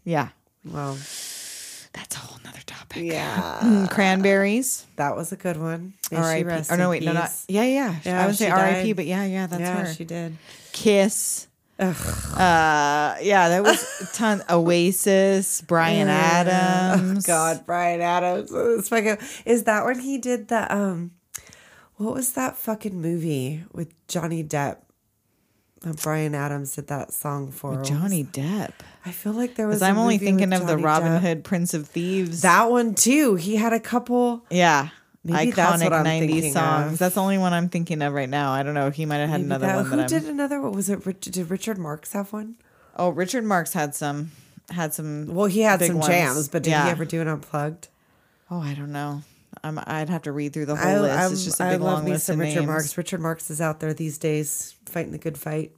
[SPEAKER 5] Yeah,
[SPEAKER 3] Wow.
[SPEAKER 5] that's a whole nother topic. Yeah, Cranberries.
[SPEAKER 3] that was a good one. May she
[SPEAKER 5] R.I.P.
[SPEAKER 3] rest
[SPEAKER 5] Oh
[SPEAKER 3] in
[SPEAKER 5] no, wait, no, not
[SPEAKER 3] peace.
[SPEAKER 5] yeah, yeah.
[SPEAKER 3] Yeah,
[SPEAKER 5] I would
[SPEAKER 3] she
[SPEAKER 5] say R.I.P.
[SPEAKER 3] died.
[SPEAKER 5] But yeah, yeah, that's
[SPEAKER 3] yeah,
[SPEAKER 5] her.
[SPEAKER 3] she did.
[SPEAKER 5] Kiss. Uh, yeah, there was a ton. Oasis, Brian Adams.
[SPEAKER 3] God, Brian Adams. It's fucking, is that when he did the um what was that fucking movie with Johnny Depp that Brian Adams did that song for What
[SPEAKER 5] Johnny
[SPEAKER 3] was-
[SPEAKER 5] Depp.
[SPEAKER 3] I feel like there was.
[SPEAKER 5] Because
[SPEAKER 3] a
[SPEAKER 5] I'm only
[SPEAKER 3] movie
[SPEAKER 5] thinking
[SPEAKER 3] with
[SPEAKER 5] of the
[SPEAKER 3] Johnny
[SPEAKER 5] Robin
[SPEAKER 3] Depp.
[SPEAKER 5] Hood Prince of Thieves.
[SPEAKER 3] That one too. He had a couple.
[SPEAKER 5] yeah.
[SPEAKER 3] Maybe
[SPEAKER 5] Iconic
[SPEAKER 3] that's what I'm
[SPEAKER 5] 90s
[SPEAKER 3] thinking
[SPEAKER 5] songs.
[SPEAKER 3] of.
[SPEAKER 5] That's the only one I'm thinking of right now. I don't know. He might have had
[SPEAKER 3] maybe
[SPEAKER 5] another
[SPEAKER 3] that-
[SPEAKER 5] one
[SPEAKER 3] Who
[SPEAKER 5] that
[SPEAKER 3] did
[SPEAKER 5] I'm.
[SPEAKER 3] another? What was it? Rich- Did Richard Marx have one?
[SPEAKER 5] Oh, Richard Marx had some. Had some.
[SPEAKER 3] Well, he had
[SPEAKER 5] big
[SPEAKER 3] some
[SPEAKER 5] ones.
[SPEAKER 3] jams, but did
[SPEAKER 5] Yeah.
[SPEAKER 3] he ever do an unplugged?
[SPEAKER 5] Oh, I don't know. I'm, I'd have to read through the whole
[SPEAKER 3] I,
[SPEAKER 5] list.
[SPEAKER 3] I'm-
[SPEAKER 5] it's just a
[SPEAKER 3] I
[SPEAKER 5] big
[SPEAKER 3] love
[SPEAKER 5] long
[SPEAKER 3] me
[SPEAKER 5] list
[SPEAKER 3] some
[SPEAKER 5] of
[SPEAKER 3] Richard
[SPEAKER 5] names.
[SPEAKER 3] Marx. Richard Marx is out there these days fighting the good fight.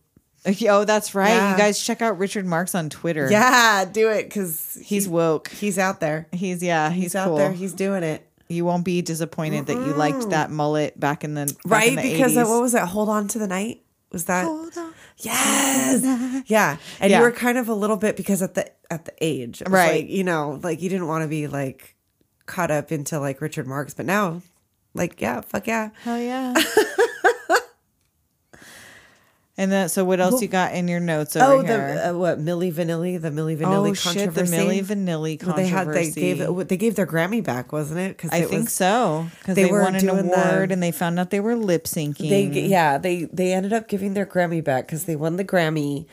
[SPEAKER 5] Okay, Oh, that's right. You
[SPEAKER 3] Yeah.
[SPEAKER 5] guys check out Richard Marx on Twitter.
[SPEAKER 3] Yeah, do it because
[SPEAKER 5] He's woke.
[SPEAKER 3] he's out there.
[SPEAKER 5] He's yeah, he's,
[SPEAKER 3] He's out
[SPEAKER 5] cool.
[SPEAKER 3] there. He's doing it.
[SPEAKER 5] you won't be disappointed that you liked that mullet back in the back
[SPEAKER 3] right
[SPEAKER 5] in the
[SPEAKER 3] because
[SPEAKER 5] 80s.
[SPEAKER 3] of, what was it hold on to the night was that yes yeah and
[SPEAKER 5] Yeah.
[SPEAKER 3] you were kind of a little bit because at the at the age it was
[SPEAKER 5] Right.
[SPEAKER 3] like, you know like you didn't want to be like caught up into like richard marx but now like yeah fuck yeah
[SPEAKER 5] hell yeah. and then so what else you got in your notes over
[SPEAKER 3] oh
[SPEAKER 5] here?
[SPEAKER 3] the uh, what millie vanilli the millie vanilli
[SPEAKER 5] oh shit, the
[SPEAKER 3] controversy
[SPEAKER 5] Millie Vanilli
[SPEAKER 3] Well, they
[SPEAKER 5] controversy.
[SPEAKER 3] had they gave it- they gave their grammy back wasn't it because
[SPEAKER 5] I think so because they,
[SPEAKER 3] they were
[SPEAKER 5] won an
[SPEAKER 3] doing the-
[SPEAKER 5] award and they found out they were lip syncing.
[SPEAKER 3] They g- yeah they they ended up giving their Grammy back because they won the Grammy,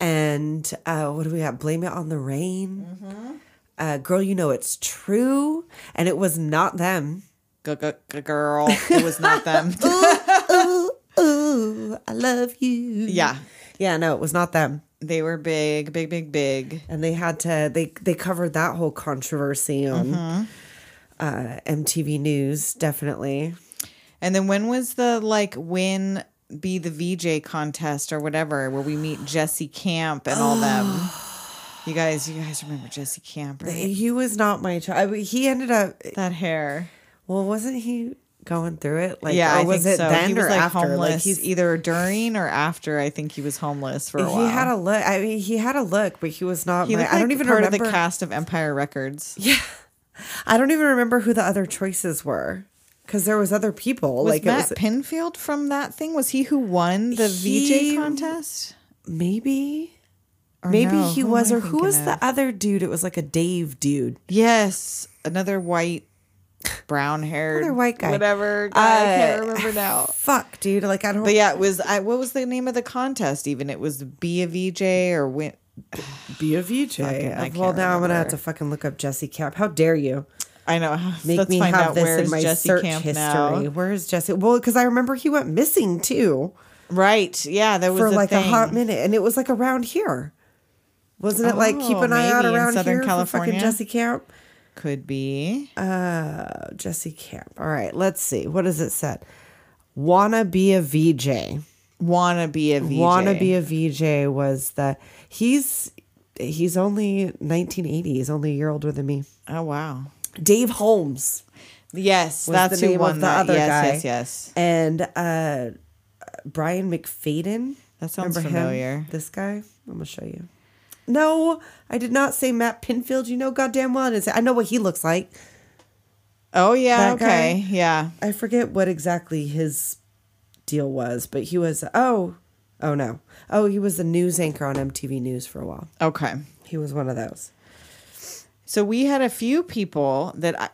[SPEAKER 3] and uh, what do we have? Blame it on the rain.
[SPEAKER 5] Mm-hmm.
[SPEAKER 3] Uh, girl, you know it's true, and it was not them.
[SPEAKER 5] girl, it was not them.
[SPEAKER 3] Ooh, I love you.
[SPEAKER 5] yeah,
[SPEAKER 3] yeah, no, it was not them,
[SPEAKER 5] they were big, big, big, big.
[SPEAKER 3] and they had to they they covered that whole controversy on
[SPEAKER 5] Mm-hmm.
[SPEAKER 3] uh, MTV News definitely.
[SPEAKER 5] And then when was the like win be the VJ contest or whatever where we meet Jesse Camp and all them? You guys, you guys remember Jesse Camp? Right?
[SPEAKER 3] He was not my child. He ended up
[SPEAKER 5] that hair.
[SPEAKER 3] well, wasn't he? Going through it, like
[SPEAKER 5] yeah,
[SPEAKER 3] or
[SPEAKER 5] I
[SPEAKER 3] was
[SPEAKER 5] think
[SPEAKER 3] it
[SPEAKER 5] so.
[SPEAKER 3] then
[SPEAKER 5] he was
[SPEAKER 3] or
[SPEAKER 5] like
[SPEAKER 3] after?
[SPEAKER 5] homeless
[SPEAKER 3] Like he's
[SPEAKER 5] either during or after. I think he was homeless for a while.
[SPEAKER 3] He had a look. I mean, he had a look, but he was not.
[SPEAKER 5] He
[SPEAKER 3] my,
[SPEAKER 5] looked
[SPEAKER 3] I
[SPEAKER 5] like
[SPEAKER 3] don't even
[SPEAKER 5] part
[SPEAKER 3] remember.
[SPEAKER 5] of the cast of Empire Records.
[SPEAKER 3] I don't even remember who the other choices were, because there was other people.
[SPEAKER 5] Was
[SPEAKER 3] like it
[SPEAKER 5] Matt
[SPEAKER 3] was
[SPEAKER 5] Pinfield from that thing? Was he who won the VJ
[SPEAKER 3] He-
[SPEAKER 5] contest?
[SPEAKER 3] maybe,
[SPEAKER 5] Or
[SPEAKER 3] maybe
[SPEAKER 5] no,
[SPEAKER 3] he
[SPEAKER 5] who am
[SPEAKER 3] was,
[SPEAKER 5] I
[SPEAKER 3] or who
[SPEAKER 5] thinking
[SPEAKER 3] was
[SPEAKER 5] of?
[SPEAKER 3] the other dude? It was like a Dave dude.
[SPEAKER 5] Yes, another white, brown haired,
[SPEAKER 3] Another white guy.
[SPEAKER 5] whatever. guy, I can't
[SPEAKER 3] Uh,
[SPEAKER 5] remember now.
[SPEAKER 3] Fuck, dude. Like I don't.
[SPEAKER 5] But yeah, it was I, what was the name of the contest? Even it was be a VJ or win.
[SPEAKER 3] be a VJ.
[SPEAKER 5] I can't
[SPEAKER 3] well, now I'm gonna have
[SPEAKER 5] remember.
[SPEAKER 3] to fucking look up Jesse Camp. How dare you
[SPEAKER 5] I know.
[SPEAKER 3] make
[SPEAKER 5] Let's
[SPEAKER 3] me
[SPEAKER 5] find
[SPEAKER 3] have
[SPEAKER 5] out
[SPEAKER 3] this
[SPEAKER 5] where's
[SPEAKER 3] in my
[SPEAKER 5] Jesse
[SPEAKER 3] search
[SPEAKER 5] Camp
[SPEAKER 3] history?
[SPEAKER 5] now.
[SPEAKER 3] Where is Jesse? Well, because I remember he went missing too.
[SPEAKER 5] Right? Yeah, that was
[SPEAKER 3] for
[SPEAKER 5] the
[SPEAKER 3] like a
[SPEAKER 5] thing.
[SPEAKER 3] hot minute, and it was like around here. Wasn't it like keep
[SPEAKER 5] Oh,
[SPEAKER 3] an eye out
[SPEAKER 5] maybe in
[SPEAKER 3] around
[SPEAKER 5] Southern
[SPEAKER 3] here for
[SPEAKER 5] California?
[SPEAKER 3] fucking Jesse Camp?
[SPEAKER 5] Could be.
[SPEAKER 3] Uh, Jesse Camp. All right, let's see. What does it said? Wanna be a VJ.
[SPEAKER 5] Wanna be a VJ.
[SPEAKER 3] Wanna be a VJ was the he's he's only 1980. He's only a year older than me.
[SPEAKER 5] Oh wow.
[SPEAKER 3] Dave Holmes.
[SPEAKER 5] Yes,
[SPEAKER 3] was
[SPEAKER 5] that's
[SPEAKER 3] the
[SPEAKER 5] who
[SPEAKER 3] name
[SPEAKER 5] won
[SPEAKER 3] of the
[SPEAKER 5] that.
[SPEAKER 3] other
[SPEAKER 5] yes,
[SPEAKER 3] guy.
[SPEAKER 5] yes, yes.
[SPEAKER 3] And uh, Brian McFadden.
[SPEAKER 5] That sounds
[SPEAKER 3] him?
[SPEAKER 5] familiar.
[SPEAKER 3] This guy. I'm gonna show you. No, I did not say Matt Pinfield. You know, goddamn well, I didn't say- I know what he looks like.
[SPEAKER 5] Oh yeah.
[SPEAKER 3] That guy?
[SPEAKER 5] Okay. Yeah.
[SPEAKER 3] I forget what exactly his deal was, but he was oh, oh no, oh he was the news anchor on MTV News for a while.
[SPEAKER 5] Okay.
[SPEAKER 3] He was one of those.
[SPEAKER 5] So we had a few people that I,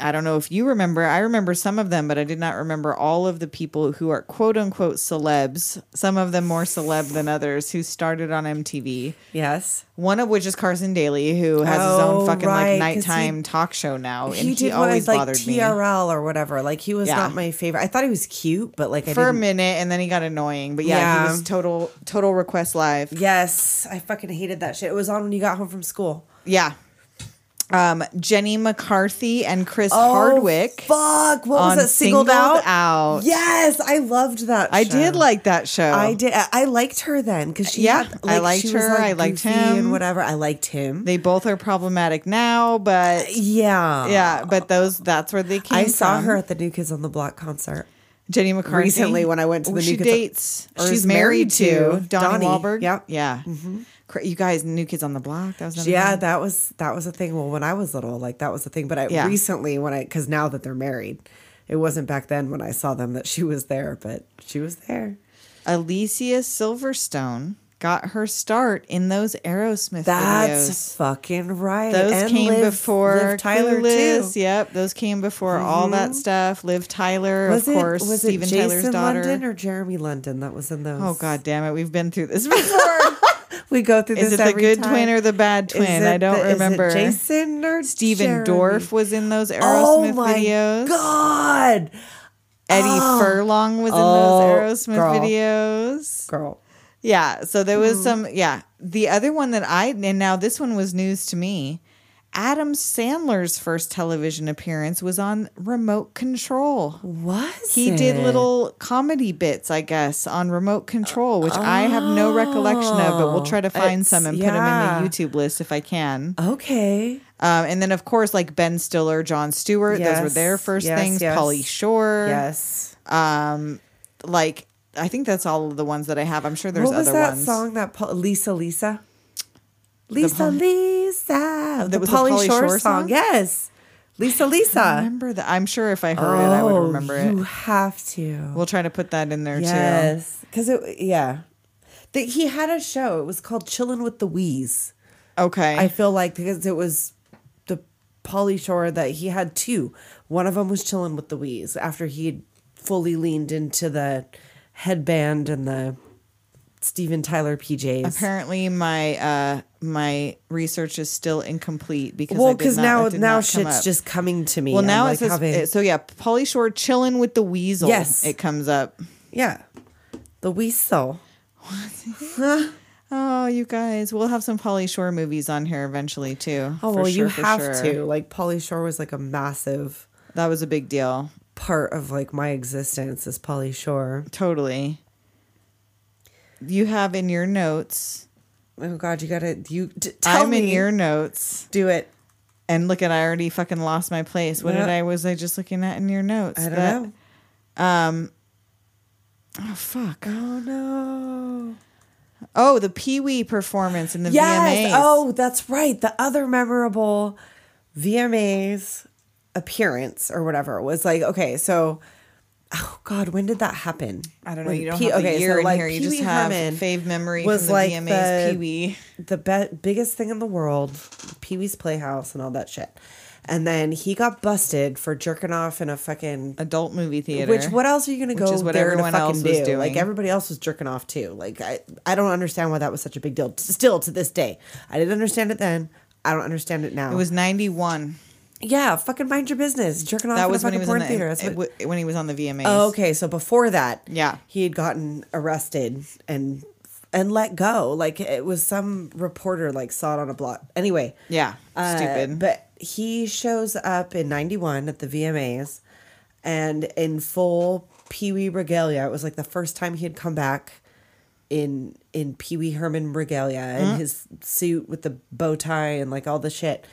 [SPEAKER 5] I don't know if you remember. I remember some of them, but I did not remember all of the people who are quote unquote celebs, some of them more celeb than others, who started on MTV.
[SPEAKER 3] Yes,
[SPEAKER 5] One of which is Carson Daly, who has his
[SPEAKER 3] Oh,
[SPEAKER 5] own fucking like
[SPEAKER 3] right, 'cause he-
[SPEAKER 5] nighttime talk show now. Oh, And
[SPEAKER 3] he
[SPEAKER 5] he,
[SPEAKER 3] did one
[SPEAKER 5] always
[SPEAKER 3] always like
[SPEAKER 5] bothered me.
[SPEAKER 3] TRL or whatever. Like he was
[SPEAKER 5] Yeah.
[SPEAKER 3] not my favorite. I thought he was cute, but like I
[SPEAKER 5] For a
[SPEAKER 3] didn't.
[SPEAKER 5] minute, and then he got annoying. But yeah, he
[SPEAKER 3] Yeah.
[SPEAKER 5] was total total request live.
[SPEAKER 3] Yes, I fucking hated that shit. It was on when you got home from school.
[SPEAKER 5] Yeah. Um, Jenny McCarthy and Chris
[SPEAKER 3] Oh,
[SPEAKER 5] Hardwick.
[SPEAKER 3] Fuck, what was
[SPEAKER 5] on
[SPEAKER 3] that? Singled,
[SPEAKER 5] Singled
[SPEAKER 3] out?
[SPEAKER 5] Out.
[SPEAKER 3] Yes, I loved that.
[SPEAKER 5] I
[SPEAKER 3] show.
[SPEAKER 5] did like that show.
[SPEAKER 3] I did. I- I liked her then because she.
[SPEAKER 5] Yeah,
[SPEAKER 3] had,
[SPEAKER 5] I liked
[SPEAKER 3] she was,
[SPEAKER 5] her, I liked
[SPEAKER 3] goofy
[SPEAKER 5] him.
[SPEAKER 3] and whatever. I liked him.
[SPEAKER 5] They both are problematic now, but
[SPEAKER 3] yeah,
[SPEAKER 5] yeah, but those that's where they came.
[SPEAKER 3] I saw
[SPEAKER 5] from.
[SPEAKER 3] her at the New Kids on the Block concert.
[SPEAKER 5] Jenny McCarthy
[SPEAKER 3] recently when I went to the
[SPEAKER 5] Well,
[SPEAKER 3] New
[SPEAKER 5] she
[SPEAKER 3] Kids-
[SPEAKER 5] dates. Or
[SPEAKER 3] She's
[SPEAKER 5] is married,
[SPEAKER 3] married
[SPEAKER 5] to
[SPEAKER 3] to
[SPEAKER 5] Donnie,
[SPEAKER 3] Donnie,
[SPEAKER 5] Wahlberg.
[SPEAKER 3] yep. Mm-hmm.
[SPEAKER 5] yeah. Cra- You guys, New Kids on the Block. That was another
[SPEAKER 3] Yeah,
[SPEAKER 5] one.
[SPEAKER 3] that was that was a thing. Well, when I was little, like that was a thing. But I
[SPEAKER 5] Yeah.
[SPEAKER 3] recently when I because now that they're married, it wasn't back then when I saw them that she was there, but she was there.
[SPEAKER 5] Alicia Silverstone got her start in those Aerosmith
[SPEAKER 3] That's
[SPEAKER 5] videos.
[SPEAKER 3] fucking right.
[SPEAKER 5] Those
[SPEAKER 3] And
[SPEAKER 5] came
[SPEAKER 3] Liv-
[SPEAKER 5] before
[SPEAKER 3] Liv Tyler
[SPEAKER 5] Clueless.
[SPEAKER 3] too. Mm-hmm.
[SPEAKER 5] Yep, those came before all that stuff. Liv Tyler,
[SPEAKER 3] Was
[SPEAKER 5] of
[SPEAKER 3] it
[SPEAKER 5] course,
[SPEAKER 3] was it
[SPEAKER 5] Steven
[SPEAKER 3] Jason
[SPEAKER 5] Tyler's daughter.
[SPEAKER 3] London or Jeremy London that was in those?
[SPEAKER 5] oh god damn it, we've been through this before.
[SPEAKER 3] we go through
[SPEAKER 5] is
[SPEAKER 3] this
[SPEAKER 5] it the
[SPEAKER 3] every
[SPEAKER 5] good
[SPEAKER 3] time.
[SPEAKER 5] twin or the bad twin?
[SPEAKER 3] Is it
[SPEAKER 5] I don't
[SPEAKER 3] the- is it
[SPEAKER 5] remember.
[SPEAKER 3] Jason or
[SPEAKER 5] Steven Dorff was in those Aerosmith
[SPEAKER 3] oh my
[SPEAKER 5] videos.
[SPEAKER 3] god,
[SPEAKER 5] Eddie Furlong was in those Aerosmith
[SPEAKER 3] Oh, girl. Hmm.
[SPEAKER 5] videos.
[SPEAKER 3] girl.
[SPEAKER 5] Yeah, so there was some. Yeah, the other one that I and now this one was news to me. Adam Sandler's first television appearance was on Remote Control.
[SPEAKER 3] Was
[SPEAKER 5] He did
[SPEAKER 3] it?
[SPEAKER 5] little comedy bits, I guess, on Remote Control, which I have no recollection of, but we'll try to find some and put
[SPEAKER 3] Uh, yeah.
[SPEAKER 5] them in the YouTube list if I can.
[SPEAKER 3] Okay,
[SPEAKER 5] Um, and then, of course, like Ben Stiller, John Stewart, those were
[SPEAKER 3] Yes,
[SPEAKER 5] their first
[SPEAKER 3] yes,
[SPEAKER 5] things.
[SPEAKER 3] yes.
[SPEAKER 5] Polly Shore, Um,
[SPEAKER 3] yes.
[SPEAKER 5] like I think that's all of the ones that I have. I'm sure there's
[SPEAKER 3] what was
[SPEAKER 5] other
[SPEAKER 3] that
[SPEAKER 5] ones.
[SPEAKER 3] song that Pau- Lisa Lisa? Lisa Lisa. The
[SPEAKER 5] was a
[SPEAKER 3] Polly
[SPEAKER 5] Pauly
[SPEAKER 3] Shore,
[SPEAKER 5] Shore
[SPEAKER 3] song.
[SPEAKER 5] song?
[SPEAKER 3] Yes. Lisa
[SPEAKER 5] I
[SPEAKER 3] Lisa.
[SPEAKER 5] remember that. I'm sure if I heard it, I would remember
[SPEAKER 3] Oh, You
[SPEAKER 5] it.
[SPEAKER 3] have to.
[SPEAKER 5] We'll try to put that in there too.
[SPEAKER 3] yes. Cuz it yeah. That he had a show. It was called Chillin' with the Wheeze.
[SPEAKER 5] Okay.
[SPEAKER 3] I feel like because it was the Polly Shore that he had two. One of them was Chillin' with the Wheeze after he had fully leaned into the headband and the Steven Tyler PJs.
[SPEAKER 5] Apparently, my uh my research is still incomplete because
[SPEAKER 3] well,
[SPEAKER 5] because
[SPEAKER 3] because now
[SPEAKER 5] did
[SPEAKER 3] now
[SPEAKER 5] not come
[SPEAKER 3] shit's
[SPEAKER 5] up.
[SPEAKER 3] just coming to me.
[SPEAKER 5] well
[SPEAKER 3] I'm
[SPEAKER 5] now
[SPEAKER 3] like
[SPEAKER 5] it says
[SPEAKER 3] having-
[SPEAKER 5] it- so yeah. Polly Shore chilling with the weasel.
[SPEAKER 3] Yes.
[SPEAKER 5] it comes up.
[SPEAKER 3] yeah, the weasel.
[SPEAKER 5] Oh, you guys, we'll have some Polly Shore movies on here eventually too.
[SPEAKER 3] Oh
[SPEAKER 5] For
[SPEAKER 3] well, you
[SPEAKER 5] sure, for
[SPEAKER 3] have
[SPEAKER 5] sure.
[SPEAKER 3] to. Like Polly Shore was like a massive
[SPEAKER 5] That was a big deal.
[SPEAKER 3] part of like my existence as Polly Shore.
[SPEAKER 5] Totally. You have in your notes.
[SPEAKER 3] Oh God, you gotta you t- tell
[SPEAKER 5] I'm
[SPEAKER 3] me
[SPEAKER 5] in your notes.
[SPEAKER 3] do it.
[SPEAKER 5] And look at I already fucking lost my place. What did
[SPEAKER 3] Yeah.
[SPEAKER 5] I was I just looking at in your notes?
[SPEAKER 3] I don't
[SPEAKER 5] That-
[SPEAKER 3] know.
[SPEAKER 5] Um, Oh fuck.
[SPEAKER 3] Oh no.
[SPEAKER 5] Oh, the Pee Wee performance in the
[SPEAKER 3] Yes.
[SPEAKER 5] VMAs.
[SPEAKER 3] Oh, that's right. The other memorable VMAs appearance or whatever was like okay, so oh god, when did that happen?
[SPEAKER 5] I don't know.
[SPEAKER 3] When
[SPEAKER 5] You don't
[SPEAKER 3] Pee-
[SPEAKER 5] have the year in
[SPEAKER 3] like,
[SPEAKER 5] here. You
[SPEAKER 3] Pee
[SPEAKER 5] just
[SPEAKER 3] Wee
[SPEAKER 5] have
[SPEAKER 3] Herman
[SPEAKER 5] fave memory
[SPEAKER 3] was
[SPEAKER 5] from the
[SPEAKER 3] like
[SPEAKER 5] VMAs
[SPEAKER 3] the-
[SPEAKER 5] Pee Wee.
[SPEAKER 3] the be- biggest thing in the world, Pee Wee's Playhouse and all that shit. And then he got busted for jerking off in a fucking
[SPEAKER 5] Adult movie theater.
[SPEAKER 3] which what else are you going to
[SPEAKER 5] Which
[SPEAKER 3] go
[SPEAKER 5] is what
[SPEAKER 3] there
[SPEAKER 5] everyone
[SPEAKER 3] to fucking
[SPEAKER 5] else
[SPEAKER 3] do?
[SPEAKER 5] was
[SPEAKER 3] Like
[SPEAKER 5] doing.
[SPEAKER 3] everybody else was jerking off too. Like I, I don't understand why that was such a big deal. T- Still to this day, I didn't understand it then. I don't understand it now.
[SPEAKER 5] It was ninety one.
[SPEAKER 3] Oh, yeah, fucking mind your business. Jerking off
[SPEAKER 5] That
[SPEAKER 3] in
[SPEAKER 5] was
[SPEAKER 3] a
[SPEAKER 5] when he
[SPEAKER 3] fucking
[SPEAKER 5] was in
[SPEAKER 3] porn
[SPEAKER 5] the
[SPEAKER 3] theater. That's
[SPEAKER 5] it
[SPEAKER 3] what,
[SPEAKER 5] wa- when he was on the VMAs.
[SPEAKER 3] oh, okay, so before that,
[SPEAKER 5] Yeah.
[SPEAKER 3] he had gotten arrested and and let go. Like it was some reporter like saw it on a blog. Anyway,
[SPEAKER 5] Yeah.
[SPEAKER 3] uh,
[SPEAKER 5] Stupid.
[SPEAKER 3] But he shows up in 91 at the VMAs and in full Pee Wee regalia. It was like the first time he had come back in in Pee Wee Herman regalia in
[SPEAKER 5] Mm-hmm.
[SPEAKER 3] his suit with the bow tie and like all the shit.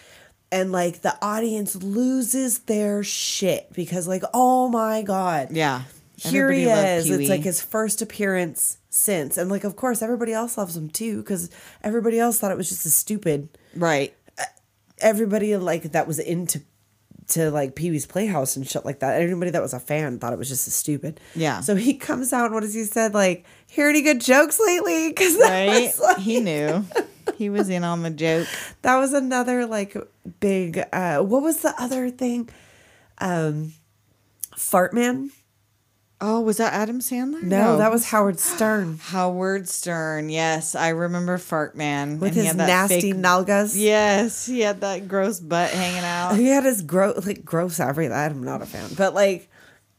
[SPEAKER 3] And like the audience loses their shit because like oh my god.
[SPEAKER 5] Yeah.
[SPEAKER 3] Here he
[SPEAKER 5] Everybody loved
[SPEAKER 3] is.
[SPEAKER 5] Pee Wee.
[SPEAKER 3] It's like his first appearance since. And like of course everybody else loves him too cuz everybody else thought it was just as stupid
[SPEAKER 5] Right.
[SPEAKER 3] everybody like that was into to like Pee Wee's Playhouse and shit like that. Anybody that was a fan thought it was just as stupid.
[SPEAKER 5] Yeah.
[SPEAKER 3] So he comes out and what does he said like, hear any good jokes lately? Because that
[SPEAKER 5] Right?
[SPEAKER 3] was like,
[SPEAKER 5] he knew. He was in on the joke.
[SPEAKER 3] that was another like big. uh What was the other thing? Um, Fart Man.
[SPEAKER 5] Oh, was that Adam Sandler?
[SPEAKER 3] No, that was Howard Stern
[SPEAKER 5] Howard Stern. Yes, I remember Fart Man
[SPEAKER 3] with
[SPEAKER 5] and he
[SPEAKER 3] his
[SPEAKER 5] had that
[SPEAKER 3] nasty
[SPEAKER 5] fake-
[SPEAKER 3] nalgas.
[SPEAKER 5] Yes, he had that gross butt hanging out.
[SPEAKER 3] Oh, He had his gross, like gross everything. I'm not a fan, but like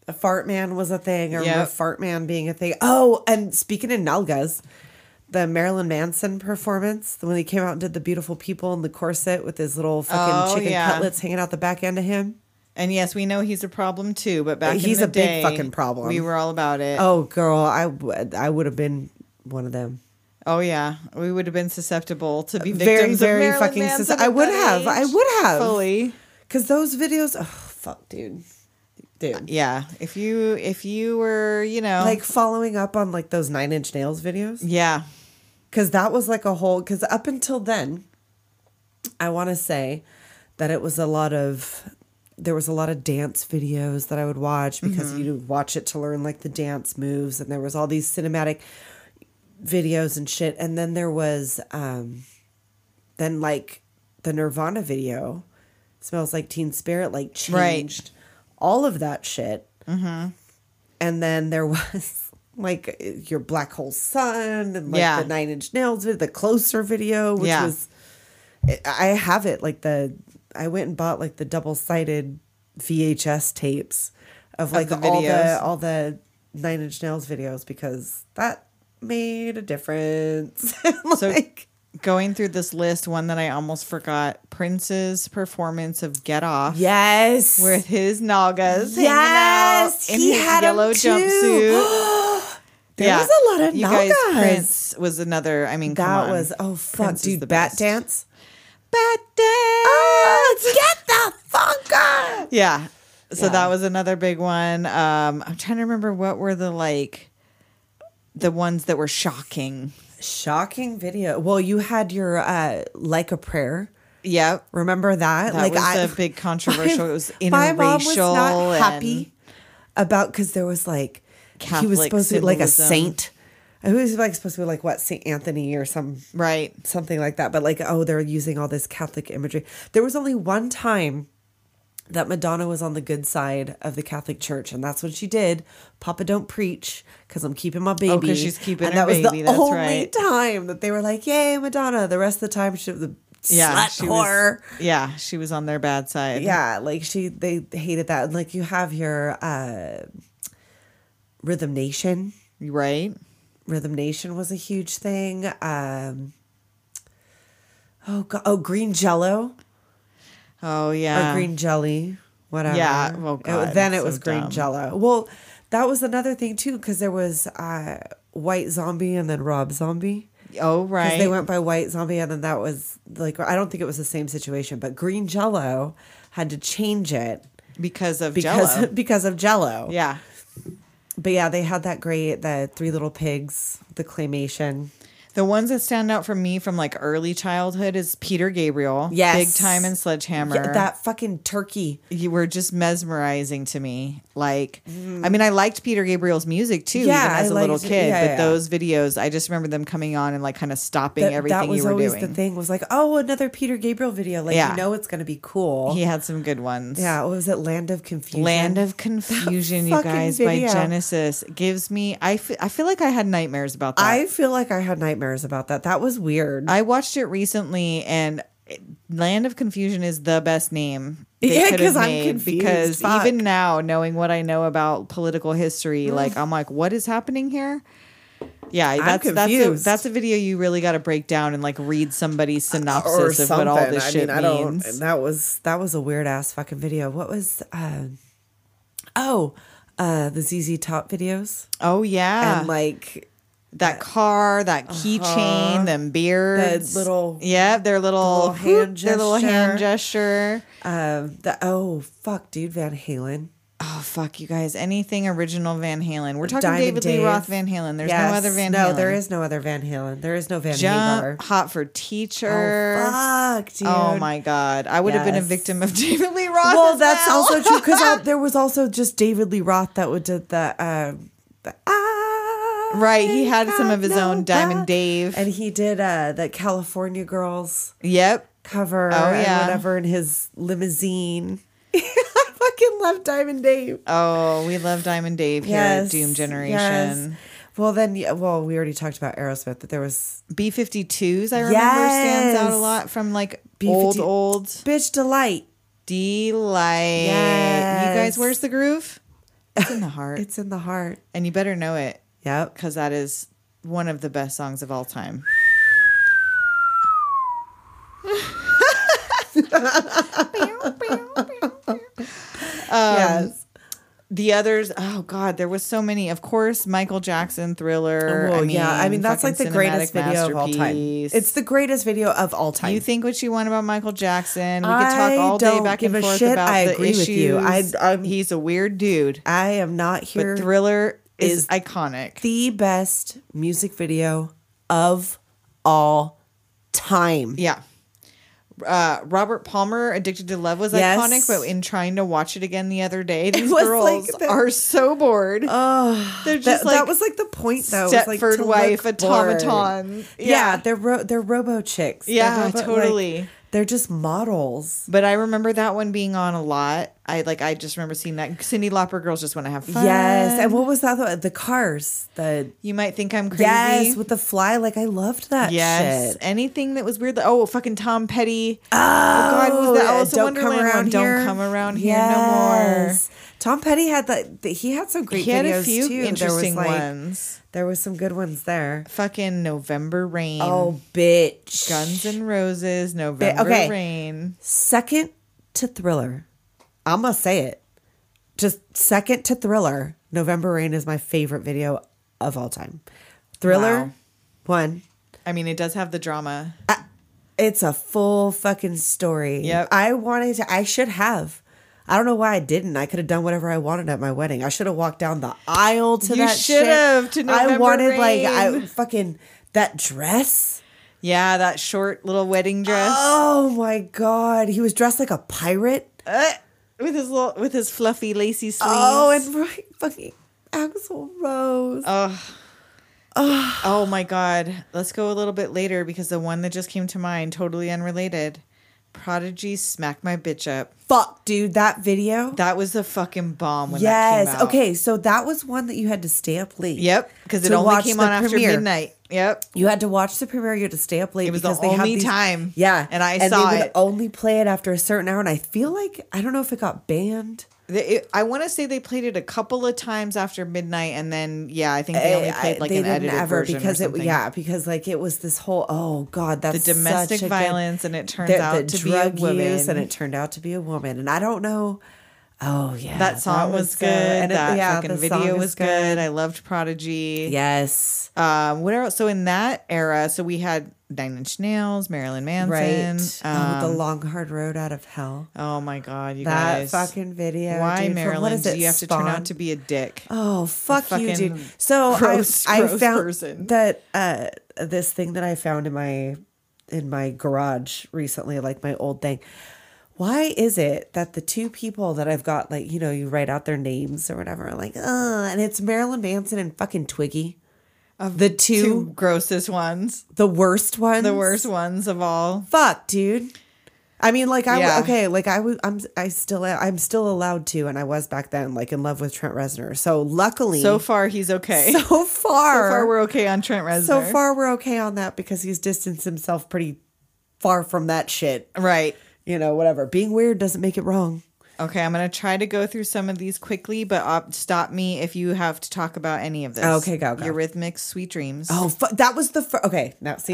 [SPEAKER 3] a fart man was a thing. I remember
[SPEAKER 5] Yep.
[SPEAKER 3] fart man being a thing. Oh, and speaking of nalgas, the Marilyn Manson performance when he came out and did the beautiful people in the corset with his little fucking
[SPEAKER 5] Oh,
[SPEAKER 3] chicken
[SPEAKER 5] yeah.
[SPEAKER 3] cutlets hanging out the back end of him.
[SPEAKER 5] And yes, we know he's a problem too, but back
[SPEAKER 3] He's
[SPEAKER 5] in the
[SPEAKER 3] a big
[SPEAKER 5] day,
[SPEAKER 3] fucking problem.
[SPEAKER 5] We were all about it. Oh,
[SPEAKER 3] Oh, girl, I w- I would have been one of them.
[SPEAKER 5] Oh, yeah, we would have been susceptible to be
[SPEAKER 3] Very,
[SPEAKER 5] victims
[SPEAKER 3] very
[SPEAKER 5] of Marilyn
[SPEAKER 3] fucking
[SPEAKER 5] Manson
[SPEAKER 3] susce- I
[SPEAKER 5] at
[SPEAKER 3] would
[SPEAKER 5] that
[SPEAKER 3] have. I
[SPEAKER 5] age.
[SPEAKER 3] would have.
[SPEAKER 5] fully.
[SPEAKER 3] Cause those videos, oh fuck, dude, dude,
[SPEAKER 5] Yeah, if you if you were, you know,
[SPEAKER 3] like following up on like those Nine Inch Nails videos.
[SPEAKER 5] yeah,
[SPEAKER 3] because that was like a whole because up until then i want to say that it was a lot of there was a lot of dance videos that i
[SPEAKER 5] Mm-hmm.
[SPEAKER 3] would watch because you'd watch it to learn like the dance moves and there was all these cinematic videos and shit. And then there was um then like the Nirvana video, Smells Like Teen Spirit, like
[SPEAKER 5] Right.
[SPEAKER 3] changed all of that shit. Mm-hmm. And then there was like your Black Hole Sun and like
[SPEAKER 5] Yeah.
[SPEAKER 3] the Nine Inch Nails video, the Closer video, which
[SPEAKER 5] Yeah.
[SPEAKER 3] was I- I have it like the I went and bought like the double sided VHS tapes of like
[SPEAKER 5] the
[SPEAKER 3] all
[SPEAKER 5] videos.
[SPEAKER 3] the all the Nine Inch Nails videos because that made a difference. like
[SPEAKER 5] Going through this list, one that I almost forgot Prince's performance of Get Off
[SPEAKER 3] yes,
[SPEAKER 5] with his Nagas. hanging out
[SPEAKER 3] yes,
[SPEAKER 5] in
[SPEAKER 3] he
[SPEAKER 5] his
[SPEAKER 3] had 'em
[SPEAKER 5] yellow
[SPEAKER 3] too.
[SPEAKER 5] jumpsuit.
[SPEAKER 3] there was a lot of
[SPEAKER 5] you guys,
[SPEAKER 3] Nagas.
[SPEAKER 5] Prince was another. I mean, come
[SPEAKER 3] that
[SPEAKER 5] on.
[SPEAKER 3] was oh fuck,
[SPEAKER 5] Prince is the
[SPEAKER 3] dude, Bat
[SPEAKER 5] best.
[SPEAKER 3] Dance.
[SPEAKER 5] Bad day.
[SPEAKER 3] Oh, get the fuck out!
[SPEAKER 5] Ah! Yeah. So that was another big one. Um, I'm trying to remember what were the like the ones that were shocking.
[SPEAKER 3] Shocking video. Well, you had your uh like a prayer.
[SPEAKER 5] Yeah.
[SPEAKER 3] Remember that?
[SPEAKER 5] That was a big controversial. it was interracial.
[SPEAKER 3] My mom was not
[SPEAKER 5] and-
[SPEAKER 3] happy about because there was like he was
[SPEAKER 5] Catholic
[SPEAKER 3] supposed to be like a
[SPEAKER 5] symbolism.
[SPEAKER 3] saint. He was like supposed to be like what Saint Anthony or some
[SPEAKER 5] Right.
[SPEAKER 3] something like that. But like oh, they're using all this Catholic imagery. There was only one time that Madonna was on the good side of the Catholic Church, and that's when she did "Papa Don't Preach" because I'm keeping my baby.
[SPEAKER 5] Oh, 'cause she's keeping
[SPEAKER 3] and
[SPEAKER 5] her
[SPEAKER 3] that was
[SPEAKER 5] baby,
[SPEAKER 3] the
[SPEAKER 5] that's
[SPEAKER 3] only
[SPEAKER 5] right.
[SPEAKER 3] time that they were like, "Yay, Madonna!" The rest of the time she was the
[SPEAKER 5] Yeah.
[SPEAKER 3] slut
[SPEAKER 5] she
[SPEAKER 3] whore.
[SPEAKER 5] Was, yeah. She was on their bad side.
[SPEAKER 3] Yeah, like she they hated that. And like you have your uh Rhythm Nation.
[SPEAKER 5] Right.
[SPEAKER 3] Rhythm Nation was a huge thing. Um Oh god, oh green jello
[SPEAKER 5] Oh
[SPEAKER 3] or
[SPEAKER 5] yeah.
[SPEAKER 3] green jelly, whatever.
[SPEAKER 5] Yeah, well, God,
[SPEAKER 3] it, then
[SPEAKER 5] that's
[SPEAKER 3] it was
[SPEAKER 5] so
[SPEAKER 3] green
[SPEAKER 5] dumb.
[SPEAKER 3] jello. Well, that was another thing too cuz there was uh White Zombie and then Rob Zombie.
[SPEAKER 5] oh
[SPEAKER 3] Because
[SPEAKER 5] right.
[SPEAKER 3] they went by White Zombie, and then that was like I don't think it was the same situation, but Green Jello had to change it
[SPEAKER 5] because of
[SPEAKER 3] because
[SPEAKER 5] Jello.
[SPEAKER 3] because of Jello.
[SPEAKER 5] yeah.
[SPEAKER 3] But yeah, they had that great the Three Little Pigs, the claymation.
[SPEAKER 5] The ones that stand out for me from like early childhood is Peter Gabriel.
[SPEAKER 3] Yes.
[SPEAKER 5] Big time and sledgehammer.
[SPEAKER 3] Yeah, that fucking turkey.
[SPEAKER 5] you were just mesmerizing to me. Like, I mean, I liked Peter Gabriel's music too,
[SPEAKER 3] Mm. Yeah,
[SPEAKER 5] even as
[SPEAKER 3] I
[SPEAKER 5] a little
[SPEAKER 3] liked-
[SPEAKER 5] kid.
[SPEAKER 3] yeah,
[SPEAKER 5] but
[SPEAKER 3] yeah.
[SPEAKER 5] those videos, I just remember them coming on and like kind of stopping
[SPEAKER 3] That,
[SPEAKER 5] everything
[SPEAKER 3] that was
[SPEAKER 5] you were
[SPEAKER 3] always
[SPEAKER 5] doing.
[SPEAKER 3] the thing was like, oh, another Peter Gabriel video. Like
[SPEAKER 5] Yeah.
[SPEAKER 3] you know it's gonna be cool.
[SPEAKER 5] He had some good ones.
[SPEAKER 3] Yeah, what was it? Land of Confusion.
[SPEAKER 5] Land of Confusion, you
[SPEAKER 3] fucking
[SPEAKER 5] guys, by
[SPEAKER 3] video.
[SPEAKER 5] Genesis It gives me. I fe- I feel like I had nightmares about that.
[SPEAKER 3] I feel like I had nightmares about that. That was weird.
[SPEAKER 5] I watched it recently, and it- Land of Confusion is the best name.
[SPEAKER 3] Yeah,
[SPEAKER 5] could have
[SPEAKER 3] 'cause I'm
[SPEAKER 5] made
[SPEAKER 3] confused.
[SPEAKER 5] Because
[SPEAKER 3] Fuck. Mm.
[SPEAKER 5] even now, knowing what I know about political history, like I'm like, what is happening here? Yeah, that's that's a,
[SPEAKER 3] confused.
[SPEAKER 5] that's a video you really got to break down and like read somebody's
[SPEAKER 3] or
[SPEAKER 5] synopsis of
[SPEAKER 3] something.
[SPEAKER 5] what all this shit
[SPEAKER 3] I mean, I
[SPEAKER 5] means.
[SPEAKER 3] don't. That was that was a weird ass fucking video. What was? Uh, oh, uh, the ZZ Top videos
[SPEAKER 5] oh yeah,
[SPEAKER 3] and like Uh-huh.
[SPEAKER 5] that car, that keychain, them beards,
[SPEAKER 3] little-
[SPEAKER 5] yeah, their little,
[SPEAKER 3] little hand
[SPEAKER 5] their little hand gesture.
[SPEAKER 3] um, the oh fuck, dude, Van Halen.
[SPEAKER 5] Oh fuck, you guys! Anything original Van Halen? We're talking
[SPEAKER 3] Diamond
[SPEAKER 5] David
[SPEAKER 3] Dave.
[SPEAKER 5] Lee Roth Van Halen. There's
[SPEAKER 3] Yes.
[SPEAKER 5] no other Van Halen.
[SPEAKER 3] No, there is no other Van Halen. There is no Van Hagar.
[SPEAKER 5] Jump, Hot for Teacher.
[SPEAKER 3] Oh, fuck, dude.
[SPEAKER 5] Oh, my god, I would have been a
[SPEAKER 3] Yes.
[SPEAKER 5] victim of David Lee Roth.
[SPEAKER 3] Well,
[SPEAKER 5] as
[SPEAKER 3] that's
[SPEAKER 5] well.
[SPEAKER 3] also true because there was also just David Lee Roth that would did the. Um, the I
[SPEAKER 5] Right, he had some of his
[SPEAKER 3] know
[SPEAKER 5] own Diamond
[SPEAKER 3] that.
[SPEAKER 5] Dave.
[SPEAKER 3] and he did uh, the California Girls
[SPEAKER 5] yep.
[SPEAKER 3] cover
[SPEAKER 5] Oh, yeah.
[SPEAKER 3] and whatever in his limousine. I fucking love Diamond Dave.
[SPEAKER 5] Oh, we love Diamond Dave here at Doom Generation.
[SPEAKER 3] yes. Well, then, yeah, well, we already talked about Aerosmith, but there was
[SPEAKER 5] B52s, I remember, stands out a
[SPEAKER 3] Yes.
[SPEAKER 5] lot from like old
[SPEAKER 3] B50
[SPEAKER 5] old
[SPEAKER 3] Bitch Delight.
[SPEAKER 5] delight. You guys,
[SPEAKER 3] Yes.
[SPEAKER 5] where's the groove? It's in the heart,
[SPEAKER 3] It's in the heart.
[SPEAKER 5] and you better know it.
[SPEAKER 3] Yep.
[SPEAKER 5] because that is one of the best songs of all time. Um,
[SPEAKER 3] yes.
[SPEAKER 5] The others, oh god, there was so many. Of course, Michael Jackson, Thriller.
[SPEAKER 3] Well, Oh, yeah. I mean, that's like
[SPEAKER 5] fucking
[SPEAKER 3] the greatest
[SPEAKER 5] cinematic
[SPEAKER 3] video of all time.
[SPEAKER 5] masterpiece.
[SPEAKER 3] It's the greatest video of all time.
[SPEAKER 5] you think what you want about Michael Jackson. We could talk
[SPEAKER 3] I
[SPEAKER 5] all day
[SPEAKER 3] don't
[SPEAKER 5] back
[SPEAKER 3] give
[SPEAKER 5] and
[SPEAKER 3] a
[SPEAKER 5] forth
[SPEAKER 3] shit.
[SPEAKER 5] about
[SPEAKER 3] I
[SPEAKER 5] the
[SPEAKER 3] agree with
[SPEAKER 5] issues.
[SPEAKER 3] you. I- I'm-
[SPEAKER 5] He's a weird dude,
[SPEAKER 3] I am not here.
[SPEAKER 5] but Thriller is,
[SPEAKER 3] is-
[SPEAKER 5] iconic.
[SPEAKER 3] the best music video of all time.
[SPEAKER 5] yeah. uh, Robert Palmer Addicted to Love was
[SPEAKER 3] Yes.
[SPEAKER 5] iconic, but in trying to watch it again the other day, these
[SPEAKER 3] was
[SPEAKER 5] girls
[SPEAKER 3] like the-
[SPEAKER 5] are so bored.
[SPEAKER 3] Oh,
[SPEAKER 5] They're
[SPEAKER 3] that,
[SPEAKER 5] just like
[SPEAKER 3] that was like the point though. was, like,
[SPEAKER 5] Stepford
[SPEAKER 3] to
[SPEAKER 5] wife
[SPEAKER 3] look bored.
[SPEAKER 5] automaton.
[SPEAKER 3] Yeah. they're ro- they're robo chicks. They're
[SPEAKER 5] Yeah,
[SPEAKER 3] robo- like,
[SPEAKER 5] totally.
[SPEAKER 3] they're just models.
[SPEAKER 5] But I remember that one being on a lot. I like I just remember seeing that Cindy Lauper girls just want to have fun.
[SPEAKER 3] Yes, and what was that? The, the cars. The
[SPEAKER 5] you might think I'm crazy.
[SPEAKER 3] yes with the fly. Like I loved that
[SPEAKER 5] Yes.
[SPEAKER 3] shit.
[SPEAKER 5] Anything that was weird. Oh, fucking Tom Petty.
[SPEAKER 3] Oh,
[SPEAKER 5] God, was that Alice in
[SPEAKER 3] don't come
[SPEAKER 5] Wonderland one?
[SPEAKER 3] around
[SPEAKER 5] Oh, Don't
[SPEAKER 3] here.
[SPEAKER 5] come around here no more.
[SPEAKER 3] Yes. Tom Petty had that. th- He had some great
[SPEAKER 5] he had
[SPEAKER 3] videos
[SPEAKER 5] a few
[SPEAKER 3] too.
[SPEAKER 5] interesting
[SPEAKER 3] there was like,
[SPEAKER 5] ones.
[SPEAKER 3] There was some good ones there.
[SPEAKER 5] Fucking November Rain.
[SPEAKER 3] Oh, bitch!
[SPEAKER 5] Guns and Roses, November
[SPEAKER 3] okay.
[SPEAKER 5] Rain.
[SPEAKER 3] Second to Thriller. I'm going to say it. Just second to Thriller. November Rain is my favorite video of all time. Thriller,
[SPEAKER 5] Wow.
[SPEAKER 3] one.
[SPEAKER 5] I mean, it does have the drama.
[SPEAKER 3] It's a full fucking story.
[SPEAKER 5] Yep.
[SPEAKER 3] I wanted to, I should have. I don't know why I didn't. I could have done whatever I wanted at my wedding. I should have walked down the aisle to
[SPEAKER 5] You
[SPEAKER 3] that
[SPEAKER 5] should
[SPEAKER 3] shit.
[SPEAKER 5] have, to
[SPEAKER 3] I
[SPEAKER 5] November
[SPEAKER 3] wanted like I
[SPEAKER 5] Rain.
[SPEAKER 3] fucking that dress.
[SPEAKER 5] Yeah, that short little wedding dress
[SPEAKER 3] Oh my god, he was dressed like a pirate.
[SPEAKER 5] with his little with his fluffy lacy sleeves.
[SPEAKER 3] Uh, Oh, and right, fucking Axel Rose.
[SPEAKER 5] Oh my God. Let's go a little bit later because the one that just came to mind, totally unrelated Prodigy Smack My Bitch Up.
[SPEAKER 3] Fuck, dude, that video.
[SPEAKER 5] That was a fucking bomb when that
[SPEAKER 3] yes.
[SPEAKER 5] came out.
[SPEAKER 3] Okay, so that was one that you had to stay up late.
[SPEAKER 5] Yep. Because it
[SPEAKER 3] to
[SPEAKER 5] only
[SPEAKER 3] watch
[SPEAKER 5] came
[SPEAKER 3] the
[SPEAKER 5] on after
[SPEAKER 3] premiere.
[SPEAKER 5] midnight. Yep.
[SPEAKER 3] You had to watch the premiere. You had to stay up late.
[SPEAKER 5] It was the
[SPEAKER 3] because they had
[SPEAKER 5] only
[SPEAKER 3] these-
[SPEAKER 5] time.
[SPEAKER 3] Yeah,
[SPEAKER 5] And I
[SPEAKER 3] they
[SPEAKER 5] saw
[SPEAKER 3] would
[SPEAKER 5] it.
[SPEAKER 3] only play it after a certain hour. And I feel like I don't know if it got banned.
[SPEAKER 5] The- it- I want to say they played it a couple of times after midnight, and then yeah, I think they only
[SPEAKER 3] Eh, I-
[SPEAKER 5] played like
[SPEAKER 3] they
[SPEAKER 5] an
[SPEAKER 3] didn't
[SPEAKER 5] edited
[SPEAKER 3] ever
[SPEAKER 5] version
[SPEAKER 3] because
[SPEAKER 5] or
[SPEAKER 3] it
[SPEAKER 5] something.
[SPEAKER 3] yeah because like it was this whole oh god that's
[SPEAKER 5] the domestic
[SPEAKER 3] such a good-
[SPEAKER 5] violence, and it turns
[SPEAKER 3] the,
[SPEAKER 5] out
[SPEAKER 3] the
[SPEAKER 5] to be a
[SPEAKER 3] drug
[SPEAKER 5] woman.
[SPEAKER 3] use and it turned out to be a woman and I don't know. Oh yeah,
[SPEAKER 5] that song was,
[SPEAKER 3] uh,
[SPEAKER 5] good.
[SPEAKER 3] and it-
[SPEAKER 5] that
[SPEAKER 3] yeah,
[SPEAKER 5] fucking
[SPEAKER 3] the
[SPEAKER 5] video
[SPEAKER 3] song
[SPEAKER 5] was
[SPEAKER 3] is
[SPEAKER 5] good. I loved Prodigy.
[SPEAKER 3] Yes.
[SPEAKER 5] Um, what else? So in that era, so we had Nine Inch Nails, Marilyn Manson.
[SPEAKER 3] Right.
[SPEAKER 5] Um,
[SPEAKER 3] oh, the long hard road out of hell.
[SPEAKER 5] oh my God, you
[SPEAKER 3] That
[SPEAKER 5] guys!
[SPEAKER 3] fucking video.
[SPEAKER 5] Why,
[SPEAKER 3] dude, from-
[SPEAKER 5] Marilyn?
[SPEAKER 3] what is it,
[SPEAKER 5] do you have to turn
[SPEAKER 3] Spawn?
[SPEAKER 5] out to be a dick?
[SPEAKER 3] Oh fuck you, dude.
[SPEAKER 5] fucking
[SPEAKER 3] So
[SPEAKER 5] gross,
[SPEAKER 3] I, I
[SPEAKER 5] gross
[SPEAKER 3] found
[SPEAKER 5] person.
[SPEAKER 3] that uh, this thing that I found in my in my garage recently, like my old thing. Why is it that the two people that I've got, like you know, you write out their names or whatever, like, uh, and it's Marilyn Manson and fucking Twiggy, the two,
[SPEAKER 5] Two grossest ones,
[SPEAKER 3] the worst ones,
[SPEAKER 5] the worst ones of all.
[SPEAKER 3] fuck, dude. I mean, like I w-
[SPEAKER 5] Yeah.
[SPEAKER 3] okay, like I was, I'm, I still, I'm still allowed to, and I was back then, like in love with Trent Reznor. So luckily,
[SPEAKER 5] So far, he's okay. So
[SPEAKER 3] so far,
[SPEAKER 5] far, we're okay on Trent Reznor.
[SPEAKER 3] so far we're okay on that because he's distanced himself pretty far from that shit.
[SPEAKER 5] right?
[SPEAKER 3] You know, whatever. Being weird doesn't make it wrong.
[SPEAKER 5] Okay, I'm gonna try to go through some of these quickly, but uh, stop me if you have to talk about any of this.
[SPEAKER 3] Okay, go, go.
[SPEAKER 5] Eurythmics, Sweet Dreams.
[SPEAKER 3] Oh, fu- that was the fir- okay. Now see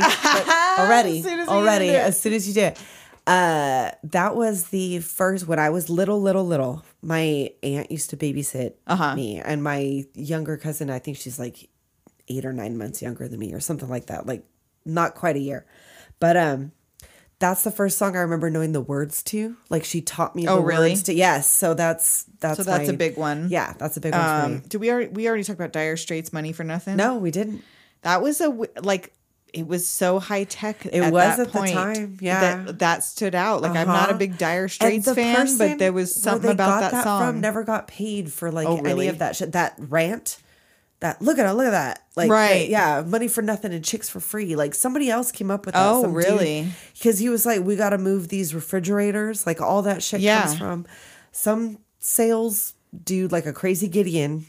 [SPEAKER 3] already,
[SPEAKER 5] As soon as we
[SPEAKER 3] already
[SPEAKER 5] did it.
[SPEAKER 3] as soon as you did. it. Uh, that was the first when I was little, little, little. My aunt used to babysit
[SPEAKER 5] Uh-huh.
[SPEAKER 3] me, and my younger cousin. I think she's like eight or nine months younger than me, or something like that. Like not quite a year, but um. That's the first song I remember knowing the words to. Like she taught me
[SPEAKER 5] Oh,
[SPEAKER 3] the
[SPEAKER 5] really?
[SPEAKER 3] words to. Yes, so that's Oh, that's
[SPEAKER 5] So that's a
[SPEAKER 3] my-
[SPEAKER 5] big one.
[SPEAKER 3] Yeah, that's a big one for
[SPEAKER 5] Um,
[SPEAKER 3] me.
[SPEAKER 5] do we already we already talked about Dire Straits, Money for Nothing?
[SPEAKER 3] No, we didn't.
[SPEAKER 5] that was a w- like it was so high tech. It
[SPEAKER 3] was at the time, yeah.
[SPEAKER 5] that, that stood out. Like I'm not a
[SPEAKER 3] Uh-huh.
[SPEAKER 5] big Dire
[SPEAKER 3] And
[SPEAKER 5] Straits
[SPEAKER 3] the
[SPEAKER 5] fan,
[SPEAKER 3] person
[SPEAKER 5] but there was
[SPEAKER 3] where
[SPEAKER 5] something
[SPEAKER 3] they
[SPEAKER 5] about
[SPEAKER 3] got
[SPEAKER 5] that, song.
[SPEAKER 3] never got paid for like
[SPEAKER 5] Oh,
[SPEAKER 3] any
[SPEAKER 5] really?
[SPEAKER 3] of that shit. That rant, that look at it, look at that, like
[SPEAKER 5] Right.
[SPEAKER 3] the- yeah, money for nothing and chicks for free. Like somebody else came up with that.
[SPEAKER 5] Oh, really?
[SPEAKER 3] Because he was like, we got to move these refrigerators. Like all that shit
[SPEAKER 5] Yeah.
[SPEAKER 3] comes from some sales dude, like a crazy Gideon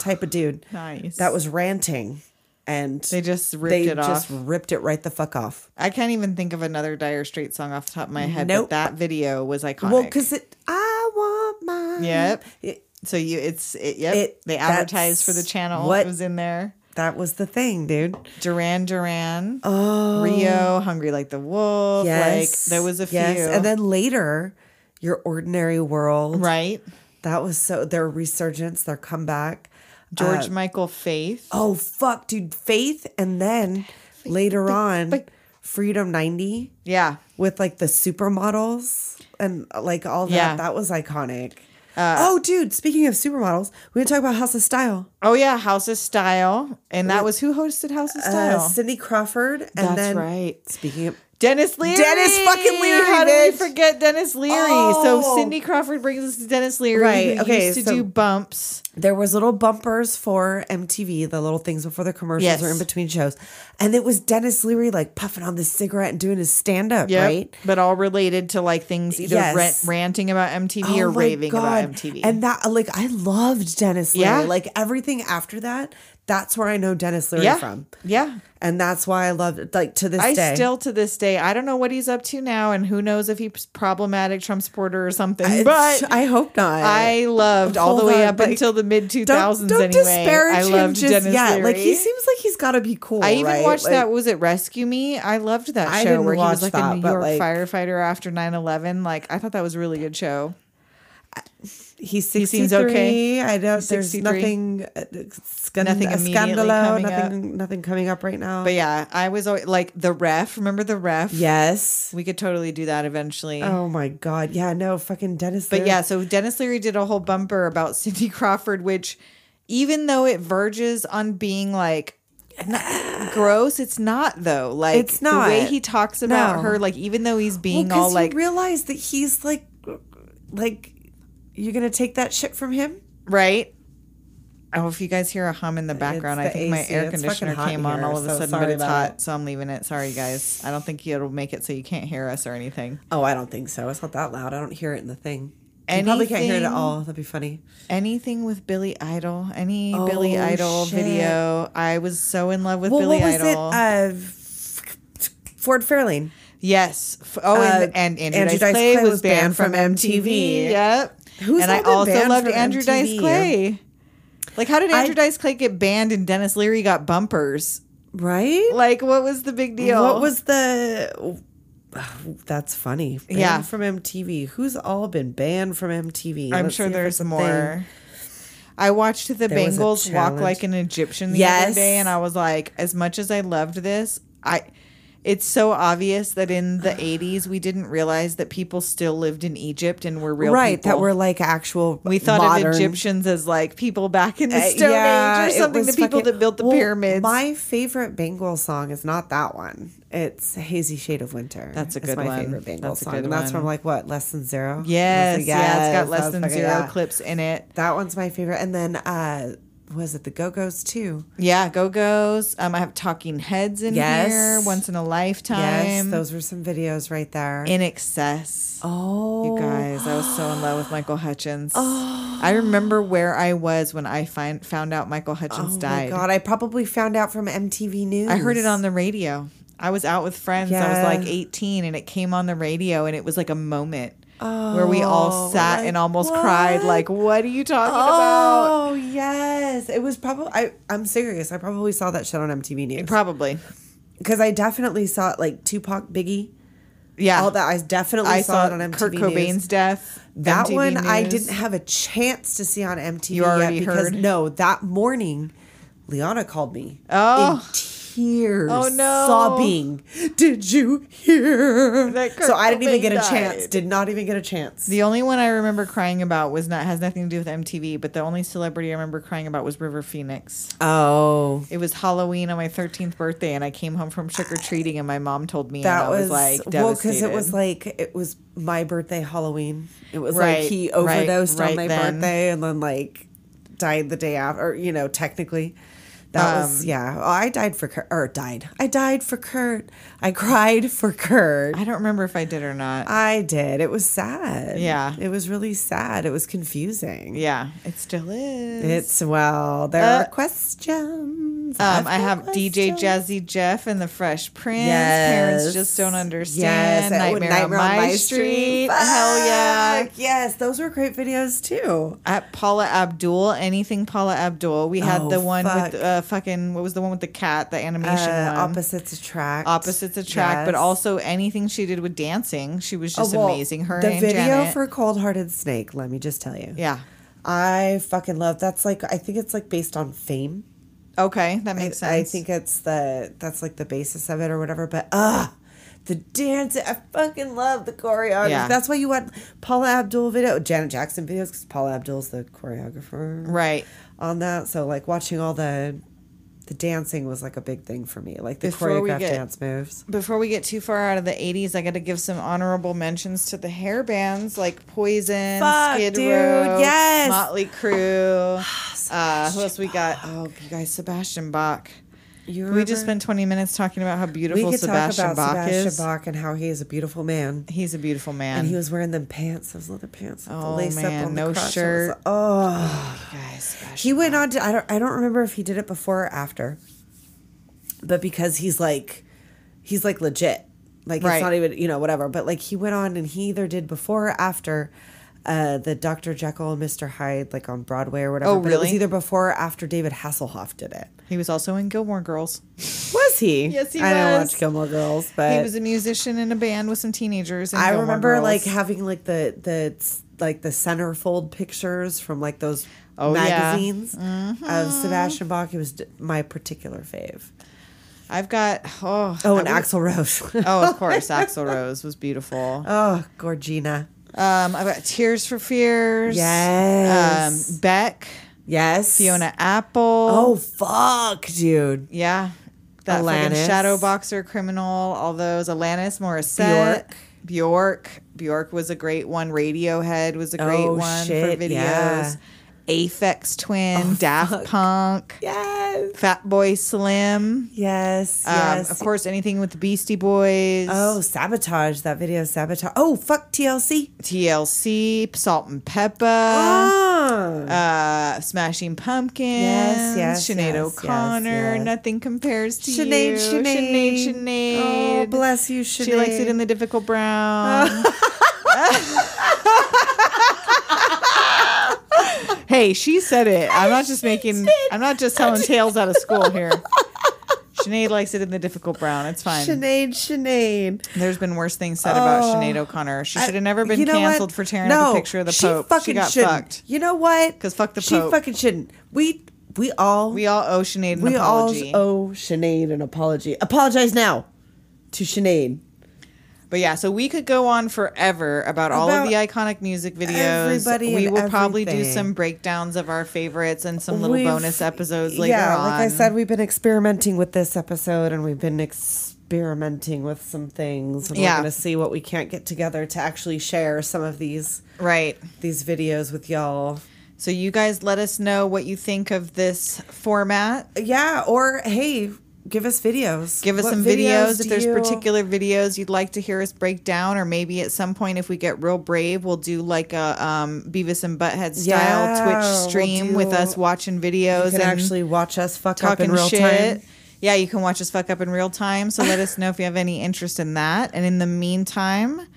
[SPEAKER 3] type of dude.
[SPEAKER 5] Nice.
[SPEAKER 3] That was ranting, and
[SPEAKER 5] They just ripped
[SPEAKER 3] they
[SPEAKER 5] it
[SPEAKER 3] just
[SPEAKER 5] off.
[SPEAKER 3] ripped it right the fuck off.
[SPEAKER 5] I can't even think of another Dire Straits song off the top of my head.
[SPEAKER 3] Nope.
[SPEAKER 5] But that video was iconic.
[SPEAKER 3] Well, because it, I want my
[SPEAKER 5] Yep.
[SPEAKER 3] It-
[SPEAKER 5] so you it's it, yep.
[SPEAKER 3] It-
[SPEAKER 5] they advertised for the
[SPEAKER 3] that's
[SPEAKER 5] channel.
[SPEAKER 3] what-
[SPEAKER 5] it was in there.
[SPEAKER 3] That was the thing, dude.
[SPEAKER 5] Duran Duran,
[SPEAKER 3] Oh,
[SPEAKER 5] Rio, Hungry Like the Wolf. Like there was a few.
[SPEAKER 3] And then later, Your Ordinary World.
[SPEAKER 5] right,
[SPEAKER 3] That was so, their resurgence, their comeback.
[SPEAKER 5] George
[SPEAKER 3] Uh,
[SPEAKER 5] Michael Faith.
[SPEAKER 3] oh, fuck, dude. Faith. And then later on, Freedom 90
[SPEAKER 5] Yeah.
[SPEAKER 3] with like the supermodels and like all that.
[SPEAKER 5] Yeah. Uh,
[SPEAKER 3] That was iconic. oh, dude. Speaking of supermodels, we didn't talk about House of Style.
[SPEAKER 5] Oh yeah, House of Style, and that was who hosted House of
[SPEAKER 3] Oh. Uh,
[SPEAKER 5] Style.
[SPEAKER 3] Cindy Crawford. And
[SPEAKER 5] That's
[SPEAKER 3] then,
[SPEAKER 5] right.
[SPEAKER 3] Speaking of
[SPEAKER 5] Dennis Leary.
[SPEAKER 3] Dennis fucking Leary,
[SPEAKER 5] How did we
[SPEAKER 3] bitch.
[SPEAKER 5] forget Dennis Leary?
[SPEAKER 3] Oh.
[SPEAKER 5] So Cindy Crawford brings us to Dennis Leary.
[SPEAKER 3] Right,
[SPEAKER 5] who
[SPEAKER 3] okay,
[SPEAKER 5] Used to
[SPEAKER 3] so-
[SPEAKER 5] do bumps.
[SPEAKER 3] there was little bumpers for MTV, the little things before the commercials
[SPEAKER 5] Yes.
[SPEAKER 3] or in between shows. And it was Dennis Leary like puffing on this cigarette and doing his stand up,
[SPEAKER 5] Yep.
[SPEAKER 3] right?
[SPEAKER 5] But all related to like things either
[SPEAKER 3] Yes.
[SPEAKER 5] rant- ranting about MTV or raving about MTV.
[SPEAKER 3] Oh And that like I loved Dennis Leary.
[SPEAKER 5] Yeah.
[SPEAKER 3] Like everything after that, that's where I know Dennis Leary
[SPEAKER 5] yeah.
[SPEAKER 3] from.
[SPEAKER 5] Yeah.
[SPEAKER 3] And that's why I love it. Like to this
[SPEAKER 5] I
[SPEAKER 3] day.
[SPEAKER 5] still to this day, I don't know what he's up to now and who knows if he's problematic Trump supporter or something.
[SPEAKER 3] It's-
[SPEAKER 5] but
[SPEAKER 3] I hope not.
[SPEAKER 5] I loved all the
[SPEAKER 3] Hold
[SPEAKER 5] way
[SPEAKER 3] on,
[SPEAKER 5] up
[SPEAKER 3] but
[SPEAKER 5] until the mid
[SPEAKER 3] don't,
[SPEAKER 5] 2000s
[SPEAKER 3] don't
[SPEAKER 5] anyway.
[SPEAKER 3] disparage
[SPEAKER 5] I
[SPEAKER 3] him
[SPEAKER 5] loved
[SPEAKER 3] just
[SPEAKER 5] Dennis
[SPEAKER 3] yet.
[SPEAKER 5] Leary.
[SPEAKER 3] Like he seems like he's got to be cool.
[SPEAKER 5] I even
[SPEAKER 3] right?
[SPEAKER 5] watched
[SPEAKER 3] Like,
[SPEAKER 5] that. Was it Rescue Me? I loved that
[SPEAKER 3] I
[SPEAKER 5] show
[SPEAKER 3] didn't
[SPEAKER 5] where he
[SPEAKER 3] watch
[SPEAKER 5] was like
[SPEAKER 3] that,
[SPEAKER 5] a New
[SPEAKER 3] but,
[SPEAKER 5] York
[SPEAKER 3] like-
[SPEAKER 5] firefighter after 9 11. Like, I thought that was a really good show.
[SPEAKER 3] He's
[SPEAKER 5] He
[SPEAKER 3] 63.
[SPEAKER 5] seems okay.
[SPEAKER 3] I don't.
[SPEAKER 5] He's
[SPEAKER 3] There's
[SPEAKER 5] 63.
[SPEAKER 3] nothing. Uh, scan-
[SPEAKER 5] Nothing
[SPEAKER 3] a
[SPEAKER 5] immediately
[SPEAKER 3] scandalo.
[SPEAKER 5] coming
[SPEAKER 3] Nothing. Nothing coming up right now.
[SPEAKER 5] But yeah, I was always like the ref. Remember the ref?
[SPEAKER 3] yes.
[SPEAKER 5] We could totally do that eventually.
[SPEAKER 3] Oh my god. Yeah. No. Fucking Dennis.
[SPEAKER 5] But
[SPEAKER 3] Leary.
[SPEAKER 5] yeah, so Dennis Leary did a whole bumper about Cindy Crawford, which even though it verges on being like n- gross, it's not though. Like
[SPEAKER 3] It's
[SPEAKER 5] the way
[SPEAKER 3] not.
[SPEAKER 5] he talks about
[SPEAKER 3] No.
[SPEAKER 5] her, like even though he's being
[SPEAKER 3] Well,
[SPEAKER 5] all
[SPEAKER 3] 'cause
[SPEAKER 5] like
[SPEAKER 3] you realize that he's like, like, you're gonna take that shit from him.
[SPEAKER 5] right. Oh, if you guys hear a hum in the background, I
[SPEAKER 3] the
[SPEAKER 5] think my
[SPEAKER 3] AC.
[SPEAKER 5] air
[SPEAKER 3] It's fucking
[SPEAKER 5] conditioner
[SPEAKER 3] hot
[SPEAKER 5] came
[SPEAKER 3] in
[SPEAKER 5] on
[SPEAKER 3] here,
[SPEAKER 5] all of a
[SPEAKER 3] so
[SPEAKER 5] sudden,
[SPEAKER 3] sorry
[SPEAKER 5] but it's
[SPEAKER 3] about
[SPEAKER 5] hot, so I'm leaving it. Sorry, guys. I don't think it'll make it so you can't hear us or anything.
[SPEAKER 3] Oh, I don't think so. It's not that loud. I don't hear it in the thing. You probably can't hear it at
[SPEAKER 5] Anything-
[SPEAKER 3] all. That'd be funny.
[SPEAKER 5] Anything with Billy Idol, any
[SPEAKER 3] Oh,
[SPEAKER 5] Billy Idol
[SPEAKER 3] shit.
[SPEAKER 5] video, I was so in love with
[SPEAKER 3] Well,
[SPEAKER 5] Billy
[SPEAKER 3] what was
[SPEAKER 5] Idol.
[SPEAKER 3] it? Uh, F- Ford Fairlane.
[SPEAKER 5] Yes. F- Oh,
[SPEAKER 3] Uh,
[SPEAKER 5] and, and Andrew, Dice, Clay, was banned, from MTV. Yep.
[SPEAKER 3] Who's
[SPEAKER 5] and
[SPEAKER 3] all
[SPEAKER 5] I
[SPEAKER 3] been
[SPEAKER 5] also
[SPEAKER 3] banned
[SPEAKER 5] loved
[SPEAKER 3] from
[SPEAKER 5] Andrew Dice
[SPEAKER 3] MTV?
[SPEAKER 5] Clay. Like, how did
[SPEAKER 3] I-
[SPEAKER 5] Andrew Dice Clay get banned and Dennis Leary got bumpers?
[SPEAKER 3] Right?
[SPEAKER 5] Like, what was the big deal?
[SPEAKER 3] What was the? Oh, that's funny. Banned
[SPEAKER 5] Yeah.
[SPEAKER 3] from MTV. Who's all been banned from MTV?
[SPEAKER 5] I'm
[SPEAKER 3] Let's
[SPEAKER 5] sure
[SPEAKER 3] see if
[SPEAKER 5] there's
[SPEAKER 3] it's a thing.
[SPEAKER 5] more. I watched the
[SPEAKER 3] There was a
[SPEAKER 5] Bengals walk
[SPEAKER 3] challenge.
[SPEAKER 5] like an Egyptian the other
[SPEAKER 3] Yes.
[SPEAKER 5] day, and I was like, as much as I loved this, I. It's so obvious that in the 80s we didn't realize that people still lived in Egypt and were real
[SPEAKER 3] right
[SPEAKER 5] people.
[SPEAKER 3] that were like actual.
[SPEAKER 5] We thought
[SPEAKER 3] modern,
[SPEAKER 5] of Egyptians as like people back in the
[SPEAKER 3] Uh,
[SPEAKER 5] Stone
[SPEAKER 3] yeah,
[SPEAKER 5] Age
[SPEAKER 3] it
[SPEAKER 5] or something, the
[SPEAKER 3] was
[SPEAKER 5] people
[SPEAKER 3] fucking-
[SPEAKER 5] that built the
[SPEAKER 3] Well,
[SPEAKER 5] pyramids.
[SPEAKER 3] My favorite Bengal song is not that one. It's Hazy Shade of Winter.
[SPEAKER 5] That's a
[SPEAKER 3] It's
[SPEAKER 5] good
[SPEAKER 3] my
[SPEAKER 5] one.
[SPEAKER 3] favorite Bengal
[SPEAKER 5] That's a
[SPEAKER 3] song.
[SPEAKER 5] good
[SPEAKER 3] and that's from
[SPEAKER 5] one.
[SPEAKER 3] like what? Less than zero?
[SPEAKER 5] yes,
[SPEAKER 3] Like,
[SPEAKER 5] yeah, it's
[SPEAKER 3] yes,
[SPEAKER 5] got less
[SPEAKER 3] that's
[SPEAKER 5] than
[SPEAKER 3] fucking-
[SPEAKER 5] zero
[SPEAKER 3] yeah.
[SPEAKER 5] clips in it.
[SPEAKER 3] That one's my favorite. And then uh was it the Go Go's too?
[SPEAKER 5] Yeah, Go Go's. Um, I have Talking Heads in
[SPEAKER 3] Yes.
[SPEAKER 5] here, Once in a Lifetime.
[SPEAKER 3] Yes, those were some videos right there.
[SPEAKER 5] in excess.
[SPEAKER 3] oh,
[SPEAKER 5] You guys, I was so in love with Michael Hutchins. I remember where I was when I find, found out Michael
[SPEAKER 3] Oh
[SPEAKER 5] Hutchins
[SPEAKER 3] my
[SPEAKER 5] died.
[SPEAKER 3] god! I probably found out from MTV News.
[SPEAKER 5] I heard it on the radio. I was out with friends. I was
[SPEAKER 3] Yeah.
[SPEAKER 5] like 18 and it came on the radio and it was like a moment where we all
[SPEAKER 3] Oh,
[SPEAKER 5] sat
[SPEAKER 3] like,
[SPEAKER 5] and almost cried
[SPEAKER 3] what?
[SPEAKER 5] like what are you talking about?
[SPEAKER 3] Oh yes, it was probably. I, I'm serious. I probably saw that shit on MTV News
[SPEAKER 5] Probably.
[SPEAKER 3] because I definitely saw it like Tupac, Biggie,
[SPEAKER 5] Yeah.
[SPEAKER 3] all that. I definitely
[SPEAKER 5] I
[SPEAKER 3] saw,
[SPEAKER 5] saw
[SPEAKER 3] it on MTV
[SPEAKER 5] Kurt
[SPEAKER 3] News.
[SPEAKER 5] Cobain's death.
[SPEAKER 3] That
[SPEAKER 5] MTV
[SPEAKER 3] one I
[SPEAKER 5] News.
[SPEAKER 3] didn't have a chance to see on MTV
[SPEAKER 5] You already
[SPEAKER 3] yet because
[SPEAKER 5] heard?
[SPEAKER 3] no, that morning Liana called me.
[SPEAKER 5] Oh.
[SPEAKER 3] In tears.
[SPEAKER 5] Oh, no.
[SPEAKER 3] Sobbing. Did you hear?
[SPEAKER 5] That Kurt
[SPEAKER 3] So I didn't even
[SPEAKER 5] Cobain
[SPEAKER 3] get a
[SPEAKER 5] died.
[SPEAKER 3] chance. Did not even get a chance.
[SPEAKER 5] The only one I remember crying about was not has nothing to do with MTV, but the only celebrity I remember crying about was River Phoenix.
[SPEAKER 3] oh.
[SPEAKER 5] It was Halloween on my 13th birthday and I came home from trick or treating and my mom told me
[SPEAKER 3] That
[SPEAKER 5] and I
[SPEAKER 3] was,
[SPEAKER 5] was, like
[SPEAKER 3] well because it was
[SPEAKER 5] devastated.
[SPEAKER 3] like it was my birthday Halloween. It was
[SPEAKER 5] Right,
[SPEAKER 3] like he
[SPEAKER 5] right,
[SPEAKER 3] overdosed
[SPEAKER 5] right
[SPEAKER 3] on my
[SPEAKER 5] then.
[SPEAKER 3] birthday and then like died the day after. Or, you know, technically, that was
[SPEAKER 5] Um,
[SPEAKER 3] yeah. I died for Kurt. Or died. I died for Kurt. I cried for Kurt.
[SPEAKER 5] I don't remember if I did or not.
[SPEAKER 3] I did. It was sad.
[SPEAKER 5] Yeah.
[SPEAKER 3] it was really sad. It was confusing.
[SPEAKER 5] Yeah, it still is.
[SPEAKER 3] It's well, there
[SPEAKER 5] Uh,
[SPEAKER 3] are questions.
[SPEAKER 5] um,
[SPEAKER 3] I've
[SPEAKER 5] I
[SPEAKER 3] got
[SPEAKER 5] have DJ
[SPEAKER 3] questions.
[SPEAKER 5] Jazzy Jeff and the Fresh Prince. Parents
[SPEAKER 3] Yes.
[SPEAKER 5] just don't
[SPEAKER 3] Yes,
[SPEAKER 5] understand.
[SPEAKER 3] oh,
[SPEAKER 5] Nightmare, on, My, Street.
[SPEAKER 3] Fuck.
[SPEAKER 5] Hell yeah.
[SPEAKER 3] Yes, those were great videos too.
[SPEAKER 5] At Paula Abdul, anything Paula Abdul. We had
[SPEAKER 3] Oh,
[SPEAKER 5] the one
[SPEAKER 3] fuck.
[SPEAKER 5] with uh, fucking what was the one with the cat? The animation
[SPEAKER 3] Uh,
[SPEAKER 5] one.
[SPEAKER 3] opposites attract.
[SPEAKER 5] Opposites attract, but
[SPEAKER 3] Yes.
[SPEAKER 5] also anything she did with dancing, she was
[SPEAKER 3] Oh,
[SPEAKER 5] just
[SPEAKER 3] well,
[SPEAKER 5] amazing. Her
[SPEAKER 3] the
[SPEAKER 5] and
[SPEAKER 3] video
[SPEAKER 5] Janet.
[SPEAKER 3] for Cold Hearted Snake. Let me just tell you.
[SPEAKER 5] yeah.
[SPEAKER 3] I fucking love. That's like I think it's like based on fame.
[SPEAKER 5] Okay, that makes sense.
[SPEAKER 3] I think it's the that's like the basis of it or whatever. But ah, the dance. I fucking love the choreography.
[SPEAKER 5] Yeah.
[SPEAKER 3] That's why you want Paula Abdul video, Janet Jackson videos because Paula Abdul's the choreographer
[SPEAKER 5] right.
[SPEAKER 3] on that. So like watching all the the dancing was like a big thing for me, like the
[SPEAKER 5] Before we
[SPEAKER 3] choreographed
[SPEAKER 5] get-
[SPEAKER 3] dance moves.
[SPEAKER 5] Before we get too far out of the 80s, I got to give some honorable mentions to the hair bands like Poison,
[SPEAKER 3] Fuck,
[SPEAKER 5] Skid
[SPEAKER 3] dude,
[SPEAKER 5] Row,
[SPEAKER 3] yes.
[SPEAKER 5] Motley Crue. Uh, who else we got? Oh, you guys, Sebastian Bach.
[SPEAKER 3] You
[SPEAKER 5] We
[SPEAKER 3] remember?
[SPEAKER 5] just spent 20 minutes talking about how
[SPEAKER 3] we
[SPEAKER 5] beautiful
[SPEAKER 3] could
[SPEAKER 5] Sebastian
[SPEAKER 3] talk about
[SPEAKER 5] Bach
[SPEAKER 3] Sebastian
[SPEAKER 5] is.
[SPEAKER 3] Bach and how he is a beautiful man.
[SPEAKER 5] He's a beautiful man.
[SPEAKER 3] And he was wearing them pants, those leather pants, with the
[SPEAKER 5] Oh,
[SPEAKER 3] lace
[SPEAKER 5] man,
[SPEAKER 3] up on the
[SPEAKER 5] no
[SPEAKER 3] crotch. I was
[SPEAKER 5] shirt.
[SPEAKER 3] like, Oh,
[SPEAKER 5] guys, Sebastian
[SPEAKER 3] he went on to I don't I don't remember if he did it before or after. But because he's like he's like legit. Like
[SPEAKER 5] Right.
[SPEAKER 3] it's not even you know, whatever. But like he went on and he either did before or after uh, the Dr. Jekyll and Mr. Hyde, like on Broadway or whatever.
[SPEAKER 5] Oh,
[SPEAKER 3] But it was
[SPEAKER 5] really?
[SPEAKER 3] either before or after David Hasselhoff did it.
[SPEAKER 5] He was also in Gilmore Girls.
[SPEAKER 3] Was he?
[SPEAKER 5] Yes, he
[SPEAKER 3] I didn't
[SPEAKER 5] was.
[SPEAKER 3] watch Gilmore Girls, but
[SPEAKER 5] he was a musician in a band with some teenagers. In
[SPEAKER 3] Uh, I
[SPEAKER 5] Gilmore
[SPEAKER 3] remember
[SPEAKER 5] Girls.
[SPEAKER 3] like having like the the like the centerfold pictures from like those
[SPEAKER 5] Oh, yeah. Mm-hmm.
[SPEAKER 3] magazines of Sebastian Bach. He was d- my particular fave.
[SPEAKER 5] I've got oh
[SPEAKER 3] Oh, and
[SPEAKER 5] I would-
[SPEAKER 3] Axel Rose.
[SPEAKER 5] Oh, of course, Axl Rose was beautiful.
[SPEAKER 3] oh, Gorgina.
[SPEAKER 5] Um, I've got Tears for Fears.
[SPEAKER 3] Yes.
[SPEAKER 5] Um, Beck,
[SPEAKER 3] Yes.
[SPEAKER 5] Fiona Apple.
[SPEAKER 3] Oh fuck, dude.
[SPEAKER 5] yeah. That fucking
[SPEAKER 3] Alanis.
[SPEAKER 5] shadow boxer criminal. All those Alanis Morissette. Bjork. Bjork. Bjork was a great one. Radiohead was a great
[SPEAKER 3] Oh,
[SPEAKER 5] one
[SPEAKER 3] shit,
[SPEAKER 5] for videos.
[SPEAKER 3] yeah. Oh,
[SPEAKER 5] Aphex Twin. Daft Punk.
[SPEAKER 3] Yes.
[SPEAKER 5] Fat Boy Slim.
[SPEAKER 3] Yes.
[SPEAKER 5] Um,
[SPEAKER 3] yes.
[SPEAKER 5] Of course, anything with the Beastie Boys.
[SPEAKER 3] Oh, sabotage that video. Sabotage. Oh, fuck TLC.
[SPEAKER 5] TLC, Salt and Pepper.
[SPEAKER 3] Ah.
[SPEAKER 5] uh Smashing
[SPEAKER 3] Yes,
[SPEAKER 5] Pumpkins,
[SPEAKER 3] yes,
[SPEAKER 5] Sinead
[SPEAKER 3] yes,
[SPEAKER 5] O'Connor,
[SPEAKER 3] yes, yes.
[SPEAKER 5] Nothing Compares to
[SPEAKER 3] Sinead,
[SPEAKER 5] You,
[SPEAKER 3] Sinead.
[SPEAKER 5] Sinead.
[SPEAKER 3] Oh, bless you, Sinead.
[SPEAKER 5] She likes it in the difficult brown. hey, she said it. I'm not just making. I'm not just telling tales out of school here. Sinead likes it in the difficult brown. It's fine.
[SPEAKER 3] Sinead, Sinead.
[SPEAKER 5] There's been worse things said about Sinead O'Connor. She should have never been
[SPEAKER 3] You know what?
[SPEAKER 5] canceled for tearing up a picture of the
[SPEAKER 3] she
[SPEAKER 5] Pope.
[SPEAKER 3] Fucking
[SPEAKER 5] she got
[SPEAKER 3] shouldn't.
[SPEAKER 5] fucked.
[SPEAKER 3] You know what?
[SPEAKER 5] 'Cause fuck the
[SPEAKER 3] She
[SPEAKER 5] Pope.
[SPEAKER 3] fucking shouldn't. We we all
[SPEAKER 5] We all owe Sinead an
[SPEAKER 3] we
[SPEAKER 5] apology.
[SPEAKER 3] all owe Sinead an apology. Apologize now to Sinead.
[SPEAKER 5] But yeah, so we could go on forever about, all of
[SPEAKER 3] About
[SPEAKER 5] the iconic music videos.
[SPEAKER 3] everybody
[SPEAKER 5] we
[SPEAKER 3] and
[SPEAKER 5] will probably do
[SPEAKER 3] everything.
[SPEAKER 5] some breakdowns of our favorites and some little
[SPEAKER 3] We've-
[SPEAKER 5] bonus episodes later
[SPEAKER 3] yeah,
[SPEAKER 5] on.
[SPEAKER 3] like I said, we've been experimenting with this episode, and we've been experimenting with some things. And
[SPEAKER 5] Yeah.
[SPEAKER 3] we're gonna see what we can't get together to actually share some of these
[SPEAKER 5] right.
[SPEAKER 3] these videos with y'all.
[SPEAKER 5] So you guys let us know what you think of this format.
[SPEAKER 3] Yeah, or hey, give us videos.
[SPEAKER 5] Give us
[SPEAKER 3] What
[SPEAKER 5] some videos,
[SPEAKER 3] do
[SPEAKER 5] if there's
[SPEAKER 3] you-
[SPEAKER 5] particular videos you'd like to hear us break down, or maybe at some point if we get real brave, we'll do like a um, Beavis and Butthead style
[SPEAKER 3] Yeah,
[SPEAKER 5] Twitch
[SPEAKER 3] we'll
[SPEAKER 5] stream with
[SPEAKER 3] do-
[SPEAKER 5] us watching videos
[SPEAKER 3] You can
[SPEAKER 5] and
[SPEAKER 3] actually watch us fuck up
[SPEAKER 5] talking
[SPEAKER 3] in real
[SPEAKER 5] shit.
[SPEAKER 3] time.
[SPEAKER 5] Yeah, you can watch us fuck up in real time. So let us know if you have any interest in that. And in the meantime,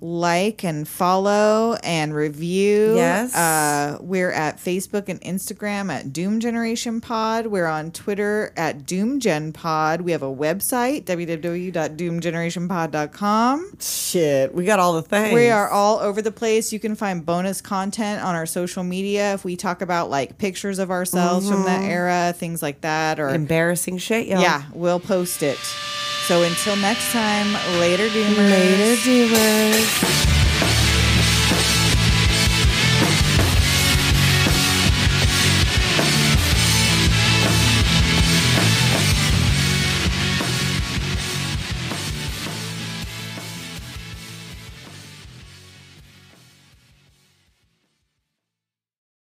[SPEAKER 5] like and follow and review.
[SPEAKER 3] Yes.
[SPEAKER 5] Uh, we're at Facebook and Instagram at Doom Generation Pod. We're on Twitter at Doom Gen Pod. We have a website, www.doomgenerationpod.com.
[SPEAKER 3] Shit, we got all the things.
[SPEAKER 5] We are all over the place. You can find bonus content on our social media if we talk about like pictures of ourselves from that
[SPEAKER 3] Mm-hmm.
[SPEAKER 5] era, things like that, or
[SPEAKER 3] embarrassing shit, y'all.
[SPEAKER 5] yeah, we'll post it. So until next time, later, doomers.
[SPEAKER 3] Later, doers.